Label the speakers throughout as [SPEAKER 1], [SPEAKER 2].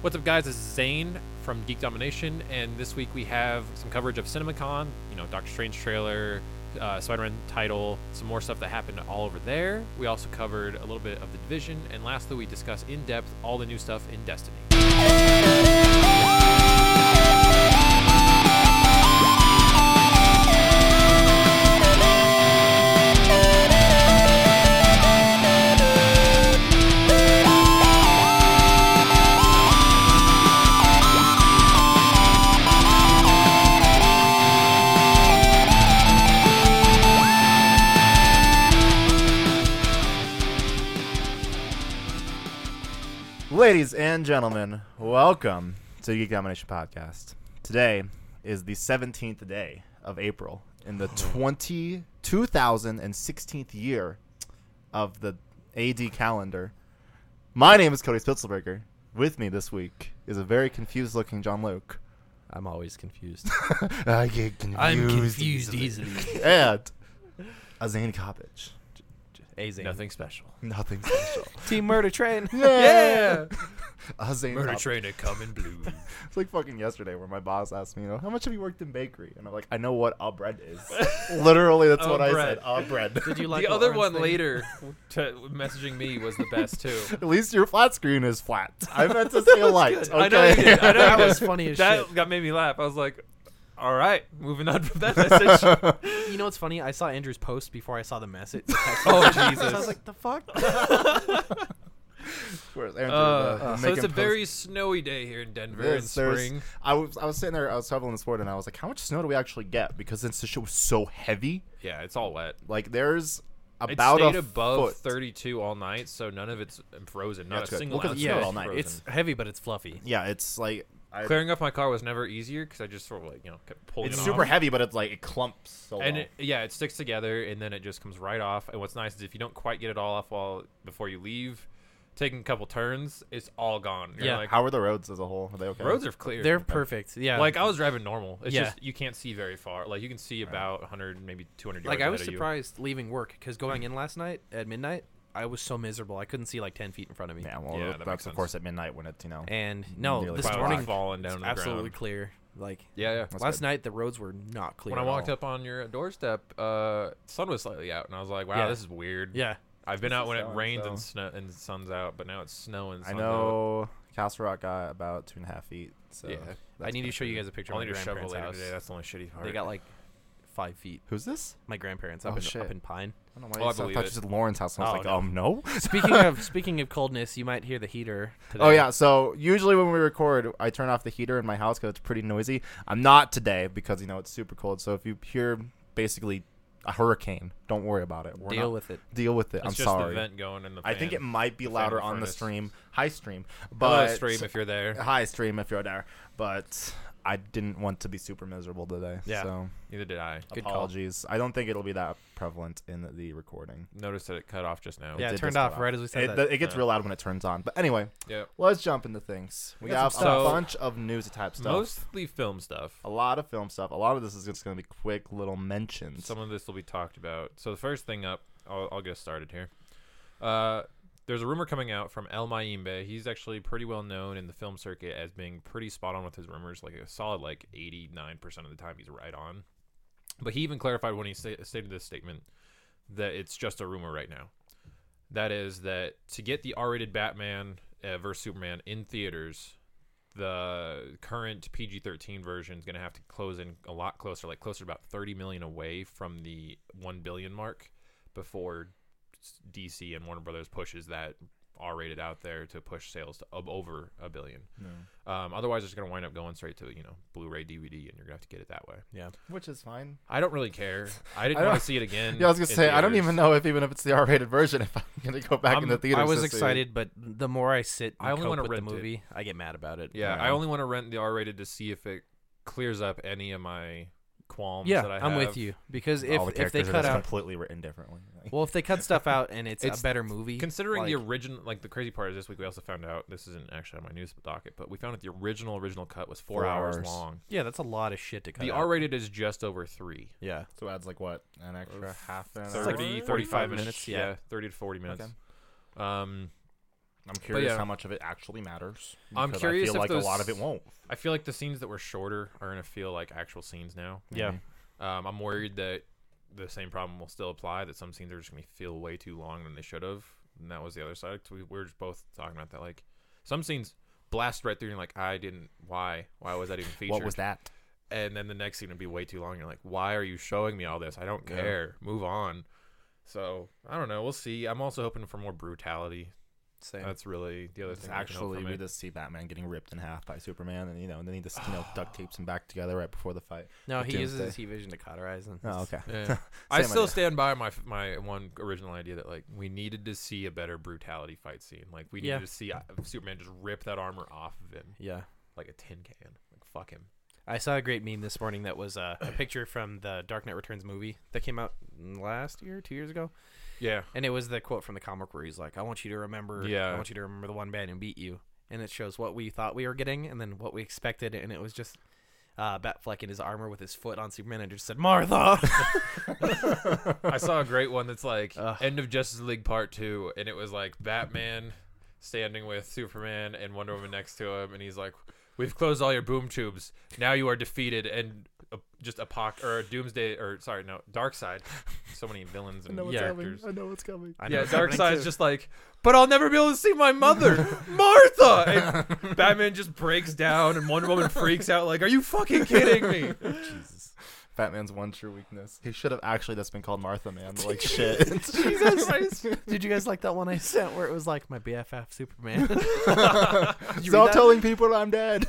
[SPEAKER 1] What's up, guys? This is Zane from Geek Domination, and this week we have some coverage of CinemaCon, you know, Doctor Strange trailer, uh, Spider Man title, some more stuff that happened all over there. We also covered a little bit of The Division, and lastly, we discuss in depth all the new stuff in Destiny.
[SPEAKER 2] Ladies and gentlemen, welcome to the Geek Domination Podcast. Today is the 17th day of April in the 20, 2016th year of the AD calendar. My name is Cody Spitzelberger. With me this week is a very confused looking John Luke.
[SPEAKER 3] I'm always confused.
[SPEAKER 2] I get confused. And a Zane Coppage.
[SPEAKER 3] Amazing.
[SPEAKER 1] Nothing special.
[SPEAKER 2] Nothing special.
[SPEAKER 3] Team Murder Train.
[SPEAKER 2] a Zane
[SPEAKER 1] Murder
[SPEAKER 2] Coppage.
[SPEAKER 1] Train to come in blue.
[SPEAKER 2] It's like fucking yesterday where my boss asked me, you know, how much have you worked in bakery? And I'm like, I know what a bread is. Literally, that's
[SPEAKER 1] A
[SPEAKER 2] what
[SPEAKER 1] bread.
[SPEAKER 2] I said. Oh, A bread.
[SPEAKER 3] Oh, Did you like
[SPEAKER 1] the other
[SPEAKER 3] orange
[SPEAKER 1] one
[SPEAKER 3] thing?
[SPEAKER 1] later to, messaging me was the best, too.
[SPEAKER 2] At least your flat screen is flat. I meant to say light. Okay.
[SPEAKER 1] I know you did. I know you
[SPEAKER 3] That
[SPEAKER 1] did.
[SPEAKER 3] was funny as
[SPEAKER 1] that
[SPEAKER 3] shit.
[SPEAKER 1] got made me laugh. I was like, all right, moving on from that message.
[SPEAKER 3] You know what's funny? I saw Andrew's post before I saw the message. the text
[SPEAKER 1] Oh,
[SPEAKER 3] message. So I
[SPEAKER 1] Jesus.
[SPEAKER 3] was like, the fuck?
[SPEAKER 2] Whereas Andrew,
[SPEAKER 1] Uh,
[SPEAKER 2] uh,
[SPEAKER 1] so
[SPEAKER 2] making
[SPEAKER 1] it's a
[SPEAKER 2] posts-
[SPEAKER 1] very snowy day here in Denver in
[SPEAKER 2] Yes, there's-
[SPEAKER 1] spring.
[SPEAKER 2] I was I was sitting there, I was traveling this board, and I was like, how much snow do we actually get? Because since the shit was so heavy,
[SPEAKER 1] Yeah, it's all wet.
[SPEAKER 2] like there's
[SPEAKER 1] It
[SPEAKER 2] about
[SPEAKER 1] stayed
[SPEAKER 2] a
[SPEAKER 1] above
[SPEAKER 2] foot.
[SPEAKER 1] 32 all night, so none of it's frozen. Not a
[SPEAKER 2] That's good.
[SPEAKER 1] single
[SPEAKER 2] Well, 'cause
[SPEAKER 1] ounce
[SPEAKER 2] it
[SPEAKER 1] of
[SPEAKER 2] snowed
[SPEAKER 1] it's
[SPEAKER 2] all night.
[SPEAKER 1] frozen.
[SPEAKER 3] It's heavy, but it's fluffy.
[SPEAKER 2] Yeah, it's like I,
[SPEAKER 1] Clearing off my car was never easier because I just sort of like you know kept pulling
[SPEAKER 2] it's
[SPEAKER 1] it
[SPEAKER 2] super
[SPEAKER 1] off.
[SPEAKER 2] heavy, but it's like it clumps. So
[SPEAKER 1] And
[SPEAKER 2] well.
[SPEAKER 1] it, yeah, it sticks together, and then it just comes right off. And what's nice is if you don't quite get it all off while before you leave, taking a couple turns, it's all gone. You're
[SPEAKER 3] Yeah.
[SPEAKER 1] like,
[SPEAKER 2] how are the roads as a whole? Are they okay?
[SPEAKER 1] roads are clear.
[SPEAKER 3] They're perfect. Yeah.
[SPEAKER 1] like I was driving normal. It's
[SPEAKER 3] Yeah.
[SPEAKER 1] just you can't see very far. Like you can see about 100, maybe 200 yards.
[SPEAKER 3] like I was
[SPEAKER 1] ahead of you.
[SPEAKER 3] surprised leaving work because going in last night at midnight, I was so miserable. I couldn't see like 10 feet in front of me.
[SPEAKER 2] Yeah, well,
[SPEAKER 1] Yeah, that
[SPEAKER 2] that's
[SPEAKER 1] makes
[SPEAKER 2] of course at midnight when it's you know.
[SPEAKER 3] And
[SPEAKER 1] Mm,
[SPEAKER 3] no,
[SPEAKER 2] Nearly
[SPEAKER 3] this
[SPEAKER 2] five
[SPEAKER 1] Clouds
[SPEAKER 3] morning,
[SPEAKER 1] falling down.
[SPEAKER 3] it's
[SPEAKER 1] to the
[SPEAKER 3] absolutely
[SPEAKER 1] ground.
[SPEAKER 3] clear. Like
[SPEAKER 1] Yeah, yeah.
[SPEAKER 2] That's
[SPEAKER 3] last
[SPEAKER 2] good.
[SPEAKER 3] night, the roads were not clear.
[SPEAKER 1] when I
[SPEAKER 3] at
[SPEAKER 1] walked
[SPEAKER 3] all.
[SPEAKER 1] up on your doorstep, uh, sun was slightly out, and I was like, "Wow,
[SPEAKER 3] Yeah.
[SPEAKER 1] this is weird."
[SPEAKER 3] yeah,
[SPEAKER 1] I've been
[SPEAKER 2] This
[SPEAKER 1] out
[SPEAKER 2] is
[SPEAKER 1] when it
[SPEAKER 2] snowing,
[SPEAKER 1] rains
[SPEAKER 2] so-
[SPEAKER 1] and snow and sun's out, but now it's snowing.
[SPEAKER 2] I
[SPEAKER 1] sun's
[SPEAKER 2] know Castle Rock got about two and a half feet. So
[SPEAKER 1] Yeah.
[SPEAKER 2] that's
[SPEAKER 3] I need
[SPEAKER 2] kinda
[SPEAKER 3] to show you
[SPEAKER 2] crazy.
[SPEAKER 3] guys a picture
[SPEAKER 1] Out. I'll
[SPEAKER 3] of
[SPEAKER 1] need
[SPEAKER 3] my
[SPEAKER 1] a shovel
[SPEAKER 3] grandparents'
[SPEAKER 1] later
[SPEAKER 3] house.
[SPEAKER 1] today. That's the only shitty part.
[SPEAKER 3] They got like five feet.
[SPEAKER 2] Who's this?
[SPEAKER 3] My grandparents up,
[SPEAKER 2] Oh,
[SPEAKER 3] in,
[SPEAKER 2] shit.
[SPEAKER 3] up in Pine.
[SPEAKER 2] I don't know
[SPEAKER 1] Oh, I
[SPEAKER 2] why I,
[SPEAKER 1] believe
[SPEAKER 2] thought
[SPEAKER 1] it.
[SPEAKER 2] you said Lauren's house. And I was
[SPEAKER 1] Oh,
[SPEAKER 2] like,
[SPEAKER 1] no.
[SPEAKER 2] um, no.
[SPEAKER 3] Speaking of speaking of coldness, you might hear the heater. Today.
[SPEAKER 2] Oh yeah. So usually when we record, I turn off the heater in my house because it's pretty noisy. I'm not today because you know it's super cold. So if you hear basically a hurricane, don't worry about it. We're
[SPEAKER 3] deal
[SPEAKER 2] not-
[SPEAKER 3] with it.
[SPEAKER 2] deal with it.
[SPEAKER 1] It's
[SPEAKER 2] I'm
[SPEAKER 1] just
[SPEAKER 2] sorry.
[SPEAKER 1] the vent going in the.
[SPEAKER 2] I think it
[SPEAKER 1] fan.
[SPEAKER 2] might be
[SPEAKER 1] The fan
[SPEAKER 2] louder
[SPEAKER 1] and
[SPEAKER 2] on the
[SPEAKER 1] furnace.
[SPEAKER 2] stream, high stream,
[SPEAKER 1] Hello,
[SPEAKER 2] but
[SPEAKER 1] stream, if you're there.
[SPEAKER 2] high stream if you're there. But I didn't want to be super miserable today.
[SPEAKER 1] Yeah.
[SPEAKER 2] So.
[SPEAKER 1] Neither did I.
[SPEAKER 3] Good call.
[SPEAKER 2] Apologies. I don't think it'll be that prevalent in the recording.
[SPEAKER 1] Noticed that it cut off just now.
[SPEAKER 3] Yeah,
[SPEAKER 2] did
[SPEAKER 3] it turned
[SPEAKER 2] just
[SPEAKER 3] off
[SPEAKER 2] cut
[SPEAKER 3] right as we said
[SPEAKER 2] It,
[SPEAKER 3] that.
[SPEAKER 2] it gets
[SPEAKER 1] Yeah.
[SPEAKER 2] real loud when it turns on. But anyway,
[SPEAKER 1] Yep.
[SPEAKER 2] let's jump into things. We
[SPEAKER 3] We got
[SPEAKER 2] got,
[SPEAKER 3] some
[SPEAKER 2] a
[SPEAKER 1] stuff.
[SPEAKER 2] bunch of news type stuff.
[SPEAKER 1] Mostly film stuff.
[SPEAKER 2] a lot of film stuff. A lot of this is just going to be quick little mentions.
[SPEAKER 1] Some of this will be talked about. So the first thing up, I'll, I'll get us started here. Uh, there's a rumor coming out from El Mayimbe. He's actually pretty well known in the film circuit as being pretty spot on with his rumors, like a solid like 89% of the time he's right on. But he even clarified when he sta- stated this statement that it's just a rumor right now. That is that to get the R-rated Batman uh, versus Superman in theaters, the current PG-13 version is going to have to close in a lot closer, like closer to about 30 million away from the 1 billion mark before s- DC and Warner Brothers pushes that R-rated out there to push sales to ob- over a billion. Um, otherwise, it's going to wind up going straight to you know Blu-ray, DVD, and you're going to have to get it that way.
[SPEAKER 3] yeah,
[SPEAKER 2] Which is fine.
[SPEAKER 1] I don't really care. I didn't
[SPEAKER 2] I
[SPEAKER 1] want
[SPEAKER 2] don't-
[SPEAKER 1] to see it again.
[SPEAKER 2] Yeah, I was going to
[SPEAKER 1] in
[SPEAKER 2] say, I don't
[SPEAKER 1] theaters.
[SPEAKER 2] even know if even if it's the R-rated version, if I'm going to go back
[SPEAKER 1] I'm-
[SPEAKER 2] in the theater.
[SPEAKER 3] Um, I was excited, but the more I sit, and
[SPEAKER 1] I only
[SPEAKER 3] cope
[SPEAKER 1] wanna
[SPEAKER 3] with
[SPEAKER 1] rent
[SPEAKER 3] the
[SPEAKER 1] it.
[SPEAKER 3] movie. I get mad about it.
[SPEAKER 1] Yeah, I
[SPEAKER 2] Yeah.
[SPEAKER 1] only want to rent the R-rated to see if it clears up any of my qualms.
[SPEAKER 3] yeah,
[SPEAKER 1] that I
[SPEAKER 3] am
[SPEAKER 1] have.
[SPEAKER 3] with you because if if they cut out,
[SPEAKER 2] completely written differently.
[SPEAKER 3] well, if they cut stuff out and it's,
[SPEAKER 1] It's-
[SPEAKER 3] a better movie,
[SPEAKER 1] Considering the
[SPEAKER 3] like-
[SPEAKER 1] original, like the crazy part is this week we also found out this isn't actually on my news docket, but we found out the original original cut was four,
[SPEAKER 2] Four
[SPEAKER 1] hours,
[SPEAKER 2] hours.
[SPEAKER 1] long.
[SPEAKER 3] yeah, that's a lot of shit to cut.
[SPEAKER 1] The
[SPEAKER 3] out.
[SPEAKER 1] R-rated is just over three.
[SPEAKER 3] yeah,
[SPEAKER 2] so adds like what? An extra half an
[SPEAKER 3] It's like
[SPEAKER 1] 30,
[SPEAKER 3] 45
[SPEAKER 1] minutes.
[SPEAKER 3] minutes,
[SPEAKER 1] Yeah.
[SPEAKER 3] yeah.
[SPEAKER 1] 30 to 40 minutes. Um,
[SPEAKER 2] I'm curious
[SPEAKER 1] yeah.
[SPEAKER 2] how much of it actually matters.
[SPEAKER 1] I'm
[SPEAKER 2] because
[SPEAKER 1] curious
[SPEAKER 2] I feel
[SPEAKER 1] if
[SPEAKER 2] like
[SPEAKER 1] those-
[SPEAKER 2] a lot of it won't.
[SPEAKER 1] I feel like the scenes that were shorter are gonna feel like actual scenes now.
[SPEAKER 3] Yeah.
[SPEAKER 1] Um, I'm worried that the same problem will still apply. That some scenes are just gonna feel way too long than they should have. And that was the other side. 'cause we, we were just both talking about that. Like some scenes blast right through. And you're like, I didn't. Why? Why was that even featured?
[SPEAKER 2] What was that?
[SPEAKER 1] and then the next scene would be way too long. You're like, why are you showing me all this? I don't care. Move on. So I don't know. We'll see. I'm also hoping for more brutality.
[SPEAKER 3] Same.
[SPEAKER 1] That's really the other
[SPEAKER 2] It's
[SPEAKER 1] thing. I can hope
[SPEAKER 2] actually,
[SPEAKER 1] from
[SPEAKER 2] we
[SPEAKER 1] it.
[SPEAKER 2] just see Batman getting ripped in half by Superman, and you know, and then he just you know duct tapes him back together right before the fight.
[SPEAKER 3] no, he uses
[SPEAKER 2] Doomsday.
[SPEAKER 3] his heat vision to cauterize them.
[SPEAKER 2] Oh, okay.
[SPEAKER 1] Yeah. I
[SPEAKER 2] Same
[SPEAKER 1] still
[SPEAKER 2] idea.
[SPEAKER 1] stand by my my one original idea that like we needed to see a better brutality fight scene. Like we needed
[SPEAKER 3] Yeah.
[SPEAKER 1] to see uh, Superman just rip that armor off of him
[SPEAKER 3] Yeah.
[SPEAKER 1] like a tin can. Like fuck him.
[SPEAKER 3] I saw a great meme this morning that was uh, a picture from the Dark Knight Returns movie that came out last year, two years ago,
[SPEAKER 1] Yeah.
[SPEAKER 3] and it was the quote from the comic where he's like, "I want you to remember,
[SPEAKER 1] Yeah.
[SPEAKER 3] I want you to remember the one man who beat you," and it shows what we thought we were getting and then what we expected, and it was just uh, Batfleck in his armor with his foot on Superman and just said, "Martha."
[SPEAKER 1] I saw a great one that's like
[SPEAKER 3] Ugh.
[SPEAKER 1] end of Justice League Part Two, and it was like Batman standing with Superman and Wonder Woman next to him, and he's like, "We've closed all your boom tubes. Now you are defeated." And uh, just a poc or Doomsday or sorry, no, Dark Side. So many villains and characters.
[SPEAKER 2] I know what's coming.
[SPEAKER 3] I know
[SPEAKER 1] Yeah,
[SPEAKER 3] it's happening
[SPEAKER 1] Dark Side's
[SPEAKER 3] too.
[SPEAKER 1] just like, but I'll never be able to see my mother, Martha. And Batman just breaks down, and Wonder Woman freaks out, like, "Are you fucking kidding me?"
[SPEAKER 2] Jesus. Batman's one true weakness. He should have actually just been called Martha, man. Like shit.
[SPEAKER 3] Jesus Christ. Did you guys like that one I sent where it was like my BFF Superman? Did you read
[SPEAKER 2] Stop
[SPEAKER 3] that?
[SPEAKER 2] telling people I'm dead.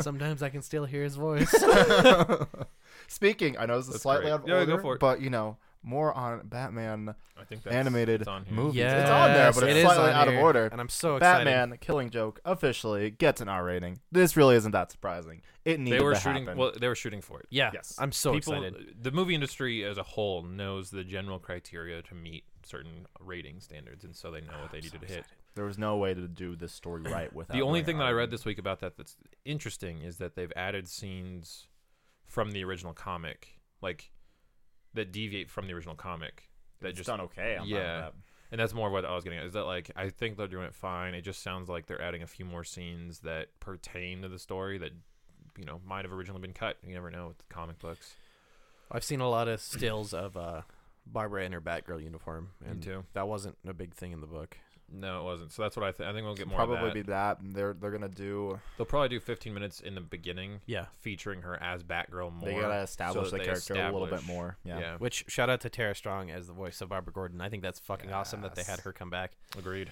[SPEAKER 3] Sometimes I can still hear his voice.
[SPEAKER 2] Speaking, I know this is
[SPEAKER 1] That's
[SPEAKER 2] slightly
[SPEAKER 1] great.
[SPEAKER 2] out of
[SPEAKER 1] Yeah, go
[SPEAKER 2] order,
[SPEAKER 1] for it.
[SPEAKER 2] but you know, more on Batman
[SPEAKER 1] I think
[SPEAKER 2] animated
[SPEAKER 1] it's on here.
[SPEAKER 2] movies.
[SPEAKER 3] Yeah,
[SPEAKER 2] It's on there, but
[SPEAKER 3] it
[SPEAKER 2] it's
[SPEAKER 3] is
[SPEAKER 2] slightly
[SPEAKER 3] on
[SPEAKER 2] out
[SPEAKER 3] here,
[SPEAKER 2] of order.
[SPEAKER 3] And I'm so excited.
[SPEAKER 2] Batman Killing Joke officially gets an R rating. This really isn't that surprising. It needed
[SPEAKER 1] They were
[SPEAKER 2] to
[SPEAKER 1] shooting.
[SPEAKER 2] happen.
[SPEAKER 1] Well, they were shooting for it.
[SPEAKER 3] Yeah,
[SPEAKER 2] Yes.
[SPEAKER 3] I'm so
[SPEAKER 1] people, uh,
[SPEAKER 3] excited.
[SPEAKER 1] the movie industry as a whole knows the general criteria to meet certain rating standards, and so they know what they needed to hit.
[SPEAKER 2] there was no way to do this story right without.
[SPEAKER 1] The only
[SPEAKER 2] doing
[SPEAKER 1] thing
[SPEAKER 2] an
[SPEAKER 1] that I
[SPEAKER 2] R
[SPEAKER 1] read
[SPEAKER 2] rating.
[SPEAKER 1] this week about that that's interesting is that they've added scenes from the original comic, like that deviate from the original comic. That
[SPEAKER 2] It's
[SPEAKER 1] just
[SPEAKER 2] done okay. I'm
[SPEAKER 1] yeah.
[SPEAKER 2] yeah,
[SPEAKER 1] and that's more what I was getting at. Is that like I think they're doing it fine. It just sounds like they're adding a few more scenes that pertain to the story that you know might have originally been cut. You never know with the comic books.
[SPEAKER 3] I've seen a lot of stills of uh, Barbara in her Batgirl uniform, and
[SPEAKER 1] too.
[SPEAKER 3] that wasn't a big thing in the book.
[SPEAKER 1] No, it wasn't. So that's what I think. I think we'll get more. of
[SPEAKER 2] probably
[SPEAKER 1] that.
[SPEAKER 2] be that. and They're they're gonna do.
[SPEAKER 1] They'll probably do 15 minutes in the beginning,
[SPEAKER 3] Yeah,
[SPEAKER 1] featuring her as Batgirl more.
[SPEAKER 2] They gotta establish
[SPEAKER 1] so
[SPEAKER 2] the
[SPEAKER 1] that they
[SPEAKER 2] character a little bit
[SPEAKER 1] establish-
[SPEAKER 2] more. Yeah.
[SPEAKER 1] Yeah.
[SPEAKER 3] which shout out to Tara Strong as the voice of Barbara Gordon. I think that's fucking awesome that they had
[SPEAKER 2] Yes.
[SPEAKER 3] her come back.
[SPEAKER 1] agreed.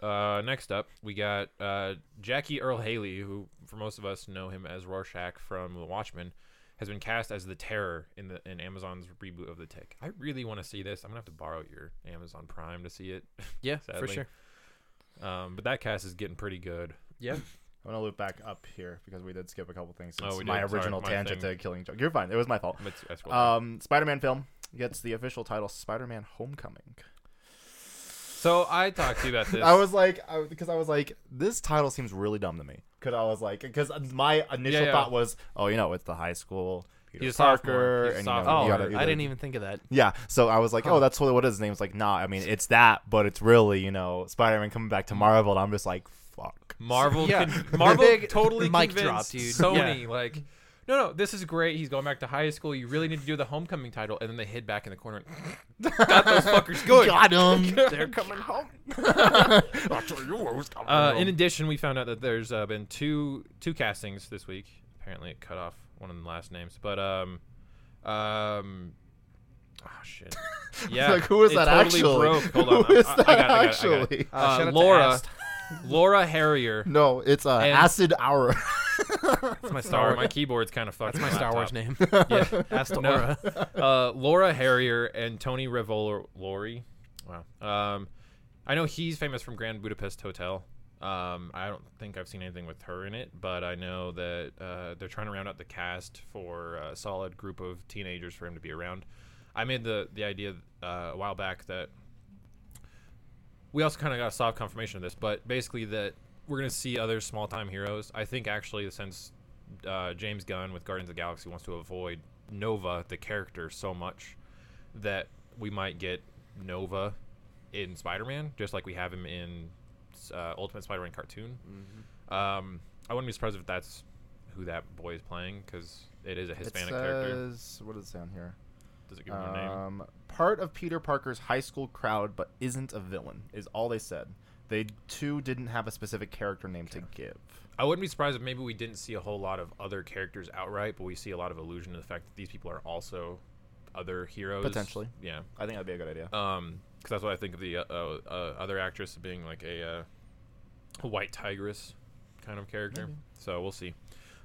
[SPEAKER 1] Uh, next up, we got uh, Jackie Earl Haley, who, for most of us, know him as Rorschach from The Watchmen, has been cast as the Terror in the in Amazon's reboot of The Tick. I really want to see this. I'm gonna have to borrow your Amazon Prime to see it.
[SPEAKER 3] Yeah, for
[SPEAKER 1] Sadly.
[SPEAKER 3] sure.
[SPEAKER 1] Um, but that cast is getting pretty good.
[SPEAKER 3] Yeah,
[SPEAKER 2] I'm gonna loop back up here because we did skip a couple things.
[SPEAKER 1] Oh,
[SPEAKER 2] It's
[SPEAKER 1] we
[SPEAKER 2] my
[SPEAKER 1] did. Sorry,
[SPEAKER 2] original
[SPEAKER 1] my
[SPEAKER 2] tangent
[SPEAKER 1] thing.
[SPEAKER 2] to Killing Joke. You're fine. It was my fault.
[SPEAKER 1] That's, that's what-
[SPEAKER 2] Um, Spider-Man film gets the official title Spider-Man: Homecoming.
[SPEAKER 1] so I talked to you about this.
[SPEAKER 2] I was like, I- because I, was like, this title seems really dumb to me. Because I was like, because my initial
[SPEAKER 1] Yeah, yeah.
[SPEAKER 2] thought was, oh, you know, it's the high school Peter
[SPEAKER 1] He's a sophomore.
[SPEAKER 2] Parker,
[SPEAKER 1] He's a
[SPEAKER 2] and you know,
[SPEAKER 1] sophomore.
[SPEAKER 2] you
[SPEAKER 3] Oh,
[SPEAKER 2] gotta
[SPEAKER 3] I
[SPEAKER 2] either-
[SPEAKER 3] didn't even think of that.
[SPEAKER 2] Yeah, so I was like, oh, that's what what his name's like. Nah, I mean, it's that, but it's really, you know, Spider-Man coming back to
[SPEAKER 1] Mm.
[SPEAKER 2] Marvel. And I'm just like, fuck.
[SPEAKER 1] Marvel,
[SPEAKER 3] Yeah.
[SPEAKER 1] con- Marvel
[SPEAKER 3] Big
[SPEAKER 1] totally
[SPEAKER 3] mic
[SPEAKER 1] convinced
[SPEAKER 3] drop, dude.
[SPEAKER 1] Sony like, no, no, this is great. He's going back to high school. You really need to do the homecoming title, and then they hid back in the corner. And got those fuckers good.
[SPEAKER 2] Got him. They're coming home. I'll tell you what was coming
[SPEAKER 1] Uh, in
[SPEAKER 2] home.
[SPEAKER 1] addition, we found out that there's uh, been two two castings this week. Apparently, it cut off one of the last names, but um, um, oh shit, yeah,
[SPEAKER 2] like, who is
[SPEAKER 1] it
[SPEAKER 2] that
[SPEAKER 1] totally
[SPEAKER 2] actually?
[SPEAKER 1] Broke. Hold on,
[SPEAKER 2] Who is
[SPEAKER 1] I, I
[SPEAKER 2] that
[SPEAKER 1] got it, I got it, I got it.
[SPEAKER 2] actually?
[SPEAKER 3] Uh, shout out
[SPEAKER 1] Uh,
[SPEAKER 3] to
[SPEAKER 1] Laura,
[SPEAKER 3] Ast.
[SPEAKER 1] Laura Harrier.
[SPEAKER 2] No, it's uh,
[SPEAKER 1] And-
[SPEAKER 2] Acid Hour.
[SPEAKER 3] That's my Star
[SPEAKER 1] Sorry, my
[SPEAKER 3] Wars.
[SPEAKER 1] keyboard's kind of fucked.
[SPEAKER 3] That's my Star Wars name.
[SPEAKER 1] Yeah.
[SPEAKER 3] Ask
[SPEAKER 1] No.
[SPEAKER 3] Laura.
[SPEAKER 1] uh, Laura Harrier and Tony Revolori. Wow. Um, I know he's famous from Grand Budapest Hotel. Um, I don't think I've seen anything with her in it, but I know that uh, they're trying to round out the cast for uh, a solid group of teenagers for him to be around. I made the the idea uh, a while back that we also kind of got a soft confirmation of this, but basically that we're gonna see other small time heroes. I think actually since uh, James Gunn with Guardians of the Galaxy wants to avoid Nova the character so much that we might get Nova in Spider Man, just like we have him in uh, Ultimate Spider-Man cartoon.
[SPEAKER 3] Mm-hmm.
[SPEAKER 1] Um, I wouldn't be surprised if that's who that boy is playing because it is a Hispanic
[SPEAKER 2] it says,
[SPEAKER 1] character.
[SPEAKER 2] What does it say on here?
[SPEAKER 1] Does it give me a name?
[SPEAKER 2] Um, part of Peter Parker's high school crowd, but isn't a villain, is all they said. They too didn't have a specific character name to give.
[SPEAKER 1] I wouldn't be surprised if maybe we didn't see a whole lot of other characters outright, but we see a lot of allusion to the fact that these people are also other heroes.
[SPEAKER 2] Potentially.
[SPEAKER 1] Yeah.
[SPEAKER 2] I think that'd be a good idea.
[SPEAKER 1] Um, because that's what I think of the uh, uh, uh, other actress as being like a, uh, a white tigress kind of character.
[SPEAKER 2] Maybe.
[SPEAKER 1] So we'll see.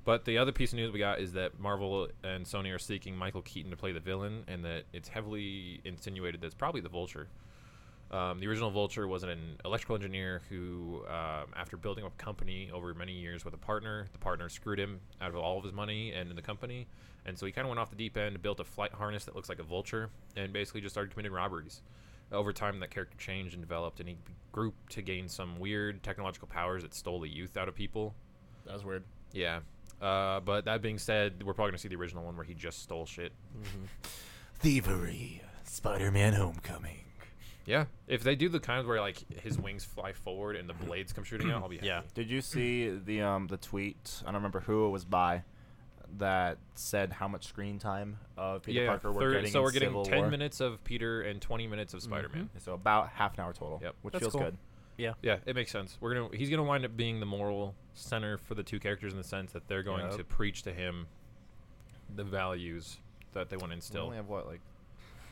[SPEAKER 1] But the other piece of news we got is that Marvel and Sony are seeking Michael Keaton to play the villain, and that it's heavily insinuated that it's probably the Vulture. Um, the original Vulture was an electrical engineer who, um, after building up a company over many years with a partner, the partner screwed him out of all of his money and the company. And so he kind of went off the deep end, built a flight harness that looks like a vulture, and basically just started committing robberies. Over time, that character changed and developed, and he grew to gain some weird technological powers that stole the youth out of people.
[SPEAKER 2] That was weird.
[SPEAKER 1] Yeah. Uh, but that being said, we're probably going to see the original one where he just stole shit.
[SPEAKER 3] Mm-hmm.
[SPEAKER 2] Thievery, Spider-Man: Homecoming.
[SPEAKER 1] Yeah. If they do the kind where like his wings fly forward and the blades come shooting out, I'll be happy.
[SPEAKER 3] Yeah.
[SPEAKER 2] Did you see the um the tweet? I don't remember who it was by that said how much screen time of Peter
[SPEAKER 1] yeah,
[SPEAKER 2] Parker we're
[SPEAKER 1] third-
[SPEAKER 2] getting.
[SPEAKER 1] so
[SPEAKER 2] in
[SPEAKER 1] we're getting
[SPEAKER 2] Civil
[SPEAKER 1] 10
[SPEAKER 2] War. Mm-hmm.
[SPEAKER 1] minutes of Peter and 20 minutes of Spider-Man.
[SPEAKER 2] So about half an hour total.
[SPEAKER 1] Yep.
[SPEAKER 2] Which
[SPEAKER 3] That's
[SPEAKER 2] feels
[SPEAKER 3] cool.
[SPEAKER 2] good.
[SPEAKER 3] Yeah.
[SPEAKER 1] Yeah, it makes sense. We're gonna he's gonna wind up being the moral center for the two characters in the sense that they're going
[SPEAKER 2] Yep.
[SPEAKER 1] to preach to him the values that they want to
[SPEAKER 2] We
[SPEAKER 1] instill.
[SPEAKER 2] only have what like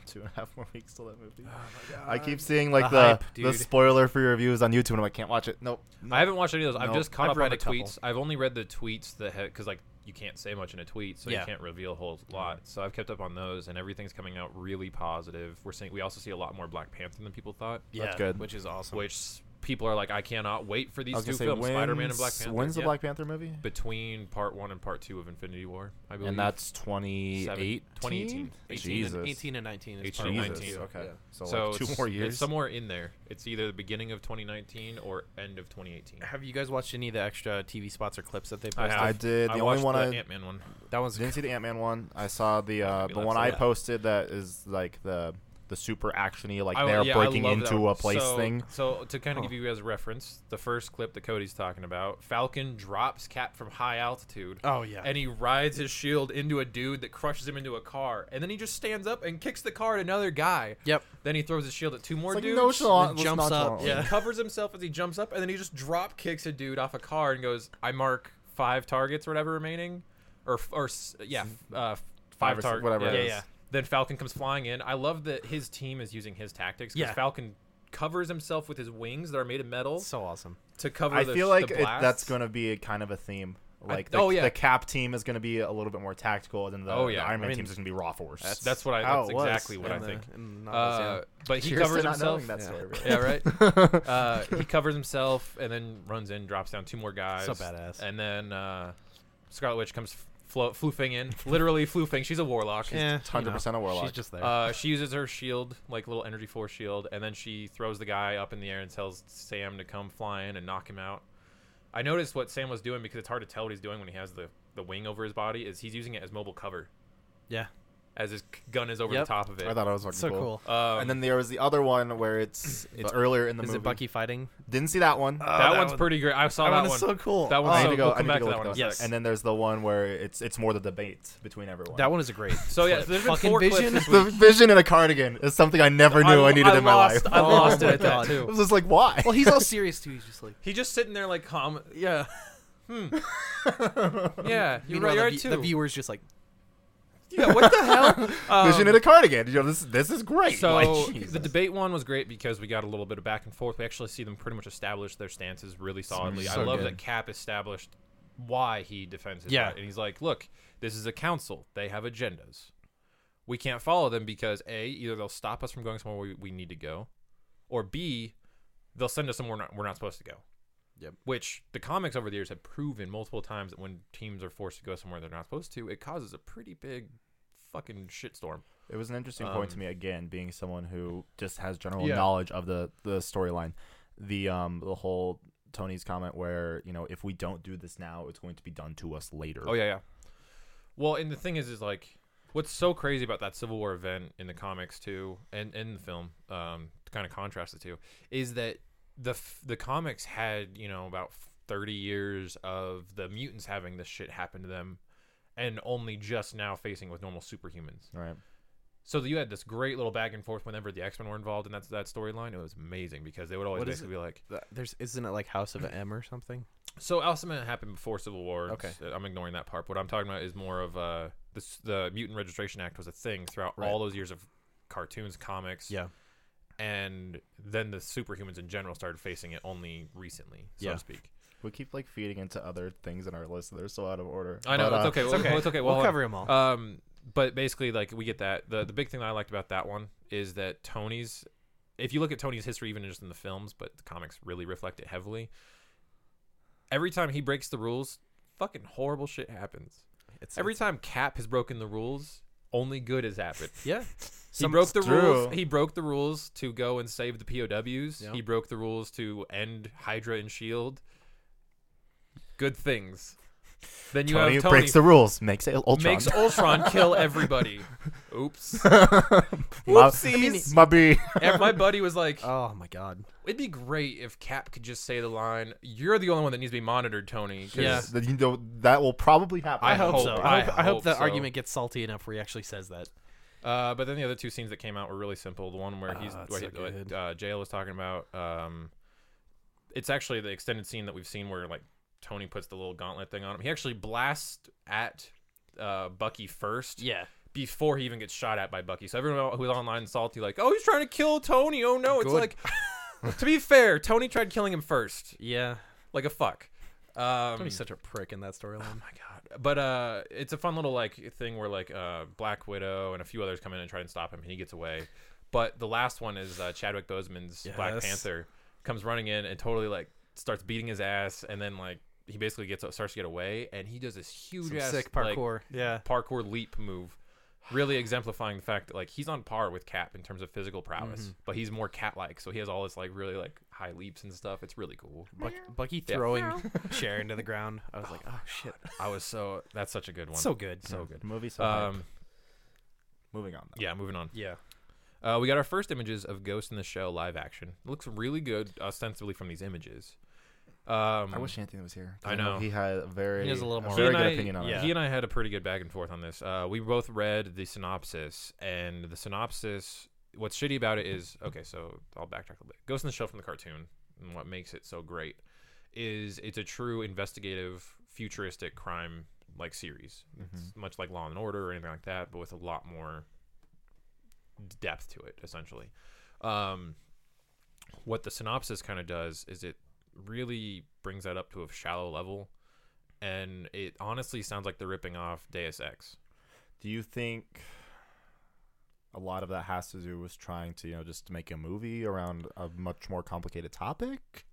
[SPEAKER 2] two and a half more weeks till that movie.
[SPEAKER 3] my
[SPEAKER 2] I keep seeing like
[SPEAKER 3] The
[SPEAKER 2] the
[SPEAKER 3] hype,
[SPEAKER 2] the,
[SPEAKER 3] dude.
[SPEAKER 2] spoiler for your reviews on YouTube, and I'm like, can't watch it. Nope.
[SPEAKER 1] I haven't watched any of those. I've
[SPEAKER 2] Nope.
[SPEAKER 1] just caught
[SPEAKER 3] I've
[SPEAKER 1] up on
[SPEAKER 3] read
[SPEAKER 1] the
[SPEAKER 3] a couple.
[SPEAKER 1] tweets. I've only read the tweets that because like you can't say much in a tweet, so
[SPEAKER 3] Yeah.
[SPEAKER 1] you can't reveal a whole lot. So I've kept up on those, and everything's coming out really positive. We're seeing we also see a lot more Black Panther than people thought,
[SPEAKER 3] Yeah,
[SPEAKER 2] good.
[SPEAKER 3] Which is awesome.
[SPEAKER 1] which people are like, I cannot wait for
[SPEAKER 2] I
[SPEAKER 1] these
[SPEAKER 2] was
[SPEAKER 1] two
[SPEAKER 2] gonna say,
[SPEAKER 1] films,
[SPEAKER 2] when's,
[SPEAKER 1] Spider-Man and Black Panther.
[SPEAKER 2] When's the
[SPEAKER 1] Yeah.
[SPEAKER 2] Black Panther movie?
[SPEAKER 1] between part one and part two of Infinity War? I believe.
[SPEAKER 2] And that's 2018.
[SPEAKER 1] 2018.
[SPEAKER 3] 18
[SPEAKER 2] Jesus.
[SPEAKER 3] and, 18 and 19 is
[SPEAKER 1] 18
[SPEAKER 3] part
[SPEAKER 1] and
[SPEAKER 3] one.
[SPEAKER 1] 19,
[SPEAKER 3] Yeah.
[SPEAKER 2] Okay. So,
[SPEAKER 1] so
[SPEAKER 2] like, two
[SPEAKER 1] it's-
[SPEAKER 2] more
[SPEAKER 1] it's
[SPEAKER 2] years.
[SPEAKER 1] somewhere in there. It's either the beginning of 2019 or end of 2018.
[SPEAKER 3] Have you guys watched any of the extra TV spots or clips that they
[SPEAKER 1] I
[SPEAKER 3] posted?
[SPEAKER 1] have.
[SPEAKER 2] I did. The
[SPEAKER 1] I
[SPEAKER 2] only
[SPEAKER 1] watched
[SPEAKER 2] one
[SPEAKER 1] the
[SPEAKER 2] I-
[SPEAKER 1] Ant-Man one.
[SPEAKER 3] That one's
[SPEAKER 2] Didn't see the Ant Man one. I saw the uh,
[SPEAKER 1] Maybe
[SPEAKER 2] the
[SPEAKER 1] that's
[SPEAKER 2] one I
[SPEAKER 1] it.
[SPEAKER 2] posted that is like the the super actiony, like
[SPEAKER 1] I-
[SPEAKER 2] they're
[SPEAKER 1] yeah, I
[SPEAKER 2] breaking
[SPEAKER 1] love that
[SPEAKER 2] into
[SPEAKER 1] one.
[SPEAKER 2] a place
[SPEAKER 1] so,
[SPEAKER 2] thing.
[SPEAKER 1] So to kind of
[SPEAKER 2] Huh.
[SPEAKER 1] give you guys reference, the first clip that Cody's talking about, Falcon drops Cap from high altitude.
[SPEAKER 3] Oh yeah.
[SPEAKER 1] And he rides his shield into a dude that crushes him into a car, and then he just stands up and kicks the car at another guy.
[SPEAKER 3] Yep.
[SPEAKER 1] Then he throws his shield at two more
[SPEAKER 2] It's like
[SPEAKER 1] dudes.
[SPEAKER 2] nonchalant-
[SPEAKER 3] then jumps up,
[SPEAKER 2] nonchalantly.
[SPEAKER 1] He
[SPEAKER 3] yeah.
[SPEAKER 1] covers himself as he jumps up, and then he just drop kicks a dude off a car and goes, "I mark five targets or whatever remaining, or f- or s- yeah, f- uh, f-
[SPEAKER 2] Five
[SPEAKER 1] five
[SPEAKER 2] or six,
[SPEAKER 1] targets,
[SPEAKER 2] whatever
[SPEAKER 1] Yeah,
[SPEAKER 2] it
[SPEAKER 1] yeah,
[SPEAKER 2] is.
[SPEAKER 1] yeah. Then Falcon comes flying in. I love that his team is using his tactics because
[SPEAKER 3] Yeah.
[SPEAKER 1] Falcon covers himself with his wings that are made of metal
[SPEAKER 3] so awesome.
[SPEAKER 1] to cover.
[SPEAKER 2] I
[SPEAKER 1] the,
[SPEAKER 2] feel
[SPEAKER 1] the
[SPEAKER 2] like it, that's
[SPEAKER 1] blasts.
[SPEAKER 2] going to be a kind of a theme.
[SPEAKER 1] I-
[SPEAKER 2] Like the,
[SPEAKER 1] oh, yeah.
[SPEAKER 2] the cap team is going to be a little bit more tactical, and then the,
[SPEAKER 1] Oh,
[SPEAKER 2] the
[SPEAKER 1] yeah.
[SPEAKER 2] Iron
[SPEAKER 1] I
[SPEAKER 2] Man
[SPEAKER 3] mean,
[SPEAKER 2] team is going to be raw force.
[SPEAKER 3] that's-
[SPEAKER 1] That's what I.
[SPEAKER 2] how
[SPEAKER 1] That's
[SPEAKER 2] it was
[SPEAKER 1] exactly what
[SPEAKER 2] in
[SPEAKER 1] I
[SPEAKER 2] the-
[SPEAKER 1] think.
[SPEAKER 3] in novels, yeah.
[SPEAKER 1] Uh, but he
[SPEAKER 2] Cheers to
[SPEAKER 1] covers
[SPEAKER 2] not
[SPEAKER 1] himself.
[SPEAKER 2] knowing that
[SPEAKER 3] yeah.
[SPEAKER 2] story, really.
[SPEAKER 1] Yeah, right. uh, he covers himself and then runs in, drops down two more Uh, guys.
[SPEAKER 3] So badass.
[SPEAKER 1] And then uh, Scarlet Witch comes f- flo- floofing in, literally floofing. She's a warlock.
[SPEAKER 3] Eh, you know,
[SPEAKER 2] 100% a warlock.
[SPEAKER 3] She's just there.
[SPEAKER 1] Uh, she uses her shield, like little energy force shield, and then she throws the guy up in the air and tells Sam to come fly in and knock him out. I noticed what Sam was doing because it's hard to tell what he's doing when he has the, the wing over his body is he's using it as mobile cover
[SPEAKER 3] yeah.
[SPEAKER 1] as his c- gun is over the
[SPEAKER 3] Yep.
[SPEAKER 1] top of it.
[SPEAKER 2] I thought it was fucking
[SPEAKER 3] So cool.
[SPEAKER 1] Um,
[SPEAKER 2] and then there was the other one where it's it's earlier in the
[SPEAKER 3] Oh. Is
[SPEAKER 2] movie.
[SPEAKER 3] it Bucky fighting?
[SPEAKER 2] Didn't see oh, that one.
[SPEAKER 1] Uh, that, one's pretty great. I
[SPEAKER 3] Oh,
[SPEAKER 1] saw that one.
[SPEAKER 3] cool. Oh.
[SPEAKER 1] That one's
[SPEAKER 2] I
[SPEAKER 1] so-
[SPEAKER 2] need to go.
[SPEAKER 1] we'll
[SPEAKER 2] I
[SPEAKER 1] come
[SPEAKER 2] need
[SPEAKER 1] back
[SPEAKER 2] to
[SPEAKER 1] to
[SPEAKER 2] go
[SPEAKER 1] that
[SPEAKER 2] look
[SPEAKER 1] one in a
[SPEAKER 2] at those.
[SPEAKER 3] sec.
[SPEAKER 2] And then there's the one where it's it's more the debate between everyone.
[SPEAKER 3] That one is a great.
[SPEAKER 1] So yeah,
[SPEAKER 3] clip.
[SPEAKER 1] so there's been
[SPEAKER 3] fucking
[SPEAKER 1] four clips
[SPEAKER 3] vision.
[SPEAKER 1] this
[SPEAKER 2] the
[SPEAKER 1] week.
[SPEAKER 2] vision in a cardigan is something I never knew I, needed in my
[SPEAKER 1] lost,
[SPEAKER 2] life.
[SPEAKER 1] I
[SPEAKER 3] Oh
[SPEAKER 1] lost
[SPEAKER 3] my
[SPEAKER 1] it at that
[SPEAKER 3] God.
[SPEAKER 2] I
[SPEAKER 1] too.
[SPEAKER 2] was just like, why?
[SPEAKER 3] well, he's all serious too. He's just like,
[SPEAKER 1] He's just sitting there like calm. Hmm.
[SPEAKER 3] yeah.
[SPEAKER 1] Yeah, you're
[SPEAKER 3] Meanwhile,
[SPEAKER 1] right. You're
[SPEAKER 3] the,
[SPEAKER 1] right
[SPEAKER 3] vi-
[SPEAKER 1] too.
[SPEAKER 3] the viewer's just like,
[SPEAKER 1] yeah, what the hell? Um,
[SPEAKER 2] vision in a cardigan. You know, this this is great.
[SPEAKER 1] So
[SPEAKER 2] Like,
[SPEAKER 1] the
[SPEAKER 2] Jesus.
[SPEAKER 1] debate one was great because we got a little bit of back and forth. We actually see them pretty much establish their stances really solidly.
[SPEAKER 2] so
[SPEAKER 1] I love
[SPEAKER 2] good.
[SPEAKER 1] that Cap established why he defends his
[SPEAKER 3] Yeah.
[SPEAKER 1] right. and he's like, "Look, this is a council. They have agendas. We can't follow them because a either they'll stop us from going somewhere we, we need to go, or b they'll send us somewhere we're not, we're not supposed to go."
[SPEAKER 3] Yep.
[SPEAKER 1] Which the comics over the years have proven multiple times that when teams are forced to go somewhere they're not supposed to, it causes a pretty big fucking shitstorm.
[SPEAKER 2] It was an interesting point to
[SPEAKER 1] Um,
[SPEAKER 2] me again, being someone who just has general
[SPEAKER 1] Yeah.
[SPEAKER 2] knowledge of the the storyline, the um the whole Tony's comment where you know if we don't do this now, it's going to be done to us later.
[SPEAKER 1] Oh yeah, yeah. Well, and the thing is, is like, what's so crazy about that Civil War event in the comics too, and in the film, um, to kind of contrast the two, is that the f- the comics had you know about 30 years of the mutants having this shit happen to them and only just now facing with normal superhumans
[SPEAKER 2] Right.
[SPEAKER 1] so you had this great little back and forth whenever the x-men were involved in that, that storyline it was amazing because they would always
[SPEAKER 3] What is
[SPEAKER 1] basically be like
[SPEAKER 3] Th- There's isn't it like House of M or something?
[SPEAKER 1] so Alcemon happened before Civil War.
[SPEAKER 3] Okay.
[SPEAKER 1] S- I'm ignoring that part. What I'm talking about is more of uh, this, the Mutant Registration Act was a thing throughout
[SPEAKER 3] Right.
[SPEAKER 1] all those years of cartoons, comics,
[SPEAKER 3] Yeah.
[SPEAKER 1] and then the superhumans in general started facing it only recently, so
[SPEAKER 3] Yeah.
[SPEAKER 1] to speak.
[SPEAKER 2] We keep like feeding into other things in our list that are so out of order.
[SPEAKER 1] I know
[SPEAKER 2] But,
[SPEAKER 1] it's
[SPEAKER 2] uh,
[SPEAKER 1] okay.
[SPEAKER 3] It's
[SPEAKER 1] well,
[SPEAKER 3] okay.
[SPEAKER 1] well, It's okay.
[SPEAKER 3] We'll,
[SPEAKER 1] Well, hold on.
[SPEAKER 3] cover them all.
[SPEAKER 1] Um, but basically, like we get that the the big thing that I liked about that one is that Tony's. If you look at Tony's history, even just in the films, but the comics really reflect it heavily. Every time he breaks the rules, fucking horrible shit happens.
[SPEAKER 3] it's
[SPEAKER 1] Every
[SPEAKER 3] it's-
[SPEAKER 1] time Cap has broken the rules, only good has happened.
[SPEAKER 3] yeah.
[SPEAKER 1] He broke the
[SPEAKER 2] true.
[SPEAKER 1] rules. He broke the rules to go and save the POWs.
[SPEAKER 3] Yeah.
[SPEAKER 1] He broke the rules to end Hydra and Shield. E Good things. Then you
[SPEAKER 2] Tony
[SPEAKER 1] have Tony
[SPEAKER 2] breaks the rules, makes it Ultron.
[SPEAKER 1] makes Ultron kill everybody. Oops.
[SPEAKER 2] my,
[SPEAKER 3] Whoopsies.
[SPEAKER 2] my B.
[SPEAKER 1] And my buddy was like,
[SPEAKER 2] Uh,
[SPEAKER 3] Oh my god.
[SPEAKER 1] "It'd be great if Cap could just say the line, "You're the only one that needs to be monitored, Tony." 'cause
[SPEAKER 3] Yeah.
[SPEAKER 2] That, you know, that will probably happen.
[SPEAKER 1] I hope so.
[SPEAKER 3] I
[SPEAKER 1] I
[SPEAKER 3] hope, I hope
[SPEAKER 1] hope
[SPEAKER 3] the
[SPEAKER 1] so.
[SPEAKER 3] argument gets salty enough where he actually says that.
[SPEAKER 1] Uh, but then the other two scenes that came out were really simple. The one where
[SPEAKER 3] Ah,
[SPEAKER 1] he's
[SPEAKER 3] that's
[SPEAKER 1] where
[SPEAKER 3] so
[SPEAKER 1] he- what,
[SPEAKER 3] good.
[SPEAKER 1] uh, JL was talking about. Um, it's actually the extended scene that we've seen where like Tony puts the little gauntlet thing on him. He actually blasts at uh, Bucky first
[SPEAKER 3] Yeah.
[SPEAKER 1] before he even gets shot at by Bucky. So everyone who was online salty like, oh, he's trying to kill Tony. Oh no! It's
[SPEAKER 3] Good.
[SPEAKER 1] like to be fair, Tony tried killing him first,
[SPEAKER 3] Yeah.
[SPEAKER 1] like a fuck. Um,
[SPEAKER 3] Tony's such a prick in that storyline.
[SPEAKER 1] Oh, my god but uh it's a fun little like thing where like uh black widow and a few others come in and try and stop him and he gets away but the last one is uh, chadwick boseman's black
[SPEAKER 3] Yes.
[SPEAKER 1] panther comes running in and totally like starts beating his ass and then like he basically gets uh, starts to get away and he does this huge
[SPEAKER 3] Some
[SPEAKER 1] ass,
[SPEAKER 3] sick
[SPEAKER 1] like,
[SPEAKER 3] parkour. yeah.
[SPEAKER 1] parkour leap move really exemplifying the fact that like he's on par with cap in terms of physical prowess
[SPEAKER 3] Mm-hmm.
[SPEAKER 1] but he's more cat like so he has all this like really like high leaps and stuff it's really cool
[SPEAKER 3] Bucky, Bucky throwing chair into the ground. I was like, oh shit.
[SPEAKER 1] i was so that's such a good one
[SPEAKER 3] So good.
[SPEAKER 1] so good
[SPEAKER 2] Movie. So hype.
[SPEAKER 1] um
[SPEAKER 2] moving on. Though.
[SPEAKER 1] yeah moving on
[SPEAKER 3] Yeah.
[SPEAKER 1] Uh, we got our first images of Ghost in the Shell live action. It looks really good, ostensibly from these images. Um,
[SPEAKER 2] I wish Anthony was here. 'cause
[SPEAKER 1] I know.
[SPEAKER 2] he had a very
[SPEAKER 3] He has a little more-
[SPEAKER 2] very
[SPEAKER 1] he and
[SPEAKER 2] good
[SPEAKER 1] I-
[SPEAKER 2] opinion on
[SPEAKER 1] yeah,
[SPEAKER 2] it.
[SPEAKER 1] He and I had a pretty good back and forth on this. Uh, we both read the synopsis, and the synopsis. What's shitty about it is okay. So I'll backtrack a little bit. Ghost in the Shell from the cartoon, and what makes it so great is it's a true investigative, futuristic crime like series. It's much like Law and Order or anything like that, but with a lot more depth to it, essentially. Um, what the synopsis kind of does is it really brings that up to a shallow level and it honestly sounds like they're ripping off Deus Ex.
[SPEAKER 2] Do you think a lot of that has to do with trying to, you know, just make a movie around a much more complicated topic?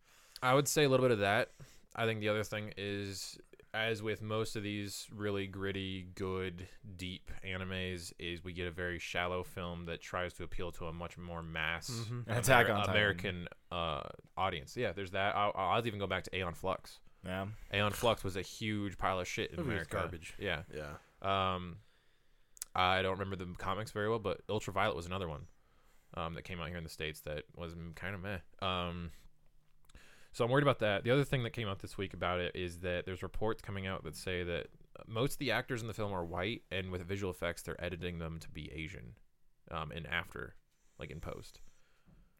[SPEAKER 1] I would say a little bit of that. I think the other thing is, as with most of these really gritty, good, deep animes, is we get a very shallow film that tries to appeal to a much more mass
[SPEAKER 3] Mhm.
[SPEAKER 2] Attack on Titan.
[SPEAKER 1] American uh, audience. Yeah, there's that. I'll, I'll even go back to Aeon Flux.
[SPEAKER 2] Yeah.
[SPEAKER 1] Aeon Flux was a huge pile of shit in
[SPEAKER 3] Movie was
[SPEAKER 1] America.
[SPEAKER 3] garbage.
[SPEAKER 1] Yeah.
[SPEAKER 3] Yeah.
[SPEAKER 1] Um, I don't remember the comics very well, but Ultraviolet was another one um, that came out here in the states that was kind of meh. Um, so I'm worried about that. The other thing that came out this week about it is that there's reports coming out that say that most of the actors in the film are white, and with visual effects, they're editing them to be Asian um, in after, like in post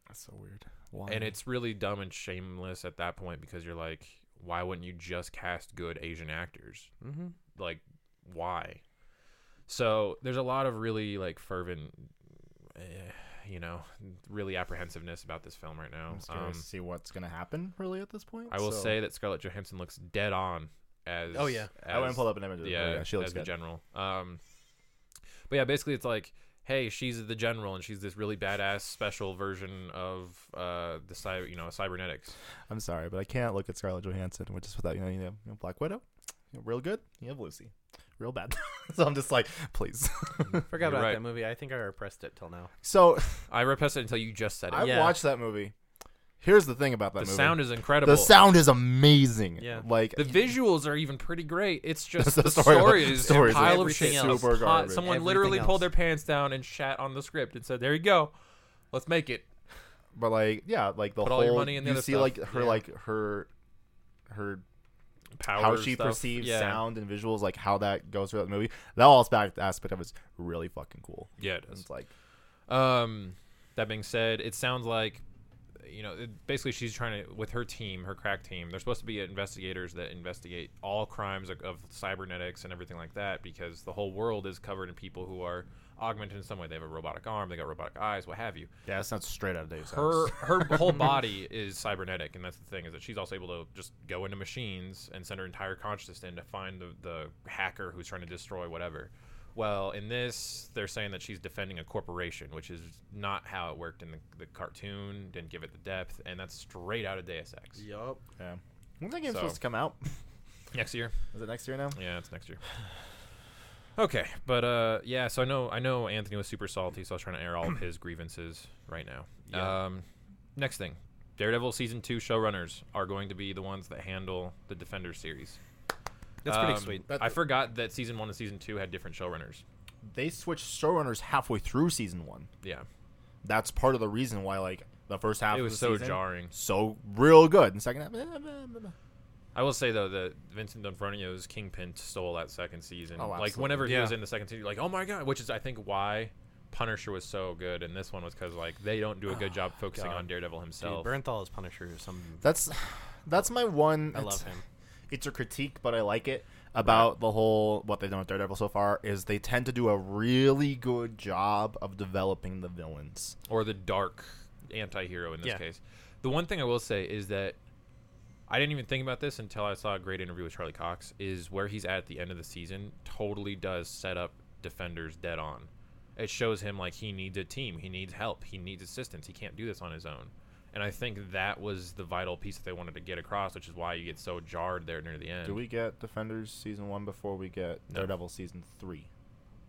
[SPEAKER 2] That's so weird. Why?
[SPEAKER 1] and it's really dumb and shameless at that point because you're like why wouldn't you just cast good asian actors
[SPEAKER 3] Mm-hmm.
[SPEAKER 1] like why so there's a lot of really like fervent eh, you know really apprehensiveness about this film right now
[SPEAKER 2] I'm just curious
[SPEAKER 1] Um,
[SPEAKER 2] to see what's gonna happen really at this point.
[SPEAKER 1] i will
[SPEAKER 2] so-
[SPEAKER 1] say that scarlett johansson looks dead on as
[SPEAKER 3] Oh, yeah.
[SPEAKER 2] I went and
[SPEAKER 1] as-
[SPEAKER 2] pulled up an image. Of it.
[SPEAKER 1] yeah,
[SPEAKER 2] she looks
[SPEAKER 1] as the
[SPEAKER 2] good.
[SPEAKER 1] general. Um, but yeah, basically it's like, hey, she's the general, and she's this really badass special version of uh, the cyber, you know, cybernetics.
[SPEAKER 2] I'm sorry, but I can't look at Scarlett Johansson which is without you know, you know, you know, Black Widow, you know, real good. You have Lucy, real bad. so I'm just like, please.
[SPEAKER 3] Forgot
[SPEAKER 1] You're
[SPEAKER 3] about
[SPEAKER 1] right.
[SPEAKER 3] that movie. I think I repressed it till now.
[SPEAKER 2] So
[SPEAKER 1] I repressed it until you just said it.
[SPEAKER 2] I
[SPEAKER 3] Yeah.
[SPEAKER 2] watched that movie. Here's the thing about that
[SPEAKER 1] the
[SPEAKER 2] movie.
[SPEAKER 1] sound is incredible.
[SPEAKER 2] the sound is amazing.
[SPEAKER 3] Yeah.
[SPEAKER 2] Like
[SPEAKER 1] The visuals are even pretty great. It's just
[SPEAKER 2] The
[SPEAKER 1] the,
[SPEAKER 2] story-
[SPEAKER 1] story,
[SPEAKER 2] the
[SPEAKER 1] is a
[SPEAKER 2] story is
[SPEAKER 1] pile of
[SPEAKER 3] everything
[SPEAKER 1] shit.
[SPEAKER 3] else.
[SPEAKER 1] A
[SPEAKER 2] Super
[SPEAKER 1] pile-
[SPEAKER 2] garbage.
[SPEAKER 1] Someone
[SPEAKER 3] Everything
[SPEAKER 1] literally
[SPEAKER 3] else.
[SPEAKER 1] pulled their pants down and shat on the script and said, "There you go, let's make it."
[SPEAKER 2] But like, yeah, like the
[SPEAKER 1] Put
[SPEAKER 2] whole
[SPEAKER 1] all your money in the
[SPEAKER 2] you
[SPEAKER 1] other
[SPEAKER 2] see
[SPEAKER 1] stuff.
[SPEAKER 2] like her
[SPEAKER 3] Yeah.
[SPEAKER 2] like her her
[SPEAKER 1] Power
[SPEAKER 2] how she
[SPEAKER 1] stuff.
[SPEAKER 2] perceives
[SPEAKER 1] yeah.
[SPEAKER 2] sound and visuals, like how that goes throughout the movie. That all aspect aspect of it's really fucking cool.
[SPEAKER 1] Yeah, it is.
[SPEAKER 2] It's like
[SPEAKER 1] Um, that being said, it sounds like, you know, it, basically she's trying to with her team, her crack team. They're supposed to be investigators that investigate all crimes of, of cybernetics and everything like that, because the whole world is covered in people who are augmented in some way. They have a robotic arm, they got robotic eyes, what have you.
[SPEAKER 2] yeah, that sounds straight out of Deus
[SPEAKER 1] Her her whole body is cybernetic, and that's the thing is that she's also able to just go into machines and send her entire consciousness in to find the, the hacker who's trying to destroy whatever. Well, in this, they're saying that she's defending a corporation, which is not how it worked in the, the cartoon. Didn't give it the depth, and that's straight out of Deus Ex.
[SPEAKER 3] Yup.
[SPEAKER 2] Yeah. When's that game
[SPEAKER 1] So-
[SPEAKER 2] supposed to come out?
[SPEAKER 1] Next year,
[SPEAKER 2] Is it next year now?
[SPEAKER 1] yeah, it's next year. Okay, but uh, yeah. So I know I know Anthony was super salty, so I was trying to air all of his grievances right now.
[SPEAKER 3] Yeah.
[SPEAKER 1] Um, next thing, Daredevil season two showrunners are going to be the ones that handle the Defender series.
[SPEAKER 3] That's pretty
[SPEAKER 1] Um,
[SPEAKER 3] sweet.
[SPEAKER 1] I forgot that season one and season two had different showrunners.
[SPEAKER 2] They switched showrunners halfway through season one.
[SPEAKER 1] Yeah,
[SPEAKER 2] That's part of the reason why like the first half
[SPEAKER 1] it
[SPEAKER 2] of
[SPEAKER 1] was
[SPEAKER 2] the
[SPEAKER 1] so
[SPEAKER 2] season,
[SPEAKER 1] jarring.
[SPEAKER 2] so real good. And second half, eh, blah, blah, blah.
[SPEAKER 1] I will say though that Vincent D'Onofrio's Kingpin stole that second season.
[SPEAKER 2] Oh,
[SPEAKER 1] like
[SPEAKER 2] absolutely.
[SPEAKER 1] whenever he
[SPEAKER 3] Yeah.
[SPEAKER 1] was in the second season, you're like oh my god, which is I think why Punisher was so good, and this one was because like they don't do a good job focusing
[SPEAKER 3] God.
[SPEAKER 1] on Daredevil
[SPEAKER 3] Dude,
[SPEAKER 1] himself.
[SPEAKER 3] Bernthal is Punisher or something.
[SPEAKER 2] that's that's my one.
[SPEAKER 3] I
[SPEAKER 2] it's-
[SPEAKER 3] love him.
[SPEAKER 2] It's a critique, but I like it about the whole what they've done with Daredevil so far is they tend to do a really good job of developing the villains.
[SPEAKER 1] or the dark anti-hero in this
[SPEAKER 3] Yeah.
[SPEAKER 1] case. The one thing I will say is that I didn't even think about this until I saw a great interview with Charlie Cox is where he's at at the end of the season totally does set up defenders dead on. It shows him like he needs a team, he needs help, he needs assistance. He can't do this on his own. And I think that was the vital piece that they wanted to get across, which is why you get so jarred there near the end.
[SPEAKER 2] Do we get Defenders season one before we get
[SPEAKER 1] No.
[SPEAKER 2] Daredevil season three?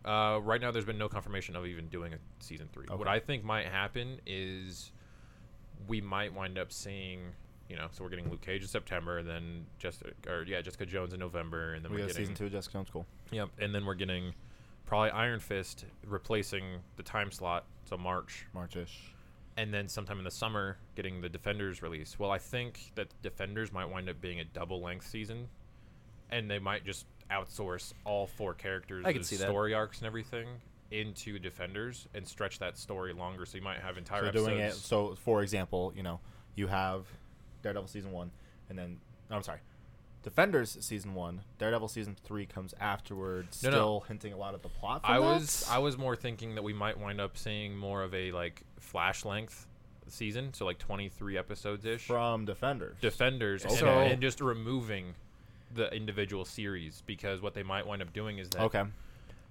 [SPEAKER 1] Uh, right now, there's been no confirmation of even doing a season three. What
[SPEAKER 2] Okay.
[SPEAKER 1] I think might happen is we might wind up seeing, you know, so we're getting Luke Cage in September, and then just or yeah, Jessica Jones in November, and then
[SPEAKER 2] we
[SPEAKER 1] are
[SPEAKER 2] got
[SPEAKER 1] getting
[SPEAKER 2] season two. of Jessica Jones, cool.
[SPEAKER 1] Yep, and then we're getting probably Iron Fist replacing the time slot, so March,
[SPEAKER 2] Marchish.
[SPEAKER 1] and then sometime in the summer getting the Defenders release. Well, I think that Defenders might wind up being a double length season, and they might just outsource all four characters'
[SPEAKER 3] I could see that.
[SPEAKER 1] story arcs and everything into Defenders and stretch that story longer. So you might have entire
[SPEAKER 2] So
[SPEAKER 1] episodes.
[SPEAKER 2] doing it. So, for example, you know, you have Daredevil season one, and then no, I'm sorry, Defenders season one. Daredevil season three comes afterwards,
[SPEAKER 1] No, no.
[SPEAKER 2] still hinting a lot at the plot. From
[SPEAKER 1] I
[SPEAKER 2] that?
[SPEAKER 1] was I was more thinking that we might wind up seeing more of a like flash length season, so like twenty three episodes ish.
[SPEAKER 2] from Defenders.
[SPEAKER 1] Defenders and,
[SPEAKER 2] Okay.
[SPEAKER 1] and just removing the individual series because what they might wind up doing is that
[SPEAKER 2] okay,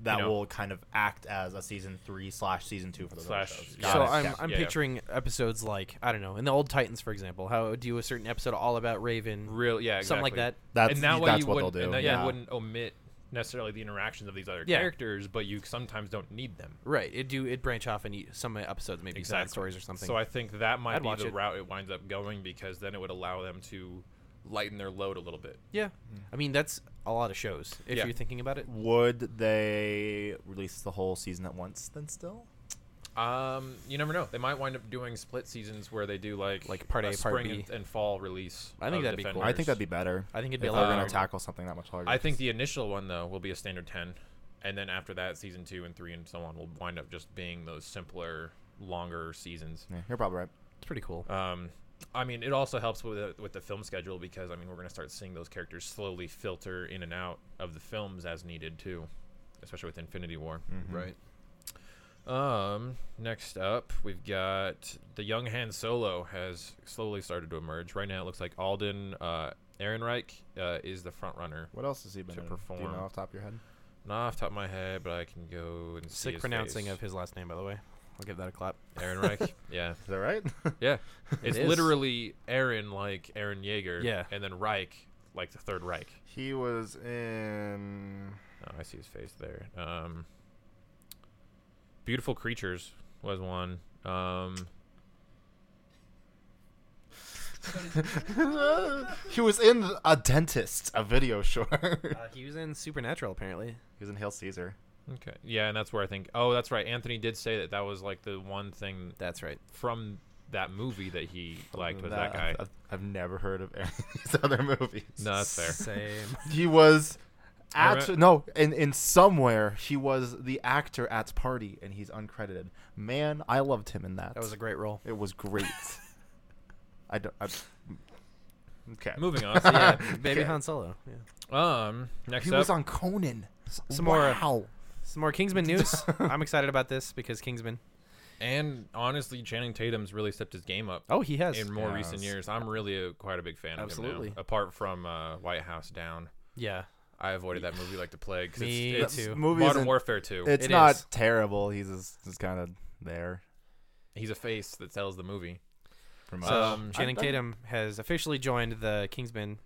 [SPEAKER 2] that
[SPEAKER 1] know.
[SPEAKER 2] will kind of act as a season three slash season two for the
[SPEAKER 1] Slash-
[SPEAKER 2] shows.
[SPEAKER 1] Got
[SPEAKER 3] so
[SPEAKER 1] it.
[SPEAKER 3] I'm
[SPEAKER 1] Yeah.
[SPEAKER 3] I'm
[SPEAKER 1] Yeah, yeah.
[SPEAKER 3] picturing episodes like I don't know in the old Titans for example how it would do a certain episode all about Raven
[SPEAKER 1] real yeah
[SPEAKER 3] something like
[SPEAKER 1] exactly.
[SPEAKER 3] that
[SPEAKER 2] that's
[SPEAKER 1] and that way
[SPEAKER 2] that's
[SPEAKER 1] you
[SPEAKER 2] what
[SPEAKER 1] wouldn't,
[SPEAKER 2] they'll do.
[SPEAKER 1] And that
[SPEAKER 2] yeah.
[SPEAKER 1] you wouldn't omit necessarily the interactions of these other
[SPEAKER 3] Yeah.
[SPEAKER 1] characters, but you sometimes don't need them.
[SPEAKER 3] right it do it branch off and you- some episodes maybe side
[SPEAKER 1] Exactly.
[SPEAKER 3] stories or something
[SPEAKER 1] So I think that might
[SPEAKER 3] I'd
[SPEAKER 1] be
[SPEAKER 3] watch
[SPEAKER 1] the
[SPEAKER 3] it.
[SPEAKER 1] route it winds up going because then it would allow them to lighten their load a little bit.
[SPEAKER 3] yeah I mean that's a lot of shows if
[SPEAKER 1] Mm. Yeah.
[SPEAKER 3] you're thinking about it
[SPEAKER 2] Would they release the whole season at once? Then still,
[SPEAKER 1] Um, you never know. They might wind up doing split seasons where they do like
[SPEAKER 3] Like part A,
[SPEAKER 1] a
[SPEAKER 3] part
[SPEAKER 1] spring
[SPEAKER 3] B.
[SPEAKER 1] and, and fall release.
[SPEAKER 3] I think
[SPEAKER 1] of
[SPEAKER 3] that'd be cool.
[SPEAKER 1] Defenders.
[SPEAKER 2] I think that'd be better.
[SPEAKER 3] I think it'd
[SPEAKER 2] if
[SPEAKER 3] be
[SPEAKER 2] they're
[SPEAKER 3] a lot
[SPEAKER 2] going
[SPEAKER 1] more-
[SPEAKER 2] to tackle something that much harder.
[SPEAKER 1] I think the initial one though will be a standard ten, and then after that, season two and three and so on will wind up just being those simpler, longer seasons.
[SPEAKER 2] yeah, you're probably right.
[SPEAKER 3] it's pretty cool
[SPEAKER 1] Um, I mean, it also helps with the, with the film schedule because I mean we're going to start seeing those characters slowly filter in and out of the films as needed too, especially with Infinity War.
[SPEAKER 2] Mm-hmm.
[SPEAKER 3] right
[SPEAKER 1] Um, next up we've got the young Han Solo has slowly started to emerge. Right now it looks like Alden uh, Ehrenreich uh, is the front runner.
[SPEAKER 2] What else has he been
[SPEAKER 1] To
[SPEAKER 2] in? Do you
[SPEAKER 1] perform.
[SPEAKER 2] know off the top of your head?
[SPEAKER 1] Not off the top of my head, but I can go and see
[SPEAKER 3] sick
[SPEAKER 1] his
[SPEAKER 3] pronouncing
[SPEAKER 1] face.
[SPEAKER 3] of his last name by the way I'll give that a clap
[SPEAKER 1] Ehrenreich. yeah,
[SPEAKER 2] Is that right?
[SPEAKER 1] yeah. It's
[SPEAKER 3] is.
[SPEAKER 1] literally Aaron like Aaron Yeager.
[SPEAKER 3] Yeah.
[SPEAKER 1] and then Reich like the Third Reich.
[SPEAKER 2] he was in.
[SPEAKER 1] Oh, I see his face there. Um, Beautiful Creatures was one. Um,
[SPEAKER 2] he was in a dentist, a video short. he
[SPEAKER 3] uh, he was in Supernatural apparently
[SPEAKER 2] was in Hail Caesar.
[SPEAKER 1] okay. Yeah, and that's where I think. Oh, that's right. Anthony did say that that was like the one thing
[SPEAKER 3] that's right
[SPEAKER 1] from that movie that he liked
[SPEAKER 2] Other
[SPEAKER 1] was
[SPEAKER 2] than
[SPEAKER 1] that, guy.
[SPEAKER 2] I've, I've never heard of any of these other movies.
[SPEAKER 1] No, that's fair.
[SPEAKER 3] Same.
[SPEAKER 2] He was
[SPEAKER 1] I
[SPEAKER 2] at
[SPEAKER 1] re-
[SPEAKER 2] no, in in somewhere he was the actor at party, and he's uncredited. Man, I loved him in that.
[SPEAKER 3] That was a great role.
[SPEAKER 2] It was great. I don't. I, okay.
[SPEAKER 1] Moving on.
[SPEAKER 3] So, yeah, baby
[SPEAKER 2] Okay.
[SPEAKER 3] Han Solo. Yeah.
[SPEAKER 1] Um, next
[SPEAKER 2] He
[SPEAKER 1] up,
[SPEAKER 2] was on Conan.
[SPEAKER 3] some more, uh,
[SPEAKER 2] wow.
[SPEAKER 3] Some more Kingsman news. I'm excited about this because Kingsman.
[SPEAKER 1] and honestly, Channing Tatum's really stepped his game up
[SPEAKER 3] Oh, he has.
[SPEAKER 1] in more
[SPEAKER 2] Yeah,
[SPEAKER 1] recent
[SPEAKER 2] it's-
[SPEAKER 1] years. I'm really a, quite a big fan of
[SPEAKER 3] Absolutely.
[SPEAKER 1] him now. Apart from uh, White House Down,
[SPEAKER 3] yeah.
[SPEAKER 1] I avoided that movie like the plague. 'cause
[SPEAKER 3] Me
[SPEAKER 1] it's,
[SPEAKER 3] too.
[SPEAKER 1] it's
[SPEAKER 2] Movie
[SPEAKER 1] Modern
[SPEAKER 2] isn't-
[SPEAKER 1] Warfare 2.
[SPEAKER 2] It's
[SPEAKER 3] It
[SPEAKER 2] not
[SPEAKER 3] is.
[SPEAKER 2] terrible. He's just, just kind of there.
[SPEAKER 1] He's a face that sells the movie.
[SPEAKER 2] For
[SPEAKER 1] So,
[SPEAKER 2] most.
[SPEAKER 1] Um,
[SPEAKER 3] Channing
[SPEAKER 2] I- I-
[SPEAKER 3] Tatum has officially joined the Kingsman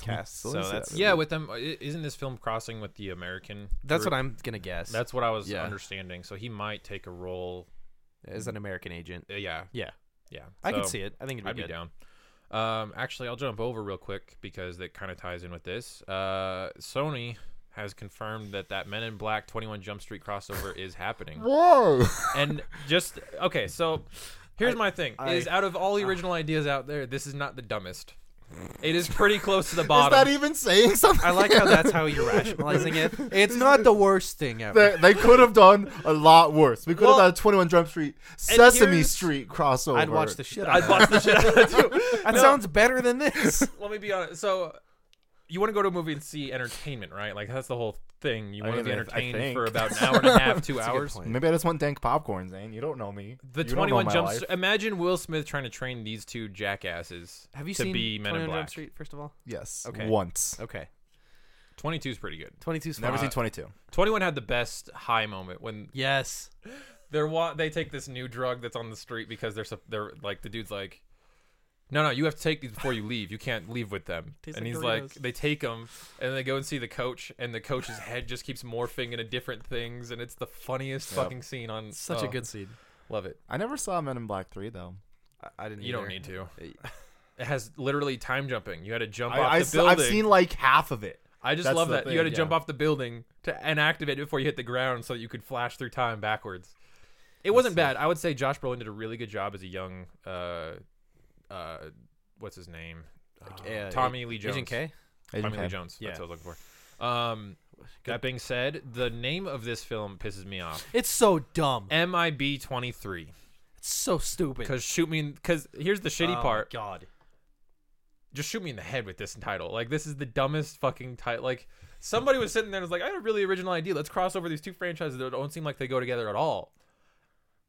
[SPEAKER 3] cast. So
[SPEAKER 2] Still is
[SPEAKER 3] that's
[SPEAKER 2] that
[SPEAKER 1] Yeah, with them, i- isn't this film crossing with the American?
[SPEAKER 3] that's
[SPEAKER 1] group?
[SPEAKER 3] what I'm gonna guess.
[SPEAKER 1] That's what I was
[SPEAKER 3] Yeah.
[SPEAKER 1] understanding. So he might take a role.
[SPEAKER 3] as an American agent.
[SPEAKER 1] uh, yeah,
[SPEAKER 3] Yeah,
[SPEAKER 1] yeah.
[SPEAKER 3] I could
[SPEAKER 1] So-
[SPEAKER 3] see it. I think it'd
[SPEAKER 1] I'd
[SPEAKER 3] be
[SPEAKER 1] be
[SPEAKER 3] good.
[SPEAKER 1] down. Um, actually, I'll jump over real quick because that kind of ties in with this. Uh, Sony has confirmed that that Men in Black 21 Jump Street crossover is happening.
[SPEAKER 2] Whoa.
[SPEAKER 1] And just okay, so here's
[SPEAKER 2] I-
[SPEAKER 1] my thing:
[SPEAKER 2] I-
[SPEAKER 1] is out of all
[SPEAKER 3] uh.
[SPEAKER 1] the original ideas out there, this is not the dumbest. It is pretty close to the
[SPEAKER 2] Is that
[SPEAKER 1] bottom.
[SPEAKER 2] even saying something?
[SPEAKER 3] I like how that's how you're rationalizing it. It's not the worst thing ever.
[SPEAKER 2] They, they could have done a lot worse. We could
[SPEAKER 1] Well,
[SPEAKER 2] have done a 21 Jump Street, Sesame
[SPEAKER 1] here's-
[SPEAKER 2] Street crossover.
[SPEAKER 3] I'd watch the shit. Out
[SPEAKER 1] I'd
[SPEAKER 3] of
[SPEAKER 1] watch the shit out of it too.
[SPEAKER 3] that. That
[SPEAKER 1] No.
[SPEAKER 3] sounds better than this.
[SPEAKER 1] Let me be honest. So, you want to go to a movie and see entertainment, right? Like that's the whole thing. You
[SPEAKER 2] I
[SPEAKER 1] want to
[SPEAKER 2] mean,
[SPEAKER 1] be
[SPEAKER 2] I- I
[SPEAKER 1] entertained
[SPEAKER 2] think.
[SPEAKER 1] for about an hour and a half, two
[SPEAKER 3] That's a good
[SPEAKER 1] hours.
[SPEAKER 3] point.
[SPEAKER 2] Maybe I just want dank popcorn, Zane. You don't know me.
[SPEAKER 1] The
[SPEAKER 2] You don't know
[SPEAKER 1] 21
[SPEAKER 2] my
[SPEAKER 1] jump.
[SPEAKER 2] life.
[SPEAKER 1] Street. Imagine Will Smith trying to train these two jackasses
[SPEAKER 3] Have you
[SPEAKER 1] to
[SPEAKER 3] seen
[SPEAKER 1] be Men in
[SPEAKER 3] 21 Jump
[SPEAKER 1] Black.
[SPEAKER 3] Street? First of all,
[SPEAKER 2] Yes.
[SPEAKER 3] Okay.
[SPEAKER 2] Once.
[SPEAKER 3] okay.
[SPEAKER 1] 22 is pretty good.
[SPEAKER 3] 22's
[SPEAKER 2] Never
[SPEAKER 3] fine.
[SPEAKER 2] seen 22.
[SPEAKER 1] 21 had the best high moment when
[SPEAKER 3] Yes.
[SPEAKER 1] they're wa- they take this new drug that's on the street because they're sup- they're like the dude's like no, no, you have to take these before you leave. You can't leave with them.
[SPEAKER 3] Tastes
[SPEAKER 1] and
[SPEAKER 3] like
[SPEAKER 1] he's
[SPEAKER 3] Doritos.
[SPEAKER 1] like, they take them, and they go and see the coach, and the coach's head just keeps morphing into different things, and it's the funniest
[SPEAKER 2] Yep.
[SPEAKER 1] fucking scene on.
[SPEAKER 3] Such a
[SPEAKER 1] oh,
[SPEAKER 3] good scene.
[SPEAKER 1] love it.
[SPEAKER 2] I never saw Men in Black 3, though.
[SPEAKER 3] I, I didn't.
[SPEAKER 1] You
[SPEAKER 3] either.
[SPEAKER 1] don't need to. It has literally time jumping. You had to jump
[SPEAKER 2] I,
[SPEAKER 1] off
[SPEAKER 2] I
[SPEAKER 1] the
[SPEAKER 2] s-
[SPEAKER 1] building.
[SPEAKER 2] I've seen like half of it.
[SPEAKER 1] I just
[SPEAKER 2] That's
[SPEAKER 1] love
[SPEAKER 2] the
[SPEAKER 1] that.
[SPEAKER 2] thing,
[SPEAKER 1] you had to jump
[SPEAKER 2] yeah.
[SPEAKER 1] off the building to and activate it before you hit the ground so that you could flash through time backwards. It wasn't bad. I would say Josh Brolin did a really good job as a young, uh, uh, what's his name?
[SPEAKER 3] Like, uh,
[SPEAKER 1] Tommy Lee Jones.
[SPEAKER 3] Agent K.
[SPEAKER 1] Tommy Lee
[SPEAKER 2] Okay.
[SPEAKER 1] Jones. That's
[SPEAKER 3] Yeah.
[SPEAKER 1] what I was looking for. Um,
[SPEAKER 3] Good.
[SPEAKER 1] that being said, the name of this film pisses me off.
[SPEAKER 3] It's so dumb.
[SPEAKER 1] MIB 23.
[SPEAKER 3] It's so stupid.
[SPEAKER 1] Because shoot me in. Because here's the shitty
[SPEAKER 3] Oh,
[SPEAKER 1] part.
[SPEAKER 3] God.
[SPEAKER 1] just shoot me in the head with this title. Like this is the dumbest fucking title. Like somebody was sitting there and was like, I had a really original idea. Let's cross over these two franchises that don't seem like they go together at all.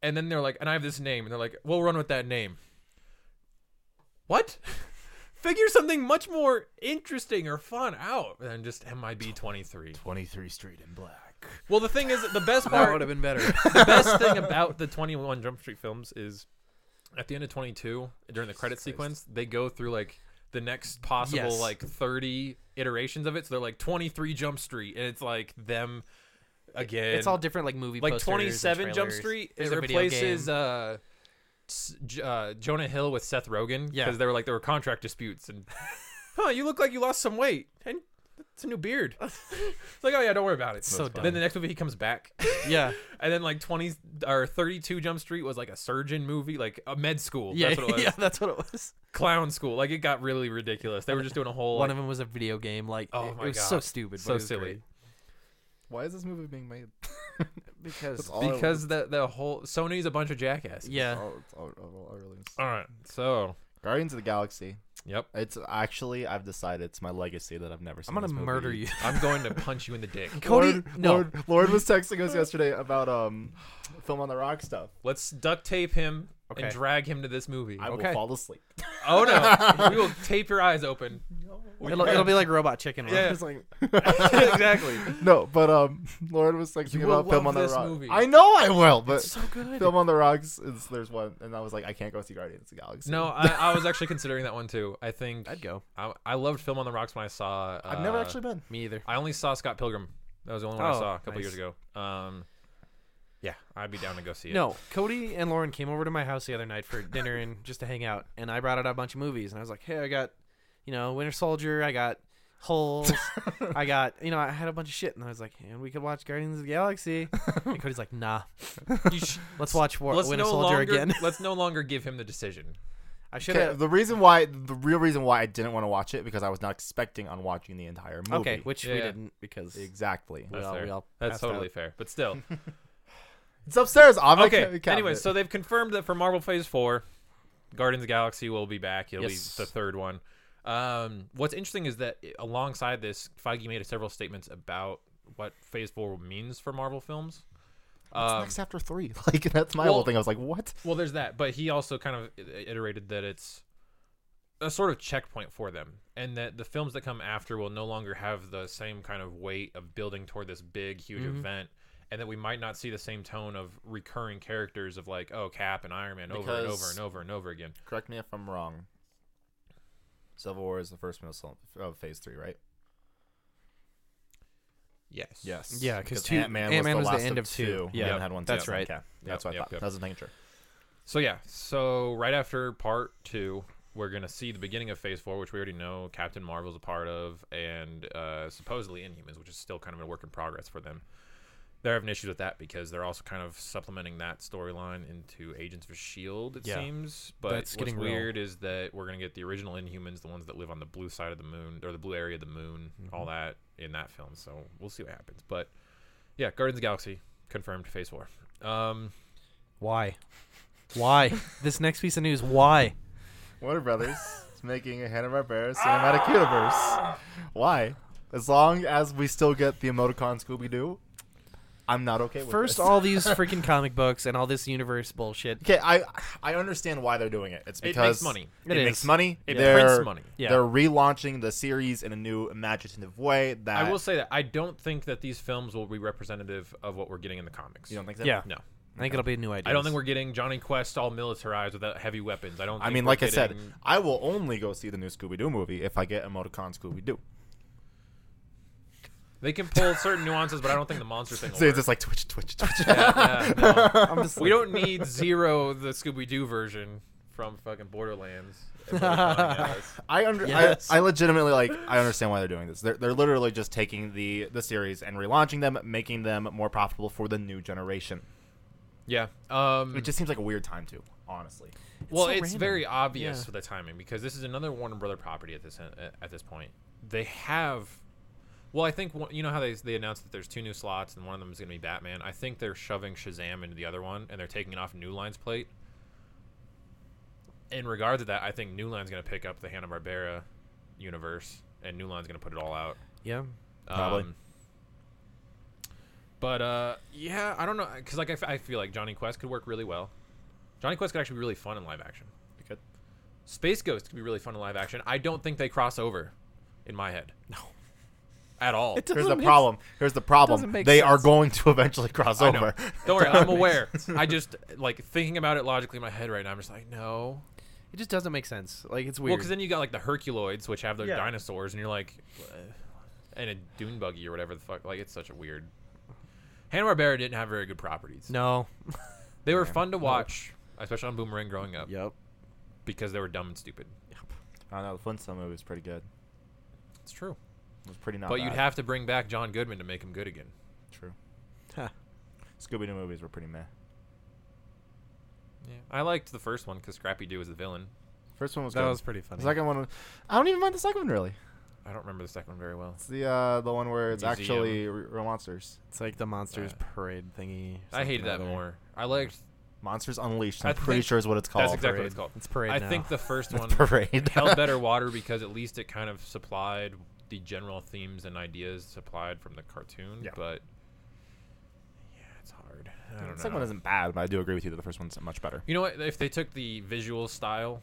[SPEAKER 1] And then they're like, and I have this name, and they're like, we'll run with that name. What? Figure something much more interesting or fun out than just MIB 23.
[SPEAKER 2] 23 Street in Black.
[SPEAKER 1] Well, the thing is, the best
[SPEAKER 3] That would
[SPEAKER 1] part,
[SPEAKER 3] have been better.
[SPEAKER 1] the best thing about the 21 Jump Street films is at the end of 22 during the credit sequence, they go through like the next possible
[SPEAKER 3] Yes.
[SPEAKER 1] like 30 iterations of it. So they're like 23 Jump Street and it's like them again.
[SPEAKER 3] it's all different, like movie.
[SPEAKER 1] like
[SPEAKER 3] posters and
[SPEAKER 1] 27 Jump
[SPEAKER 3] trailers.
[SPEAKER 1] Street
[SPEAKER 3] There's
[SPEAKER 1] it
[SPEAKER 3] a video
[SPEAKER 1] replaces
[SPEAKER 3] game.
[SPEAKER 1] uh, S- J- uh Jonah Hill with Seth Rogen
[SPEAKER 3] Yeah.
[SPEAKER 1] because they were like there were contract disputes and huh, you look like you lost some weight and it's a new beard. it's like oh yeah, don't worry about it.
[SPEAKER 3] So
[SPEAKER 1] Then
[SPEAKER 3] dumb.
[SPEAKER 1] the next movie he comes back.
[SPEAKER 3] yeah.
[SPEAKER 1] And then like twenty or thirty-two Jump Street was like a surgeon movie, like a med school.
[SPEAKER 3] Yeah,
[SPEAKER 1] that's what it was.
[SPEAKER 3] yeah, that's what it was.
[SPEAKER 1] Clown school. Like it got really ridiculous. They were just doing a whole.
[SPEAKER 3] One
[SPEAKER 1] like,
[SPEAKER 3] of them was a video game. Like,
[SPEAKER 1] Oh
[SPEAKER 3] it,
[SPEAKER 1] my
[SPEAKER 3] it was so
[SPEAKER 1] God.
[SPEAKER 3] stupid, but
[SPEAKER 1] So
[SPEAKER 3] it was
[SPEAKER 1] silly.
[SPEAKER 3] great.
[SPEAKER 2] Why is this movie being made?
[SPEAKER 3] because
[SPEAKER 2] all I-
[SPEAKER 1] because the the whole Sony's a bunch of jackasses.
[SPEAKER 3] yeah,
[SPEAKER 2] all- it's all- all- all really-
[SPEAKER 1] All right. So.
[SPEAKER 2] Guardians of the Galaxy.
[SPEAKER 1] Yep.
[SPEAKER 2] It's actually I've decided it's my legacy that I've never
[SPEAKER 3] I'm
[SPEAKER 2] seen.
[SPEAKER 3] gonna
[SPEAKER 2] this movie.
[SPEAKER 3] murder you.
[SPEAKER 1] I'm going to punch you in the dick.
[SPEAKER 3] Cody,
[SPEAKER 2] Lord,
[SPEAKER 3] no.
[SPEAKER 2] Lord, Lord was texting us yesterday about um, film on the rock stuff.
[SPEAKER 1] Let's duct tape him
[SPEAKER 3] Okay.
[SPEAKER 1] and drag him to this movie.
[SPEAKER 2] I
[SPEAKER 3] Okay.
[SPEAKER 2] will fall asleep.
[SPEAKER 1] Oh no. we will tape your eyes open.
[SPEAKER 3] It'll, it'll be like Robot Chicken. right?
[SPEAKER 1] Yeah.
[SPEAKER 2] It's like-
[SPEAKER 1] exactly.
[SPEAKER 2] no, but um, Lord was texting
[SPEAKER 1] You will
[SPEAKER 2] about film
[SPEAKER 1] love
[SPEAKER 2] on the
[SPEAKER 1] this
[SPEAKER 2] rock.
[SPEAKER 1] movie.
[SPEAKER 2] I know I will, but
[SPEAKER 3] so good.
[SPEAKER 2] film on the rocks is there's one, and I was like, I can't go see Guardians of the Galaxy.
[SPEAKER 1] No, I, I was actually considering that one too. I think
[SPEAKER 3] I'd go.
[SPEAKER 1] I, I loved Film on the Rocks when I saw. Uh,
[SPEAKER 2] I've never actually been.
[SPEAKER 3] Me either.
[SPEAKER 1] I only saw Scott Pilgrim. That was the only one I
[SPEAKER 3] Oh,
[SPEAKER 1] saw a couple
[SPEAKER 3] nice.
[SPEAKER 1] years ago. Um, yeah, I'd be down to go see it.
[SPEAKER 3] No, Cody and Lauren came over to my house the other night for dinner and just to hang out, and I brought out a bunch of movies, and I was like, "Hey, I got, you know, Winter Soldier, I got holes. I got, you know, I had a bunch of shit, and I was like, and we could watch Guardians of the Galaxy. And Cody's like, nah,
[SPEAKER 1] You sh-
[SPEAKER 3] let's watch War
[SPEAKER 1] let's
[SPEAKER 3] Winter
[SPEAKER 1] no
[SPEAKER 3] Soldier
[SPEAKER 1] longer
[SPEAKER 3] again.
[SPEAKER 1] let's no longer give him the decision.
[SPEAKER 3] I should
[SPEAKER 2] Okay,
[SPEAKER 3] have.
[SPEAKER 2] the reason why, the real reason why I didn't want to watch it because I was not expecting on watching the entire movie.
[SPEAKER 3] Okay, which we
[SPEAKER 1] Yeah.
[SPEAKER 3] didn't because
[SPEAKER 2] exactly.
[SPEAKER 3] we
[SPEAKER 1] That's
[SPEAKER 3] all,
[SPEAKER 1] fair.
[SPEAKER 3] we all
[SPEAKER 1] That's
[SPEAKER 3] passed
[SPEAKER 1] totally
[SPEAKER 3] out.
[SPEAKER 1] fair, but still.
[SPEAKER 2] It's upstairs. I'm
[SPEAKER 1] okay. Anyway, so they've confirmed that for Marvel Phase Four, Guardians of the Galaxy will be back. It'll
[SPEAKER 3] Yes.
[SPEAKER 1] be the third one. Um, what's interesting is that alongside this, Feige made several statements about what Phase Four means for Marvel films. Um,
[SPEAKER 2] next after three. Like that's my
[SPEAKER 1] well-
[SPEAKER 2] whole thing. I was like, what?
[SPEAKER 1] well, there's that, but he also kind of i- iterated that it's a sort of checkpoint for them, and that the films that come after will no longer have the same kind of weight of building toward this big, huge event, and that we might not see the same tone of recurring characters of like, oh, Cap and Iron Man over and over
[SPEAKER 2] Because-
[SPEAKER 1] and over and over again.
[SPEAKER 2] Correct me if I'm wrong. Civil War is the first missile of Phase Three, right?
[SPEAKER 1] Yes.
[SPEAKER 2] Yes.
[SPEAKER 3] Yeah, 'cause two-
[SPEAKER 2] Ant-Man
[SPEAKER 3] Ant-Man
[SPEAKER 2] was
[SPEAKER 3] was
[SPEAKER 2] the
[SPEAKER 3] the
[SPEAKER 2] last
[SPEAKER 3] end
[SPEAKER 2] of
[SPEAKER 3] of
[SPEAKER 2] two.
[SPEAKER 3] two.
[SPEAKER 2] We
[SPEAKER 3] Yeah.
[SPEAKER 2] haven't had one.
[SPEAKER 3] That's
[SPEAKER 2] yet.
[SPEAKER 3] right.
[SPEAKER 2] Okay. That's what I
[SPEAKER 1] yep,
[SPEAKER 2] thought.
[SPEAKER 1] yep.
[SPEAKER 2] That was a thing, sure.
[SPEAKER 1] So yeah, so right after part two, we're gonna see the beginning of Phase Four, which we already know Captain Marvel's a part of, and uh, supposedly Inhumans, which is still kind of a work in progress for them. They're having issues with that because they're also kind of supplementing that storyline into Agents of Shield. E It
[SPEAKER 3] Yeah.
[SPEAKER 1] seems, but
[SPEAKER 3] That's
[SPEAKER 1] what's
[SPEAKER 3] getting real.
[SPEAKER 1] weird is that we're gonna get the original Inhumans, the ones that live on the blue side of the moon or the blue area of the moon,
[SPEAKER 3] Mm-hmm.
[SPEAKER 1] all that in that film. So we'll see what happens. But yeah, Guardians of the Galaxy confirmed Phase Four. Um,
[SPEAKER 3] Why? Why? this next piece of news. Why?
[SPEAKER 2] Warner Brothers is making a Hanna Barbera cinematic universe. Why? As long as we still get the emoticon Scooby Doo, I'm not okay with
[SPEAKER 3] First,
[SPEAKER 2] this.
[SPEAKER 3] all these freaking comic books and all this universe bullshit.
[SPEAKER 2] Okay, I I understand why they're doing it. It's
[SPEAKER 1] It makes
[SPEAKER 2] because
[SPEAKER 1] money.
[SPEAKER 2] It,
[SPEAKER 3] It
[SPEAKER 2] makes
[SPEAKER 3] is.
[SPEAKER 2] money.
[SPEAKER 1] It
[SPEAKER 2] They're-
[SPEAKER 1] prints money.
[SPEAKER 3] Yeah.
[SPEAKER 2] They're relaunching the series in a new imaginative way. That
[SPEAKER 1] I will say that I don't think that these films will be representative of what we're getting in the comics.
[SPEAKER 2] You don't think that?
[SPEAKER 3] Yeah.
[SPEAKER 1] No,
[SPEAKER 3] I think it'll be a new idea.
[SPEAKER 1] I don't think we're getting Johnny Quest all militarized without heavy weapons. I don't.
[SPEAKER 2] I
[SPEAKER 1] think
[SPEAKER 2] mean,
[SPEAKER 1] we're
[SPEAKER 2] like I said,
[SPEAKER 1] getting-
[SPEAKER 2] I will only go see the new Scooby Doo movie if I get emoticon Scooby Doo.
[SPEAKER 1] they can pull certain nuances, but I don't think the monster thing. Will
[SPEAKER 2] So it's
[SPEAKER 1] work.
[SPEAKER 2] just like twitch, twitch, twitch.
[SPEAKER 1] Yeah, no.
[SPEAKER 3] I'm just
[SPEAKER 1] We don't need zero the Scooby Doo version from fucking Borderlands. and what they're calling it as.
[SPEAKER 2] I under
[SPEAKER 3] Yes.
[SPEAKER 2] I, I legitimately like I understand why they're doing this. They're they're literally just taking the the series and relaunching them, making them more profitable for the new generation.
[SPEAKER 1] yeah. Um,
[SPEAKER 2] It just seems like a weird time to, honestly.
[SPEAKER 1] well,
[SPEAKER 3] so
[SPEAKER 1] it's
[SPEAKER 3] random.
[SPEAKER 1] very obvious
[SPEAKER 3] Yeah.
[SPEAKER 1] for the timing because this is another Warner Brother property at this uh, at this point. They have, well, I think one- you know how they they announced that there's two new slots and one of them is going to be Batman. I think they're shoving Shazam into the other one and they're taking it off New Line's plate. In regard to that, I think New Line's going to pick up the Hanna Barbera universe and New Line's going to put it all out.
[SPEAKER 3] Yeah.
[SPEAKER 2] Probably.
[SPEAKER 1] Um, but uh, yeah, I don't know, because like I, f- I feel like Johnny Quest could work really well. Johnny Quest could actually be really fun in live action. Space Ghost could be really fun in live action. I don't think they cross over, in my head. No, at all.
[SPEAKER 3] It
[SPEAKER 2] Here's
[SPEAKER 3] doesn't
[SPEAKER 2] the
[SPEAKER 3] make-
[SPEAKER 2] problem. Here's the problem.
[SPEAKER 3] doesn't make
[SPEAKER 2] They are
[SPEAKER 3] sense.
[SPEAKER 2] going to eventually cross
[SPEAKER 1] I know.
[SPEAKER 2] over.
[SPEAKER 1] Don't worry, I'm aware. I just like thinking about it logically in my head right now. I'm just like, no.
[SPEAKER 3] It just doesn't make sense. Like it's
[SPEAKER 1] Well,
[SPEAKER 3] weird.
[SPEAKER 1] because then you got like the Herculoids, which have their
[SPEAKER 3] Yeah.
[SPEAKER 1] dinosaurs, and you're like, "What?" and a dune buggy or whatever the fuck. Like it's such a weird. Hanna Barbera didn't have very good properties.
[SPEAKER 3] no.
[SPEAKER 1] They were fun to watch, especially on Boomerang growing up,
[SPEAKER 3] Yep.
[SPEAKER 1] because they were dumb and stupid.
[SPEAKER 2] I don't know. The Flintstone movie was pretty good.
[SPEAKER 1] It's true.
[SPEAKER 2] It was pretty not
[SPEAKER 1] but
[SPEAKER 2] bad.
[SPEAKER 1] you'd have to bring back John Goodman to make him good again.
[SPEAKER 2] True.
[SPEAKER 3] Huh.
[SPEAKER 2] Scooby Doo movies were pretty meh.
[SPEAKER 1] Yeah. I liked the first one because Scrappy Doo was the villain.
[SPEAKER 2] First one was
[SPEAKER 3] That
[SPEAKER 2] good.
[SPEAKER 3] was pretty funny.
[SPEAKER 2] The second one, was- I don't even mind the second one really.
[SPEAKER 1] I don't remember the second one very well.
[SPEAKER 2] It's the uh, the one where it's
[SPEAKER 1] Museum.
[SPEAKER 2] actually
[SPEAKER 1] um,
[SPEAKER 2] re- real monsters.
[SPEAKER 3] It's like the monsters
[SPEAKER 1] Uh,
[SPEAKER 3] parade thingy.
[SPEAKER 1] I hated that
[SPEAKER 3] something or other.
[SPEAKER 1] more. I liked.
[SPEAKER 2] Monsters Unleashed.
[SPEAKER 1] I
[SPEAKER 2] I'm pretty
[SPEAKER 1] think-
[SPEAKER 2] sure is what it's called.
[SPEAKER 1] that's exactly what it's
[SPEAKER 3] Parade.
[SPEAKER 1] called.
[SPEAKER 3] It's parade
[SPEAKER 1] I
[SPEAKER 3] now.
[SPEAKER 1] think the first one
[SPEAKER 2] Parade.
[SPEAKER 1] held better water because at least it kind of supplied the general themes and ideas supplied from the cartoon.
[SPEAKER 2] Yeah.
[SPEAKER 1] But yeah, it's hard. I don't
[SPEAKER 2] The
[SPEAKER 1] know.
[SPEAKER 2] second one isn't bad, but I do agree with you that the first one's much better.
[SPEAKER 1] You know what? If they took the visual style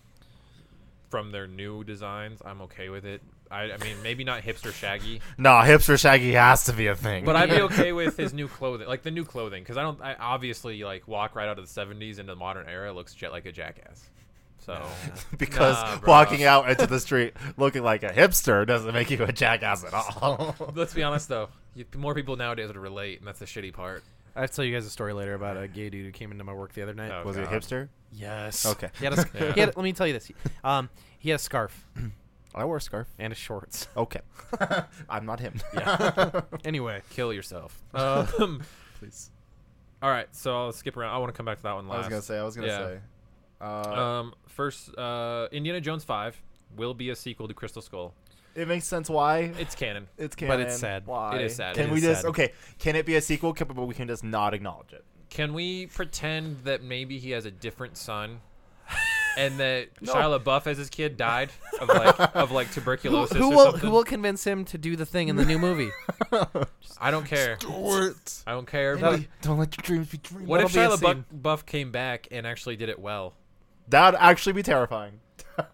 [SPEAKER 1] from their new designs, I'm okay with it. I, I mean, maybe not hipster shaggy,
[SPEAKER 2] No, hipster Shaggy has to be a thing.
[SPEAKER 1] but I'd be okay with his new clothing, like the new clothing, because I don't. I obviously like walk right out of the '70s into the modern era looks jet like a jackass. So
[SPEAKER 2] because
[SPEAKER 1] Nah, bro.
[SPEAKER 2] walking out into the street looking like a hipster doesn't make you a jackass at all.
[SPEAKER 1] let's be honest, though, you, more people nowadays would relate, and that's the shitty part.
[SPEAKER 3] I have to tell you guys a story later about a gay dude who came into my work the other night.
[SPEAKER 1] Oh,
[SPEAKER 2] was he a
[SPEAKER 1] God.
[SPEAKER 2] hipster?
[SPEAKER 3] Yes.
[SPEAKER 2] Okay.
[SPEAKER 3] He had a, sc-
[SPEAKER 1] Yeah.
[SPEAKER 3] he had, let me tell you this. Um, he had a scarf.
[SPEAKER 2] I wore a scarf.
[SPEAKER 3] and his shorts.
[SPEAKER 1] Oh.
[SPEAKER 2] Okay. I'm not him.
[SPEAKER 3] Yeah. anyway,
[SPEAKER 1] Kill yourself. Um,
[SPEAKER 2] Please.
[SPEAKER 1] all right, so I'll skip around. I want to come back to that one last.
[SPEAKER 2] I was gonna say. I was gonna
[SPEAKER 1] Yeah.
[SPEAKER 2] say. Uh,
[SPEAKER 1] Um, first, uh, Indiana Jones Five will be a sequel to Crystal Skull.
[SPEAKER 2] it makes sense why
[SPEAKER 1] It's canon.
[SPEAKER 2] it's canon.
[SPEAKER 3] but it's sad.
[SPEAKER 2] Why?
[SPEAKER 1] It is sad.
[SPEAKER 2] Can
[SPEAKER 1] It
[SPEAKER 2] we
[SPEAKER 1] is
[SPEAKER 2] just
[SPEAKER 1] sad.
[SPEAKER 2] okay? Can it be a sequel? Can, but we can just not acknowledge it.
[SPEAKER 1] Can we pretend that maybe he has a different son? And that Shia LaBeouf as his kid died of like of like
[SPEAKER 3] Who,
[SPEAKER 1] tuberculosis
[SPEAKER 3] who
[SPEAKER 1] or
[SPEAKER 3] will
[SPEAKER 1] something.
[SPEAKER 3] who will convince him to do the thing in the new movie?
[SPEAKER 1] I don't care.
[SPEAKER 2] Don't,
[SPEAKER 1] I don't care.
[SPEAKER 3] That-
[SPEAKER 2] don't let your dreams be dreams.
[SPEAKER 1] what if
[SPEAKER 3] that'll be a
[SPEAKER 1] Shia LaBeouf Buff came back and actually did it well?
[SPEAKER 2] That'd actually be terrifying.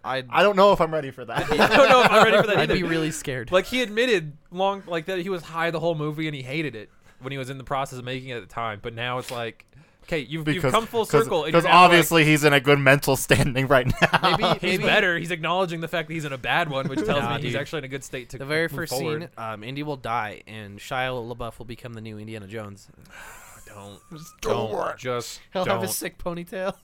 [SPEAKER 3] I'd
[SPEAKER 2] I don't know if I'm ready for
[SPEAKER 1] I
[SPEAKER 2] that.
[SPEAKER 1] don't know if I'm ready for that
[SPEAKER 3] I'd
[SPEAKER 1] either.
[SPEAKER 3] be really scared.
[SPEAKER 1] like he admitted long like that he was high the whole movie and he hated it when he was in the process of making it at the time. But now it's like, okay, you've, you've come full circle. and you're
[SPEAKER 2] Because
[SPEAKER 1] now, like,
[SPEAKER 2] obviously he's in a good mental standing right now.
[SPEAKER 3] maybe
[SPEAKER 1] he's
[SPEAKER 3] maybe
[SPEAKER 1] better. He's acknowledging the fact that he's in a bad one, which tells
[SPEAKER 3] Nah,
[SPEAKER 1] me he's
[SPEAKER 3] dude.
[SPEAKER 1] actually in a good state to
[SPEAKER 3] The very
[SPEAKER 1] move
[SPEAKER 3] first
[SPEAKER 1] forward.
[SPEAKER 3] scene, um, Indy will die, and Shia LaBeouf will become the new Indiana Jones.
[SPEAKER 1] Don't
[SPEAKER 2] don't worry.
[SPEAKER 1] don't just
[SPEAKER 3] He'll have
[SPEAKER 1] don't.
[SPEAKER 3] a sick ponytail.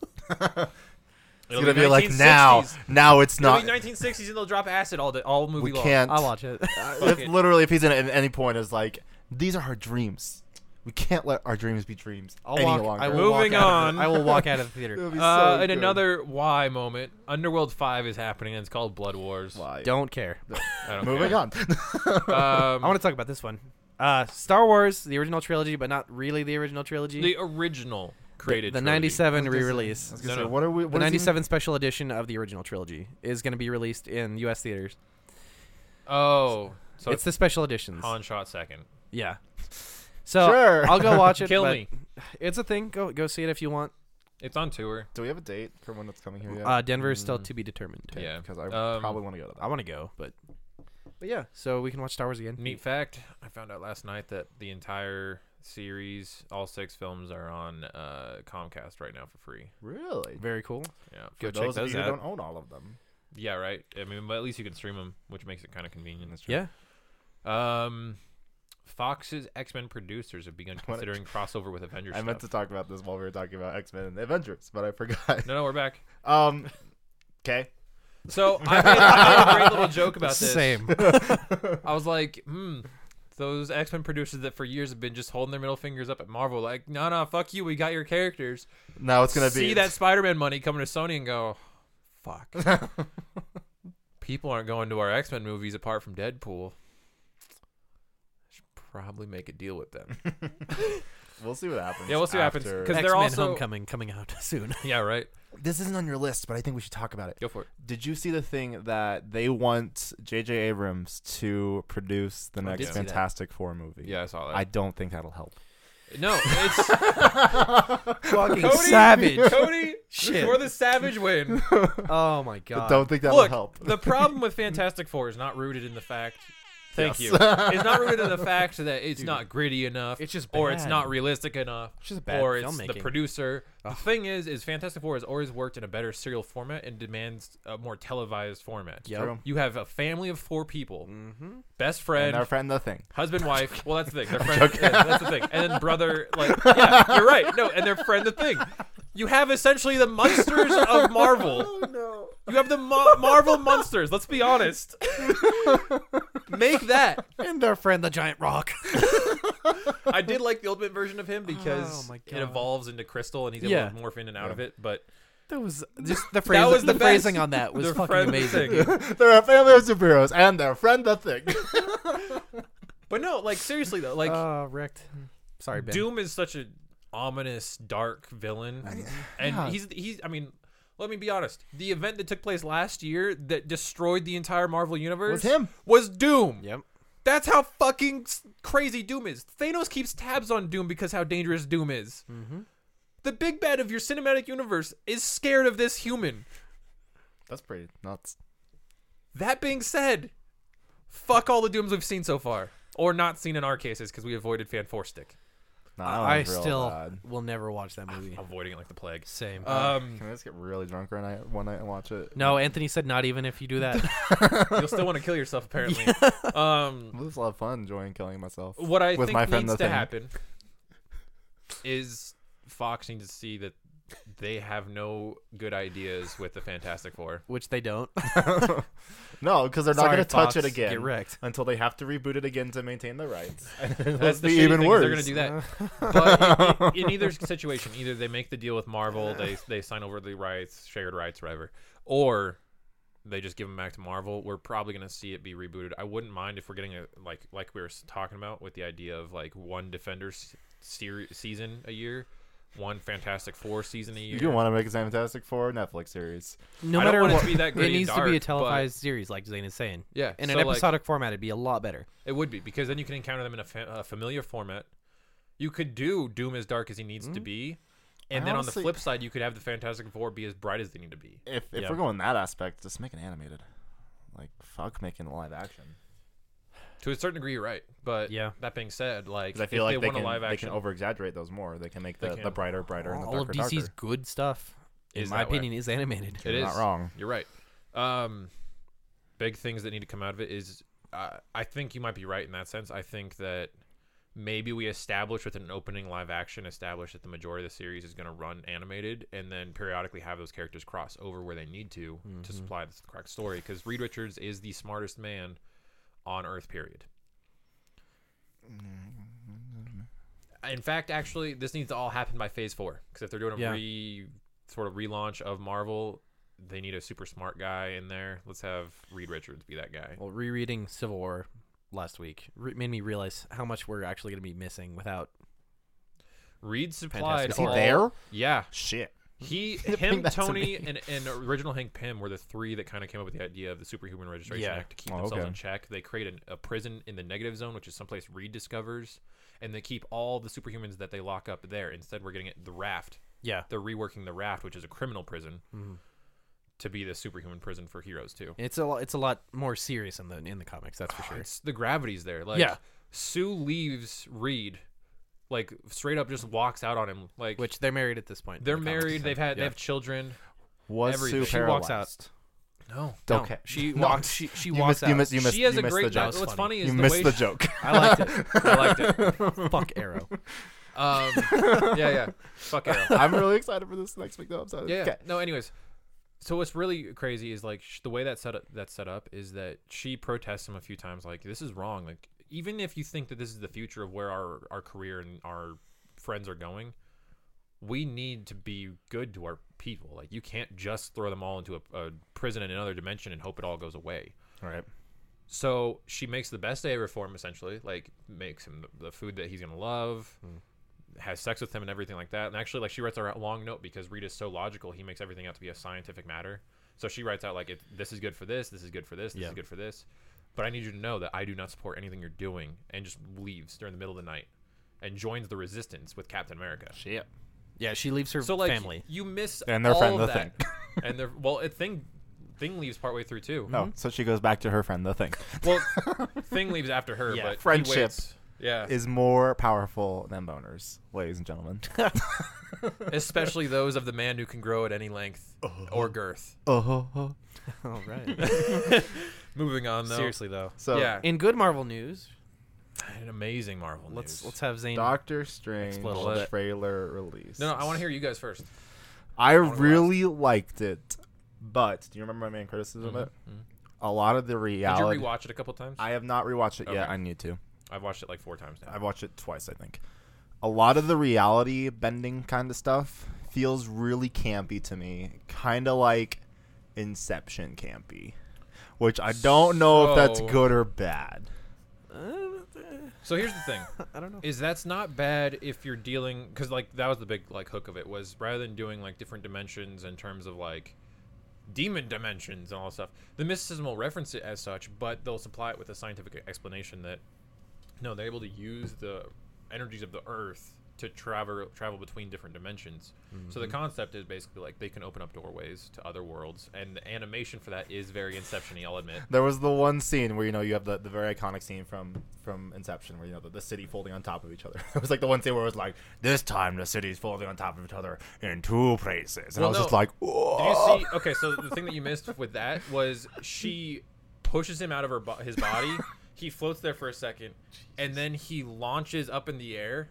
[SPEAKER 2] It's gonna be like now. Now it's
[SPEAKER 1] No,
[SPEAKER 2] not.
[SPEAKER 1] 1960s and they'll drop acid all day, all movie
[SPEAKER 2] We
[SPEAKER 1] long.
[SPEAKER 2] can't.
[SPEAKER 3] I'll watch it.
[SPEAKER 1] Fuck
[SPEAKER 2] If,
[SPEAKER 1] it.
[SPEAKER 2] literally, if he's in it at any point, is like these are our dreams. We can't let our dreams be dreams
[SPEAKER 3] I'll
[SPEAKER 2] any
[SPEAKER 3] walk.
[SPEAKER 2] longer.
[SPEAKER 3] I will
[SPEAKER 1] Moving
[SPEAKER 3] walk out of
[SPEAKER 1] on.
[SPEAKER 3] the- I will walk out of the theater.
[SPEAKER 1] Uh, in another why moment, Underworld Five is happening and it's called Blood Wars.
[SPEAKER 3] Don't care.
[SPEAKER 1] I don't
[SPEAKER 2] Moving
[SPEAKER 1] care.
[SPEAKER 2] on.
[SPEAKER 1] Um,
[SPEAKER 3] I want to talk about this one. Uh, Star Wars, the original trilogy, but not really the original trilogy.
[SPEAKER 1] the original created
[SPEAKER 3] the
[SPEAKER 1] trilogy.
[SPEAKER 3] '97 re-release.
[SPEAKER 2] I was gonna
[SPEAKER 1] No,
[SPEAKER 2] say,
[SPEAKER 1] no.
[SPEAKER 2] what are we? What
[SPEAKER 3] The
[SPEAKER 2] is he-
[SPEAKER 3] '97 special edition of the original trilogy is going to be released in U.S. theaters.
[SPEAKER 1] Oh, so
[SPEAKER 3] it's the special editions.
[SPEAKER 1] Han shot second.
[SPEAKER 3] Yeah. So
[SPEAKER 2] Sure.
[SPEAKER 3] I'll go watch it.
[SPEAKER 1] Kill
[SPEAKER 3] but
[SPEAKER 1] me.
[SPEAKER 3] It's a thing. Go go see it if you want.
[SPEAKER 1] It's on tour.
[SPEAKER 2] Do we have a date for when it's coming here Mm. yet?
[SPEAKER 3] Uh, Denver is still to be determined.
[SPEAKER 1] yeah.
[SPEAKER 2] Because I
[SPEAKER 1] Um,
[SPEAKER 2] probably want to go to that.
[SPEAKER 3] I want to go, but but yeah. So we can watch Star Wars again.
[SPEAKER 1] Neat fact: I found out last night that the entire series, all six films, are on uh, Comcast right now for free.
[SPEAKER 2] Really?
[SPEAKER 3] Very cool.
[SPEAKER 1] Yeah,
[SPEAKER 3] Go
[SPEAKER 2] For
[SPEAKER 3] check
[SPEAKER 2] those of
[SPEAKER 3] those
[SPEAKER 2] you who
[SPEAKER 3] out.
[SPEAKER 2] don't own all of them.
[SPEAKER 1] yeah, right. I mean, but at least you can stream them, which makes it kind of convenient.
[SPEAKER 3] Yeah.
[SPEAKER 1] Um, Fox's X Men producers have begun
[SPEAKER 2] Wanna-
[SPEAKER 1] considering crossover with Avengers.
[SPEAKER 2] I meant to
[SPEAKER 1] stuff.
[SPEAKER 2] talk about this while we were talking about X Men and the Avengers, but I forgot.
[SPEAKER 1] No, no, we're back.
[SPEAKER 2] Um, okay.
[SPEAKER 1] So I made, I made a great little joke about this.
[SPEAKER 3] Same.
[SPEAKER 1] I was like, hmm. Those X Men producers that for years have been just holding their middle fingers up at Marvel, like, no, no, fuck you, we got your characters.
[SPEAKER 2] Now it's gonna
[SPEAKER 1] see
[SPEAKER 2] be
[SPEAKER 1] that Spider-Man money coming to Sony and go, fuck. People aren't going to our X-Men movies apart from Deadpool. Should probably make a deal with them.
[SPEAKER 2] We'll see what happens.
[SPEAKER 1] Yeah, we'll see what happens,
[SPEAKER 2] after-
[SPEAKER 1] 'cause-
[SPEAKER 3] X-Men
[SPEAKER 1] they're also-
[SPEAKER 3] Homecoming coming out soon.
[SPEAKER 1] yeah, right.
[SPEAKER 2] this isn't on your list, but I think we should talk about it.
[SPEAKER 1] Go for it.
[SPEAKER 2] Did you see the thing that they want J.J. Abrams to produce the
[SPEAKER 1] I did
[SPEAKER 2] next
[SPEAKER 1] see that.
[SPEAKER 2] Fantastic Four movie?
[SPEAKER 1] Yeah, I saw that.
[SPEAKER 2] I don't think that'll help.
[SPEAKER 1] no, it's
[SPEAKER 3] Fucking
[SPEAKER 1] Cody,
[SPEAKER 3] savage.
[SPEAKER 1] Cody.
[SPEAKER 3] Shit.
[SPEAKER 1] For the Savage win.
[SPEAKER 3] Oh my god.
[SPEAKER 2] don't think that'll
[SPEAKER 1] Look,
[SPEAKER 2] help.
[SPEAKER 1] the problem with Fantastic Four is not rooted in the fact. Thank you. It's not rooted in the fact that it's not gritty enough.
[SPEAKER 3] It's just
[SPEAKER 1] or it's
[SPEAKER 3] bad.
[SPEAKER 1] not realistic enough.
[SPEAKER 3] It's just bad
[SPEAKER 1] or it's the
[SPEAKER 3] filmmaking.
[SPEAKER 1] producer. The thing is, is Fantastic Four has always worked in a better serial format and demands a more televised format.
[SPEAKER 3] Yep.
[SPEAKER 2] True.
[SPEAKER 1] You have a family of four people,
[SPEAKER 3] Mm-hmm.
[SPEAKER 1] best
[SPEAKER 2] and
[SPEAKER 1] friend,
[SPEAKER 2] our friend the thing.
[SPEAKER 1] husband, wife. Well, that's the thing. Their friend, yeah, that's the thing. And then brother, like, yeah, you're right. No, and their friend, the thing. You have essentially the monsters of Marvel.
[SPEAKER 2] Oh,
[SPEAKER 1] You have the Mo- Marvel monsters. Let's be honest. Make that.
[SPEAKER 3] And our friend the giant rock.
[SPEAKER 1] I did like the ultimate version of him because
[SPEAKER 3] Oh my
[SPEAKER 1] it
[SPEAKER 3] God.
[SPEAKER 1] evolves into Crystal and he's able
[SPEAKER 3] Yeah.
[SPEAKER 1] to morph in and out of it. But
[SPEAKER 3] that was just the phrasing.
[SPEAKER 1] was
[SPEAKER 3] the,
[SPEAKER 1] the best.
[SPEAKER 3] phrasing on that was
[SPEAKER 1] the
[SPEAKER 3] fucking
[SPEAKER 1] friend
[SPEAKER 3] amazing.
[SPEAKER 1] thing.
[SPEAKER 2] They're a family of superheroes, and their friend the thing.
[SPEAKER 1] But no, like seriously though, like
[SPEAKER 3] Uh, wrecked. Sorry, Ben.
[SPEAKER 1] Doom is such an ominous, dark villain, and
[SPEAKER 2] yeah.
[SPEAKER 1] he's he's. I mean, let me be honest. The event that took place last year that destroyed the entire Marvel universe
[SPEAKER 2] Was him.
[SPEAKER 1] Was Doom.
[SPEAKER 3] Yep.
[SPEAKER 1] That's how fucking s- crazy Doom is. Thanos keeps tabs on Doom because how dangerous Doom is. The big bad of your cinematic universe is scared of this human.
[SPEAKER 2] That's pretty nuts.
[SPEAKER 1] That being said, fuck all the Dooms we've seen so far, or not seen in our cases because we avoided Fan Four Stick,
[SPEAKER 2] No, that
[SPEAKER 3] I
[SPEAKER 2] one's Oh, real
[SPEAKER 3] still
[SPEAKER 2] bad.
[SPEAKER 3] will never watch that movie.
[SPEAKER 1] avoiding it like the plague.
[SPEAKER 3] Same.
[SPEAKER 1] Um,
[SPEAKER 2] Can I just get really drunk one night, one night and watch it?
[SPEAKER 3] no, Anthony said not even if you do that.
[SPEAKER 1] You'll still want to kill yourself, apparently. Um,
[SPEAKER 2] We'll just have fun enjoying killing myself.
[SPEAKER 1] what I
[SPEAKER 2] With
[SPEAKER 1] think
[SPEAKER 2] my friend
[SPEAKER 1] needs to
[SPEAKER 2] the thing.
[SPEAKER 1] happen is Fox needs to see that they have no good ideas with the Fantastic Four.
[SPEAKER 3] which they don't.
[SPEAKER 2] No, because they're not
[SPEAKER 3] Sorry,
[SPEAKER 2] going to touch it
[SPEAKER 3] Fox,
[SPEAKER 2] again
[SPEAKER 3] Get wrecked.
[SPEAKER 2] until they have to reboot it again to maintain the rights.
[SPEAKER 1] That's the
[SPEAKER 2] be
[SPEAKER 1] shitty
[SPEAKER 2] even
[SPEAKER 1] thing is
[SPEAKER 2] worse.
[SPEAKER 1] They're gonna do that. but in, in, in either situation, either they make the deal with Marvel, they they sign over the rights, shared rights, whatever, or they just give them back to Marvel. We're probably gonna see it be rebooted. I wouldn't mind if we're getting a like like we were s- talking about with the idea of like one Defenders series season a year, one Fantastic Four season a year.
[SPEAKER 2] You do want to make a Fantastic Four Netflix series.
[SPEAKER 1] I
[SPEAKER 3] No
[SPEAKER 1] don't
[SPEAKER 3] matter
[SPEAKER 1] want it
[SPEAKER 3] what,
[SPEAKER 1] to be that
[SPEAKER 3] it
[SPEAKER 1] gritty and
[SPEAKER 3] needs to be a
[SPEAKER 1] dark, but-
[SPEAKER 3] televised series, like Zane is saying.
[SPEAKER 1] yeah,
[SPEAKER 3] In
[SPEAKER 1] so,
[SPEAKER 3] an
[SPEAKER 1] like,
[SPEAKER 3] episodic format, it'd be a lot better.
[SPEAKER 1] It would be because then you can encounter them in a, fa- a familiar format. You could do Doom as dark as he needs to be, and
[SPEAKER 2] Mm-hmm. I
[SPEAKER 1] then
[SPEAKER 2] honestly-
[SPEAKER 1] on the flip side, you could have the Fantastic Four be as bright as they need to be.
[SPEAKER 2] If if
[SPEAKER 1] Yeah.
[SPEAKER 2] we're going that aspect, just make it animated. Like fuck, making it live action.
[SPEAKER 1] To a certain degree, you're right. But
[SPEAKER 3] Yeah.
[SPEAKER 1] that being said, like
[SPEAKER 2] 'Cause I feel
[SPEAKER 1] if
[SPEAKER 2] like
[SPEAKER 1] they,
[SPEAKER 2] they,
[SPEAKER 1] want
[SPEAKER 2] can
[SPEAKER 1] a live
[SPEAKER 2] they
[SPEAKER 1] action,
[SPEAKER 2] can over exaggerate those more. They can make
[SPEAKER 1] They
[SPEAKER 2] the, the
[SPEAKER 1] can.
[SPEAKER 2] brighter, brighter, and the
[SPEAKER 3] All of
[SPEAKER 2] darker,
[SPEAKER 3] DC's
[SPEAKER 2] darker.
[SPEAKER 3] good stuff, in
[SPEAKER 1] Is
[SPEAKER 3] my
[SPEAKER 1] that way.
[SPEAKER 3] opinion, is animated.
[SPEAKER 1] It
[SPEAKER 2] You're
[SPEAKER 1] is
[SPEAKER 2] not wrong.
[SPEAKER 1] You're right. Um, big things that need to come out of it is, uh, I think you might be right in that sense. I think that maybe we establish with an opening live action, establish that the majority of the series is going to run animated, and then periodically have those characters cross over where they need to to supply the correct story. Because Reed Richards is the smartest man on Earth. Period. In fact, actually, this needs to all happen by Phase Four. Because if they're doing a
[SPEAKER 3] Yeah.
[SPEAKER 1] re sort of relaunch of Marvel, they need a super smart guy in there. Let's have Reed Richards be that guy.
[SPEAKER 3] Well, rereading Civil War last week re- made me realize how much we're actually going to be missing without.
[SPEAKER 1] Reed supplied
[SPEAKER 2] Is he
[SPEAKER 1] all-
[SPEAKER 2] there?
[SPEAKER 1] Yeah,
[SPEAKER 2] Shit.
[SPEAKER 1] he,
[SPEAKER 2] Bring
[SPEAKER 1] him,
[SPEAKER 2] that to
[SPEAKER 1] Tony,
[SPEAKER 2] me.
[SPEAKER 1] and, and original Hank Pym were the three that kind of came up with the idea of the Superhuman Registration
[SPEAKER 3] Yeah.
[SPEAKER 1] Act to keep
[SPEAKER 2] Oh,
[SPEAKER 1] themselves
[SPEAKER 2] okay.
[SPEAKER 1] in check. They create an, a prison in the negative zone, which is someplace Reed discovers, and they keep all the superhumans that they lock up there. Instead, we're getting it, the Raft.
[SPEAKER 3] Yeah.
[SPEAKER 1] They're reworking the Raft, which is a criminal prison,
[SPEAKER 2] Mm-hmm.
[SPEAKER 1] to be the superhuman prison for heroes too.
[SPEAKER 3] It's a lot, it's a lot more serious in the in the comics, that's for sure.
[SPEAKER 1] it's the gravity's there. Like
[SPEAKER 3] Yeah.
[SPEAKER 1] Sue leaves Reed, like straight up just walks out on him. Like
[SPEAKER 3] Which they're married at this point. in
[SPEAKER 1] they're
[SPEAKER 3] the comics,
[SPEAKER 1] married,
[SPEAKER 3] so-
[SPEAKER 1] they've had they
[SPEAKER 3] yeah.
[SPEAKER 1] have children.
[SPEAKER 2] Was
[SPEAKER 1] Everything.
[SPEAKER 2] Sue
[SPEAKER 1] She
[SPEAKER 3] walks
[SPEAKER 2] paralyzed?
[SPEAKER 1] No.
[SPEAKER 3] No,
[SPEAKER 2] Okay.
[SPEAKER 3] She
[SPEAKER 2] No,
[SPEAKER 3] walks. She she
[SPEAKER 2] you
[SPEAKER 3] walks
[SPEAKER 2] missed, You
[SPEAKER 3] out.
[SPEAKER 2] missed, you missed,
[SPEAKER 1] she has
[SPEAKER 2] you
[SPEAKER 1] a
[SPEAKER 2] missed
[SPEAKER 1] great.
[SPEAKER 2] the joke.
[SPEAKER 1] that- what's funny is
[SPEAKER 2] you
[SPEAKER 1] the
[SPEAKER 2] missed
[SPEAKER 1] way
[SPEAKER 2] the
[SPEAKER 1] she-
[SPEAKER 2] joke.
[SPEAKER 3] I liked it.
[SPEAKER 1] I liked it.
[SPEAKER 3] Fuck Arrow.
[SPEAKER 1] Um, yeah, yeah. Fuck Arrow.
[SPEAKER 2] I'm really excited for this next week, though. I'm excited.
[SPEAKER 1] Yeah.
[SPEAKER 2] Okay.
[SPEAKER 1] No. Anyways, so what's really crazy is like sh- the way that set up that's set up is that she protests him a few times. Like this is wrong. Like even if you think that this is the future of where our our career and our friends are going, we need to be good to our people. Like you can't just throw them all into a, a prison in another dimension and hope it all goes away.
[SPEAKER 2] All right.
[SPEAKER 1] So she makes the best day ever for him, essentially. Like makes him the, the food that he's gonna love,
[SPEAKER 2] Mm-hmm.
[SPEAKER 1] has sex with him, and everything like that. And actually, like she writes a long note because Reed is so logical. He makes everything out to be a scientific matter. So she writes out like, it, "This is good for this. This is good for this. This
[SPEAKER 3] Yeah.
[SPEAKER 1] is good for this." But I need you to know that I do not support anything you're doing, and just leaves during the middle of the night, and joins the resistance with Captain America.
[SPEAKER 2] Shit.
[SPEAKER 3] Yeah, she leaves her
[SPEAKER 1] So like
[SPEAKER 3] family.
[SPEAKER 1] you miss
[SPEAKER 2] And their
[SPEAKER 1] all of
[SPEAKER 2] friend, the
[SPEAKER 1] that. and their well, it, thing thing leaves partway through too.
[SPEAKER 2] No, Oh, so she goes back to her friend. The thing
[SPEAKER 1] Well, thing leaves after her,
[SPEAKER 3] Yeah,
[SPEAKER 1] but he
[SPEAKER 2] friendship
[SPEAKER 1] waits. Yeah,
[SPEAKER 2] is more powerful than boners, ladies and gentlemen.
[SPEAKER 1] especially those of the man who can grow at any length
[SPEAKER 2] Uh-huh.
[SPEAKER 1] or girth.
[SPEAKER 2] Oh,
[SPEAKER 3] All right.
[SPEAKER 1] Moving on, though.
[SPEAKER 3] Seriously though.
[SPEAKER 2] so
[SPEAKER 1] yeah,
[SPEAKER 3] In good Marvel news,
[SPEAKER 1] an amazing Marvel.
[SPEAKER 3] let's
[SPEAKER 1] news.
[SPEAKER 3] let's have Zane.
[SPEAKER 2] Doctor Strange
[SPEAKER 3] Explode a little bit.
[SPEAKER 2] trailer release.
[SPEAKER 1] No, no, I want to hear you guys first.
[SPEAKER 2] I
[SPEAKER 1] wanna go
[SPEAKER 2] really liked it, but do you remember my main criticism of it? A lot of the
[SPEAKER 1] Mm-hmm. Did you
[SPEAKER 2] reality.
[SPEAKER 1] rewatch it a couple times? I,
[SPEAKER 2] I have not rewatched it yet.
[SPEAKER 1] Okay.
[SPEAKER 2] I need to.
[SPEAKER 1] have watched it like four times now.
[SPEAKER 2] I've watched it twice, I think. A lot of the reality bending kind of stuff feels really campy to me, kind of like Inception campy, which I don't know if that's
[SPEAKER 1] So-
[SPEAKER 2] good or bad.
[SPEAKER 1] So here's the thing:
[SPEAKER 3] Uh, I don't know.
[SPEAKER 1] is that's not bad if you're dealing because like that was the big like hook of it was rather than doing like different dimensions in terms of like demon dimensions and all that stuff the mysticism will reference it as such but they'll supply it with a scientific e-, explanation that no they're able to use the energies of the earth to travel travel between different dimensions so the
[SPEAKER 3] Mm-hmm.
[SPEAKER 1] concept is basically like they can open up doorways to other worlds and the animation for that is very inception-y i'll admit
[SPEAKER 2] There was the one scene where you know you have the, the very iconic scene from from Inception where you know the, the city folding on top of each other. It was like the one scene where it was like this time the city's folding on top of each other in two places, and I
[SPEAKER 1] Well,
[SPEAKER 2] was
[SPEAKER 1] no.
[SPEAKER 2] just like,
[SPEAKER 1] Did you
[SPEAKER 2] Whoa.
[SPEAKER 1] see? Okay, so the thing that you missed with that was she pushes him out of her bo- his body. He floats there for a second, and then he launches up in the air.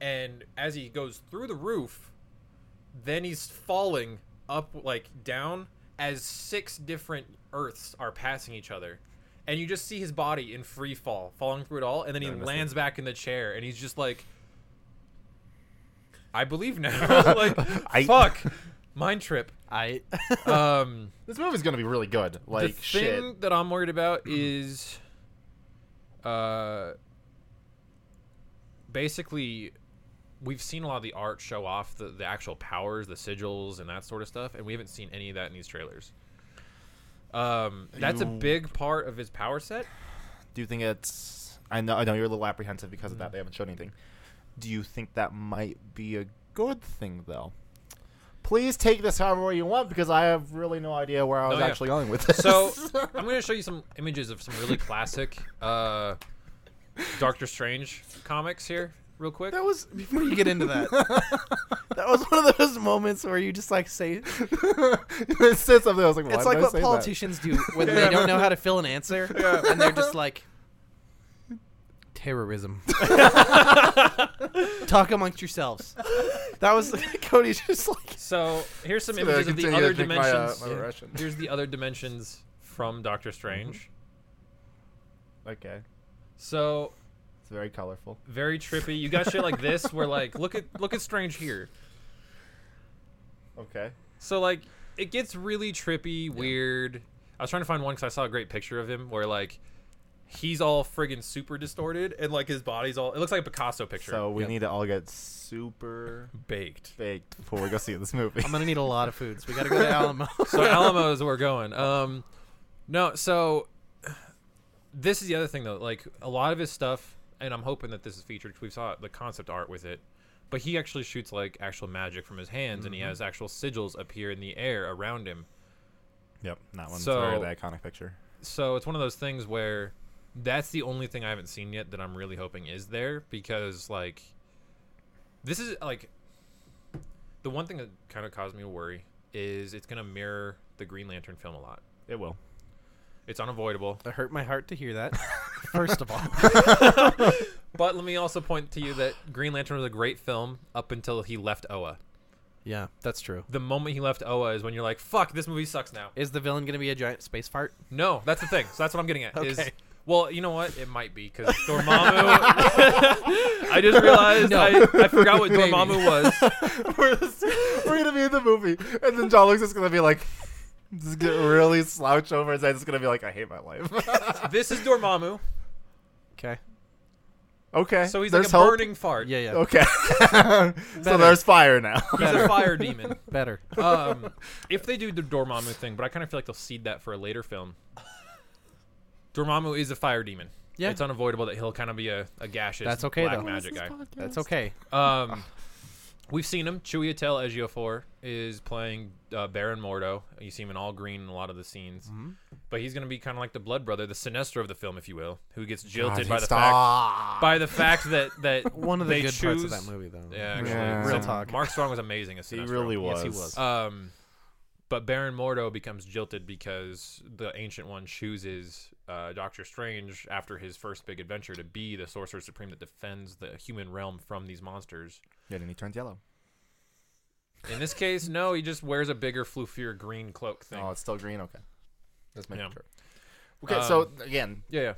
[SPEAKER 1] And as he goes through the roof, then he's falling up like down as six different Earths are passing each other. And you just see his body in free fall, falling through it all, and then he
[SPEAKER 2] Did I miss
[SPEAKER 1] lands back in the chair and he's just like I believe now. like
[SPEAKER 2] I-
[SPEAKER 1] fuck. Mind trip.
[SPEAKER 3] I Uh,
[SPEAKER 1] Um
[SPEAKER 2] This movie's gonna be really good. Like
[SPEAKER 1] the thing
[SPEAKER 2] shit.
[SPEAKER 1] that I'm worried about is, uh, basically, we've seen a lot of the art show off the, the actual powers, the sigils, and that sort of stuff, and we haven't seen any of that in these trailers. Um, that's a
[SPEAKER 2] You-
[SPEAKER 1] big part of his power set.
[SPEAKER 2] Do you think it's? I know. I know you're a little apprehensive because of that. They haven't shown anything. Do you think that might be a good thing though? Please take this however way you want because I have really no idea where I was
[SPEAKER 1] Oh, yeah.
[SPEAKER 2] actually going with this.
[SPEAKER 1] So I'm going to show you some images of some really classic uh, Doctor Strange comics here, real quick.
[SPEAKER 3] that was before you get into that. that was one of those moments where you just like say
[SPEAKER 2] it said something. I was like, Why
[SPEAKER 3] it's
[SPEAKER 2] did
[SPEAKER 3] like
[SPEAKER 2] I
[SPEAKER 3] what
[SPEAKER 2] say that?
[SPEAKER 3] politicians do when they don't know how to fill an answer, and they're just like terrorism. Talk amongst yourselves. That was Cody's just like
[SPEAKER 1] So here's some
[SPEAKER 2] It's gonna
[SPEAKER 1] images of the
[SPEAKER 2] continue to
[SPEAKER 1] other
[SPEAKER 2] think my, uh,
[SPEAKER 1] dimensions.
[SPEAKER 2] my
[SPEAKER 1] Yeah.
[SPEAKER 2] Russian.
[SPEAKER 1] Here's the other dimensions from Doctor Strange.
[SPEAKER 2] Okay,
[SPEAKER 1] So
[SPEAKER 2] it's very colorful.
[SPEAKER 1] very trippy. You got shit like this where like look at look at Strange here.
[SPEAKER 2] Okay.
[SPEAKER 1] So like it gets really trippy, weird. I was trying to find one because I saw a great picture of him where like he's all friggin' super distorted and like his body's all it looks like a Picasso picture.
[SPEAKER 2] So we
[SPEAKER 3] Yep.
[SPEAKER 2] need to all get super
[SPEAKER 1] baked.
[SPEAKER 2] baked before we go see this movie.
[SPEAKER 3] I'm gonna need a lot of foods. We gotta go to Alamo.
[SPEAKER 1] so Alamo is where we're going. Um, no, so this is the other thing though. Like a lot of his stuff, and I'm hoping that this is featured because we saw the concept art with it. But he actually shoots like actual magic from his hands, and he has actual sigils appear in the air around him.
[SPEAKER 2] Yep, that one's
[SPEAKER 1] So-
[SPEAKER 2] very the iconic picture.
[SPEAKER 1] So it's one of those things where that's the only thing I haven't seen yet that I'm really hoping is there because like this is like the one thing that kind of caused me to worry is it's gonna mirror the Green Lantern film a lot.
[SPEAKER 2] It will.
[SPEAKER 1] It's unavoidable.
[SPEAKER 3] It hurt my heart to hear that. First of all,
[SPEAKER 1] But let me also point to you that Green Lantern was a great film up until he left Oa.
[SPEAKER 3] yeah, that's true.
[SPEAKER 1] The moment he left Oa is when you're like, "Fuck, this movie sucks now."
[SPEAKER 3] Is the villain gonna be a giant space fart?
[SPEAKER 1] No, that's the thing. So that's what I'm getting at. Is
[SPEAKER 3] Okay.
[SPEAKER 1] well, you know what? It might be because Dormammu. I just realized I, I forgot what
[SPEAKER 3] Maybe.
[SPEAKER 1] Dormammu was.
[SPEAKER 2] we're, gonna be in the movie, and then John Luke's just gonna be like, just get really slouch over his head. It's gonna be like, I hate my life.
[SPEAKER 1] This is Dormammu.
[SPEAKER 3] Okay.
[SPEAKER 2] okay,
[SPEAKER 1] So he's like
[SPEAKER 2] there's
[SPEAKER 1] a
[SPEAKER 2] hope.
[SPEAKER 1] burning fart.
[SPEAKER 3] Yeah, yeah.
[SPEAKER 2] Okay, so there's fire now.
[SPEAKER 1] He's a fire demon.
[SPEAKER 3] Better.
[SPEAKER 1] Um, if they do the Dormammu thing, but I kind of feel like they'll seed that for a later film. Dormammu is a fire demon.
[SPEAKER 3] Yeah.
[SPEAKER 1] it's unavoidable that he'll kind of be a, a gaseous.
[SPEAKER 3] That's okay,
[SPEAKER 1] black
[SPEAKER 3] though.
[SPEAKER 1] magic guy.
[SPEAKER 3] That's okay.
[SPEAKER 1] Um, we've seen him. Chuyatel Ejiofor is playing uh, Baron Mordo. You see him in all green in a lot of the scenes,
[SPEAKER 3] Mm-hmm.
[SPEAKER 1] but he's going to be kind of like the blood brother, the Sinestro of the film, if you will, who gets
[SPEAKER 2] Ah,
[SPEAKER 1] jilted by the fact by the fact that that
[SPEAKER 3] One of the
[SPEAKER 1] they
[SPEAKER 3] good
[SPEAKER 1] choose,
[SPEAKER 3] parts of that movie, though.
[SPEAKER 1] Yeah, actually,
[SPEAKER 2] Yeah.
[SPEAKER 1] So
[SPEAKER 3] Real talk.
[SPEAKER 1] Mark Strong was amazing as
[SPEAKER 2] He
[SPEAKER 1] Sinestro.
[SPEAKER 2] really was. Uh,
[SPEAKER 3] Yes, he was.
[SPEAKER 1] Um, but Baron Mordo becomes jilted because the Ancient One chooses uh, Doctor Strange after his first big adventure to be the Sorcerer Supreme that defends the human realm from these monsters.
[SPEAKER 2] yeah, and he turned yellow.
[SPEAKER 1] In this case, no, he just wears a bigger floofier green cloak thing.
[SPEAKER 2] Oh, it's still green. Okay, that's my
[SPEAKER 1] Yeah.
[SPEAKER 2] picture. Okay, so
[SPEAKER 1] Um,
[SPEAKER 2] again,
[SPEAKER 1] yeah, yeah.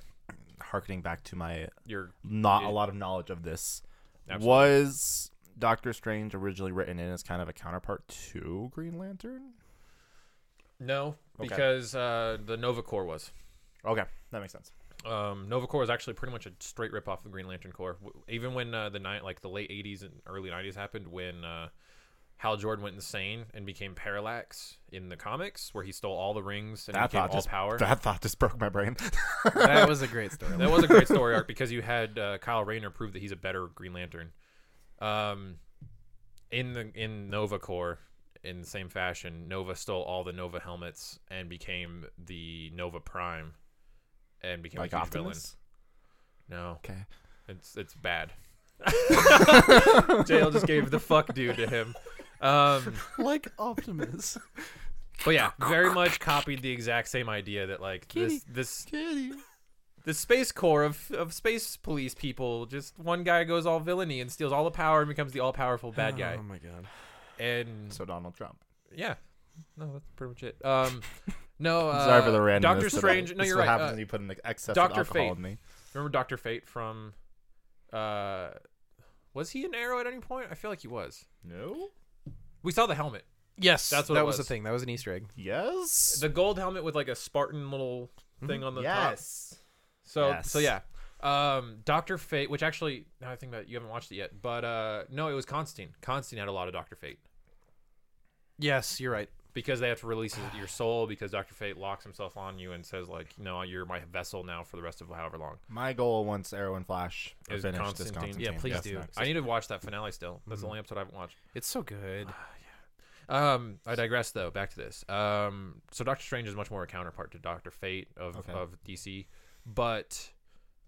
[SPEAKER 2] harkening back to my
[SPEAKER 1] You're
[SPEAKER 2] not
[SPEAKER 1] Yeah.
[SPEAKER 2] a lot of knowledge of this.
[SPEAKER 1] Absolutely.
[SPEAKER 2] Was Doctor Strange originally written in as kind of a counterpart to Green Lantern?
[SPEAKER 1] no
[SPEAKER 2] Okay.
[SPEAKER 1] because uh, the Nova Corps was.
[SPEAKER 2] Okay, that makes sense.
[SPEAKER 1] Um, Nova Corps was actually pretty much a straight rip off of the Green Lantern Corps. W- even when uh, the night, like the late '80s and early '90s happened, when uh, Hal Jordan went insane and became Parallax in the comics, where he stole all the rings and
[SPEAKER 2] That
[SPEAKER 1] became
[SPEAKER 2] thought
[SPEAKER 1] all
[SPEAKER 2] just
[SPEAKER 1] power.
[SPEAKER 2] that thought just broke my brain.
[SPEAKER 3] That was a great story.
[SPEAKER 1] That was a great story arc because you had uh, Kyle Rayner prove that he's a better Green Lantern. Um, in the in Nova Corps, in the same fashion, Nova stole all the Nova helmets and became the Nova Prime, and became
[SPEAKER 2] like
[SPEAKER 1] a huge
[SPEAKER 2] Optimus.
[SPEAKER 1] villain. No,
[SPEAKER 2] Okay.
[SPEAKER 1] it's it's bad. JL just gave the fuck dude to him. Um,
[SPEAKER 3] like Optimus.
[SPEAKER 1] but yeah, very much copied the exact same idea that like this this the space corps of, of space police
[SPEAKER 2] Um,
[SPEAKER 1] people. Just one guy goes all villainy and steals all the power and becomes the all powerful bad guy.
[SPEAKER 3] Oh my god.
[SPEAKER 1] and
[SPEAKER 2] So Donald Trump.
[SPEAKER 1] yeah, no, that's pretty much it. Um, no, uh,
[SPEAKER 2] Sorry for the randomness.
[SPEAKER 1] Doctor
[SPEAKER 2] today.
[SPEAKER 1] Strange. No,
[SPEAKER 2] This is
[SPEAKER 1] you're
[SPEAKER 2] what
[SPEAKER 1] right.
[SPEAKER 2] happens
[SPEAKER 1] uh,
[SPEAKER 2] when you put an excess
[SPEAKER 1] Dr.
[SPEAKER 2] of alcohol
[SPEAKER 1] Fate.
[SPEAKER 2] in me.
[SPEAKER 1] Remember Doctor Fate from? Uh, was he an Arrow at any point? I feel like he was.
[SPEAKER 2] No.
[SPEAKER 1] We saw the helmet,
[SPEAKER 3] Yes,
[SPEAKER 1] That's what
[SPEAKER 3] that
[SPEAKER 1] it
[SPEAKER 3] was. the
[SPEAKER 1] was.
[SPEAKER 3] thing. That was an Easter egg.
[SPEAKER 2] Yes.
[SPEAKER 1] the gold helmet with like a Spartan little thing on the top.
[SPEAKER 2] Mm-hmm. yes.
[SPEAKER 1] So
[SPEAKER 2] Yes.
[SPEAKER 1] so yeah. Um Doctor Fate, which actually now I think about it, you haven't watched it yet, but uh no, it was Constantine. Constantine had a lot of Doctor Fate
[SPEAKER 3] Yes, you're right.
[SPEAKER 1] because they have to release it- your soul because Doctor Fate locks himself on you and says like, "No, you're my vessel now for the rest of however long."
[SPEAKER 2] My goal once Arrow and Flash are
[SPEAKER 1] Is
[SPEAKER 2] finished
[SPEAKER 1] Constantine.
[SPEAKER 2] is Constantine.
[SPEAKER 1] Yeah, please
[SPEAKER 2] That's
[SPEAKER 1] do.
[SPEAKER 2] next. Mm-hmm.
[SPEAKER 1] I need to watch that finale still. That's the only episode I haven't watched.
[SPEAKER 3] It's so good.
[SPEAKER 1] Um, I digress though. Back to this. Um, so Doctor Strange is much more a counterpart to Doctor Fate of
[SPEAKER 2] Okay.
[SPEAKER 1] of DC, but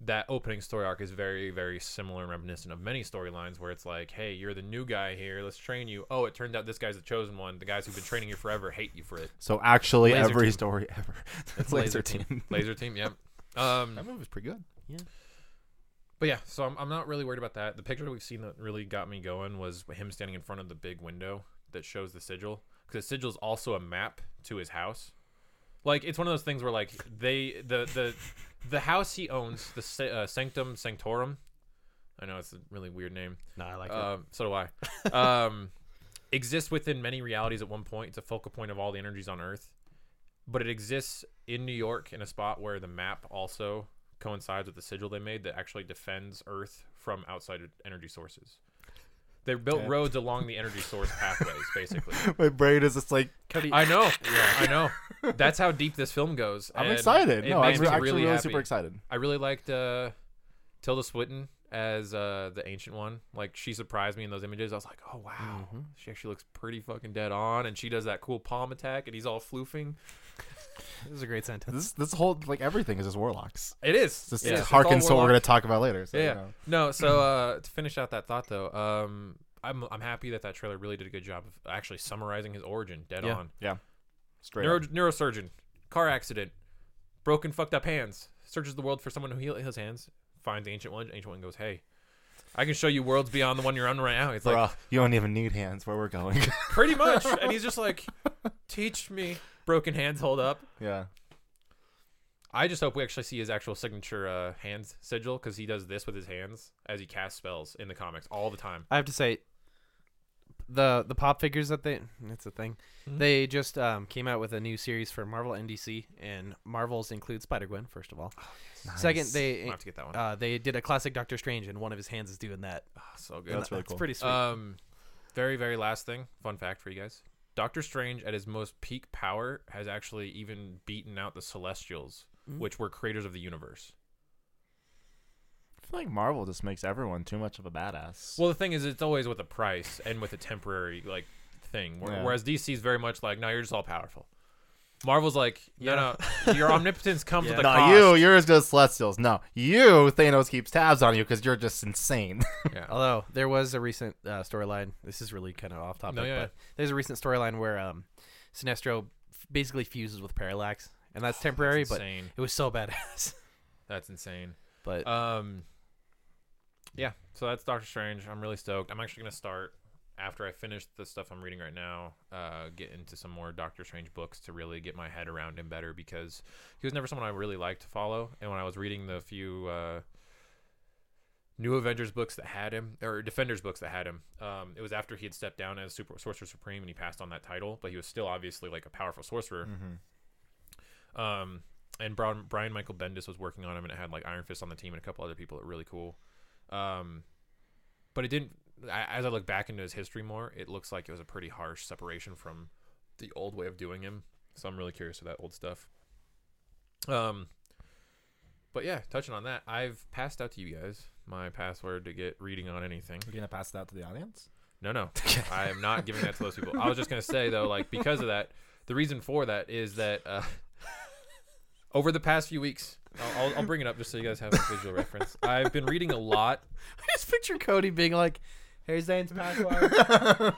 [SPEAKER 1] that opening story arc is very very similar and reminiscent of many storylines where it's like, hey, you're the new guy here. Let's train you. Oh, it turned out this guy's the chosen one. The guys who've been training you forever hate you for it.
[SPEAKER 2] So actually,
[SPEAKER 1] Laser
[SPEAKER 2] every
[SPEAKER 1] Team.
[SPEAKER 2] story ever. It's
[SPEAKER 3] Laser
[SPEAKER 2] Laser Team.
[SPEAKER 1] Laser team. Yep. Um,
[SPEAKER 2] That movie was pretty good.
[SPEAKER 1] but yeah, so I'm, I'm not really worried about that. The picture that we've seen that really got me going was him standing in front of the big window that shows the sigil. Because the sigil is also a map to his house. Like it's one of those things where like they the the the house he owns the sa- uh, sanctum sanctorum. I know it's a really weird name.
[SPEAKER 3] No, I like
[SPEAKER 1] Um, so do I. um, exists within many realities at one point. It's a focal point of all the energies on Earth, but it exists in New York in a spot where the map also coincides with the sigil they made that actually defends Earth from outside energy sources. They built
[SPEAKER 2] Okay.
[SPEAKER 1] roads along the energy source pathways, basically.
[SPEAKER 2] My brain is just like
[SPEAKER 1] I know, I know. That's how deep this film goes.
[SPEAKER 2] I'm
[SPEAKER 1] and
[SPEAKER 2] excited.
[SPEAKER 1] it
[SPEAKER 2] No, I'm
[SPEAKER 1] makes
[SPEAKER 2] re-
[SPEAKER 1] me
[SPEAKER 2] actually really,
[SPEAKER 1] happy.
[SPEAKER 2] super excited.
[SPEAKER 1] I really liked uh, Tilda Swinton as uh, the ancient one. Like she surprised me in those images. I was like, oh wow, she actually looks pretty fucking dead on, and she does that cool palm attack, and he's all floofing.
[SPEAKER 3] it. This is a great sentence.
[SPEAKER 2] This this whole like everything is just warlocks.
[SPEAKER 1] It is.
[SPEAKER 2] This
[SPEAKER 1] it is. It's all
[SPEAKER 2] harkens to what we're
[SPEAKER 1] Warlock.
[SPEAKER 2] gonna talk about later. So,
[SPEAKER 1] Yeah.
[SPEAKER 2] you
[SPEAKER 1] yeah.
[SPEAKER 2] know.
[SPEAKER 1] No. So uh, to finish out that thought though, um, I'm I'm happy that that trailer really did a good job of actually summarizing his origin dead
[SPEAKER 3] Yeah.
[SPEAKER 1] on.
[SPEAKER 2] Straight.
[SPEAKER 1] Neuro-
[SPEAKER 2] up.
[SPEAKER 1] neurosurgeon, car accident, broken fucked up hands, searches the world for someone who heal his hands, finds the ancient one. Ancient one goes, hey. I can show you worlds beyond the one you're on right now. It's like,
[SPEAKER 2] Bruh, you don't even need hands where we're going.
[SPEAKER 1] pretty much and he's just like teach me broken hands hold up
[SPEAKER 2] yeah.
[SPEAKER 1] i just hope we actually see his actual signature uh, hands sigil because he does this with his hands as he casts spells in the comics all the time
[SPEAKER 3] I have to say, the the pop figures that they it's a thing.
[SPEAKER 1] Mhm.
[SPEAKER 3] They just um, came out with a new series for Marvel and DC, and Marvels include Spider Gwen first of all. Second,
[SPEAKER 2] Nice.
[SPEAKER 1] i
[SPEAKER 3] they
[SPEAKER 1] have to get that one
[SPEAKER 3] uh, they did a classic Doctor Strange, and one of his hands is doing that.
[SPEAKER 1] Ah, so good
[SPEAKER 3] And
[SPEAKER 2] That's really
[SPEAKER 3] that's
[SPEAKER 2] cool.
[SPEAKER 3] pretty sweet.
[SPEAKER 1] um very very last thing fun fact for you guys doctor strange at his most peak power has actually even beaten out the celestials
[SPEAKER 3] Mm.
[SPEAKER 1] which were creators of the universe
[SPEAKER 2] I feel like Marvel just makes everyone too much of a badass.
[SPEAKER 1] Well, the thing is, it's always with a price and with a temporary like thing. where-
[SPEAKER 2] Yeah.
[SPEAKER 1] Whereas DC is very much like, no, you're just all powerful. Marvel's like, no,
[SPEAKER 3] Yeah.
[SPEAKER 1] no, your omnipotence comes
[SPEAKER 3] Yeah.
[SPEAKER 1] with a
[SPEAKER 2] no,
[SPEAKER 1] cost.
[SPEAKER 2] you, you're as good as Celestials. No, you, Thanos keeps tabs on you because you're just insane.
[SPEAKER 1] Yeah.
[SPEAKER 3] Although there was a recent uh, storyline. This is really kind of off topic,
[SPEAKER 1] No, yeah,
[SPEAKER 3] but there's a recent storyline where um, Sinestro f- basically fuses with Parallax, and that's temporary,
[SPEAKER 1] That's
[SPEAKER 3] but
[SPEAKER 1] insane.
[SPEAKER 3] it was so badass.
[SPEAKER 1] That's insane.
[SPEAKER 3] but
[SPEAKER 1] Um, yeah. So that's Doctor Strange. I'm really stoked. I'm actually gonna start after I finish the stuff I'm reading right now. Uh, get into some more Doctor Strange books to really get my head around him better because he was never someone I really liked to follow. And when I was reading the few uh, New Avengers books that had him or Defenders books that had him, um, it was after he had stepped down as Super Sorcerer Supreme and he passed on that title, but he was still obviously like a powerful sorcerer. Um, and Brian, Brian Michael Bendis was working on him, and it had like Iron Fist on the team and a couple other people that were really cool. Um, but it didn't. I, as I look back into his history more, it looks like it was a pretty harsh separation from the old way of doing him. So I'm really curious to that old stuff. Um, but yeah, touching on that, I've passed out to you guys my password to get reading on anything.
[SPEAKER 2] We're gonna pass it out to the audience.
[SPEAKER 1] No, no. I am not giving that to those people. I was just going to say, though, like, because of that, the reason for that is that uh, over the past few weeks, I'll, I'll- I'll bring it up just so you guys have a visual reference. I've been reading a lot.
[SPEAKER 3] I just picture Cody being like, "Here's Zane's password."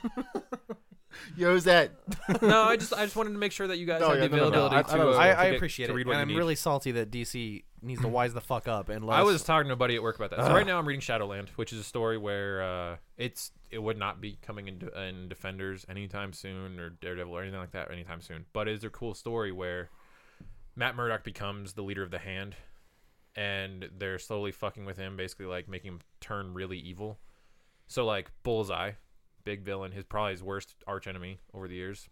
[SPEAKER 2] Yo's that.
[SPEAKER 1] no, I just I just wanted to make sure that you guys
[SPEAKER 2] No,
[SPEAKER 1] had
[SPEAKER 2] yeah,
[SPEAKER 1] the
[SPEAKER 2] no, no,
[SPEAKER 1] availability
[SPEAKER 2] no. I- I
[SPEAKER 1] to.
[SPEAKER 2] thought it was
[SPEAKER 1] uh,
[SPEAKER 3] I,
[SPEAKER 1] to
[SPEAKER 3] I
[SPEAKER 1] get-
[SPEAKER 3] appreciate
[SPEAKER 1] to
[SPEAKER 3] it,
[SPEAKER 1] read
[SPEAKER 3] and
[SPEAKER 1] what you
[SPEAKER 3] I'm
[SPEAKER 1] need.
[SPEAKER 3] really salty that DC needs to wise the fuck up and. Let
[SPEAKER 1] I
[SPEAKER 3] us-
[SPEAKER 1] was talking to a buddy at work about that. So
[SPEAKER 3] Ugh.
[SPEAKER 1] right now I'm reading Shadowland, which is a story where uh, it's it would not be coming in, in Defenders anytime soon or Daredevil or anything like that anytime soon. But it's a cool story where Matt Murdock becomes the leader of the Hand, and they're slowly fucking with him, basically like making him turn really evil. So like Bullseye, big villain, his probably his worst arch enemy over the years,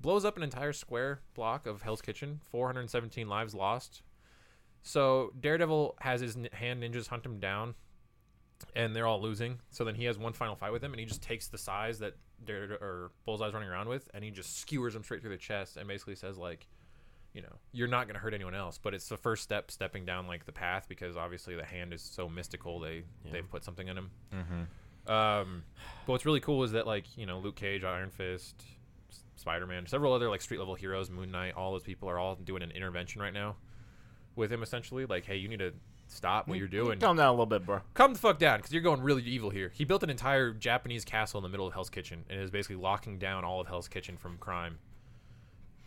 [SPEAKER 1] blows up an entire square block of Hell's Kitchen, 417 lives lost. So Daredevil has his n- hand ninjas hunt him down, and they're all losing. So then he has one final fight with him, and he just takes the size that Dare or Bullseye's running around with, and he just skewers him straight through the chest, and basically says like, you know, you're not gonna hurt anyone else, but it's the first step stepping down like the path because obviously the hand is so mystical. They they've put something in him. Mm-hmm. Um, but what's really cool is that like you know Luke Cage, Iron Fist, S- Spider-Man, several other like street level heroes, Moon Knight, all those people are all doing an intervention right now with him essentially. Like, hey, you need to stop what you're doing.
[SPEAKER 2] Calm down a little bit, bro.
[SPEAKER 1] Come the fuck down because you're going really evil here. He built an entire Japanese castle in the middle of Hell's Kitchen and is basically locking down all of Hell's Kitchen from crime.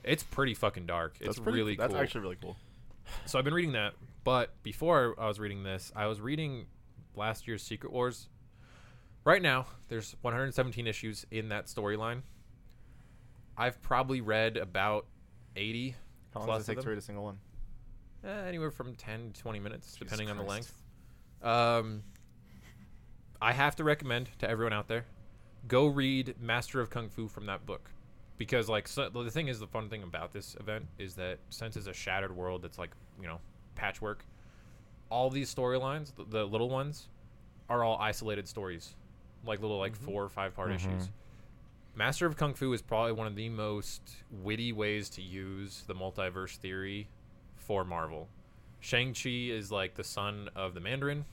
[SPEAKER 1] It's pretty fucking dark. It's
[SPEAKER 2] pretty-
[SPEAKER 1] really
[SPEAKER 2] That's
[SPEAKER 1] cool.
[SPEAKER 2] actually really cool.
[SPEAKER 1] So I've been reading that, but before I was reading this, I was reading last year's Secret Wars. Right now, there's 117 issues in that storyline. I've probably read about 80.
[SPEAKER 2] How long
[SPEAKER 1] plus
[SPEAKER 2] does it
[SPEAKER 1] of
[SPEAKER 2] take to
[SPEAKER 1] them.
[SPEAKER 2] read a single one?
[SPEAKER 1] Eh, anywhere from 10 to 20 minutes, depending on the
[SPEAKER 3] Christ.
[SPEAKER 1] length. Um, I have to recommend to everyone out there go read Master of Kung Fu from that book. Because, like, so, the thing is, the fun thing about this event is that since it's a shattered world that's, like, you know, patchwork, all these storylines, the, the little ones, are all isolated stories, like little, like, four or five part issues. Master of Kung Fu is probably one of the most witty ways to use the multiverse theory for Marvel. Shang-Chi is like the son of the Mandarin,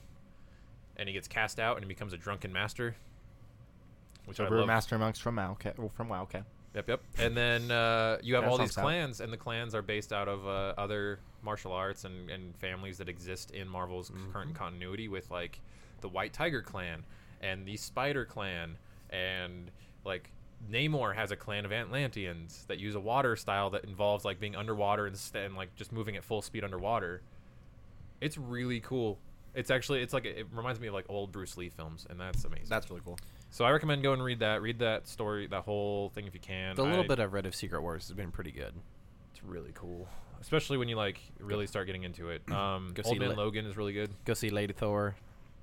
[SPEAKER 1] and he gets cast out and he becomes a drunken master. Which
[SPEAKER 2] So
[SPEAKER 1] I
[SPEAKER 2] we're
[SPEAKER 1] love.
[SPEAKER 2] Master Monks from WoW. Okay. Well, from WoW. Okay.
[SPEAKER 1] Yep, yep. And then uh, you have
[SPEAKER 2] That
[SPEAKER 1] all these
[SPEAKER 2] sounds sad.
[SPEAKER 1] clans, and the clans are based out of uh, other martial arts and, and families that exist in Marvel's
[SPEAKER 3] Mm-hmm.
[SPEAKER 1] current continuity, with like the White Tiger clan and the Spider clan, and like Namor has a clan of Atlanteans that use a water style that involves like being underwater and, st- and like just moving at full speed underwater. It's really cool. It's actually it's like it reminds me of like old Bruce Lee films, and that's amazing.
[SPEAKER 3] That's really cool.
[SPEAKER 1] so I recommend go and read that. Read that story, that whole thing if you can.
[SPEAKER 3] The little
[SPEAKER 1] I-
[SPEAKER 3] bit I've read of Secret Wars has been pretty good.
[SPEAKER 1] it's really cool, especially when you like really start getting into it. Um,
[SPEAKER 3] Go
[SPEAKER 1] Old
[SPEAKER 3] see
[SPEAKER 1] Man
[SPEAKER 3] Lit-
[SPEAKER 1] Logan is really good.
[SPEAKER 3] Go see Lady Thor,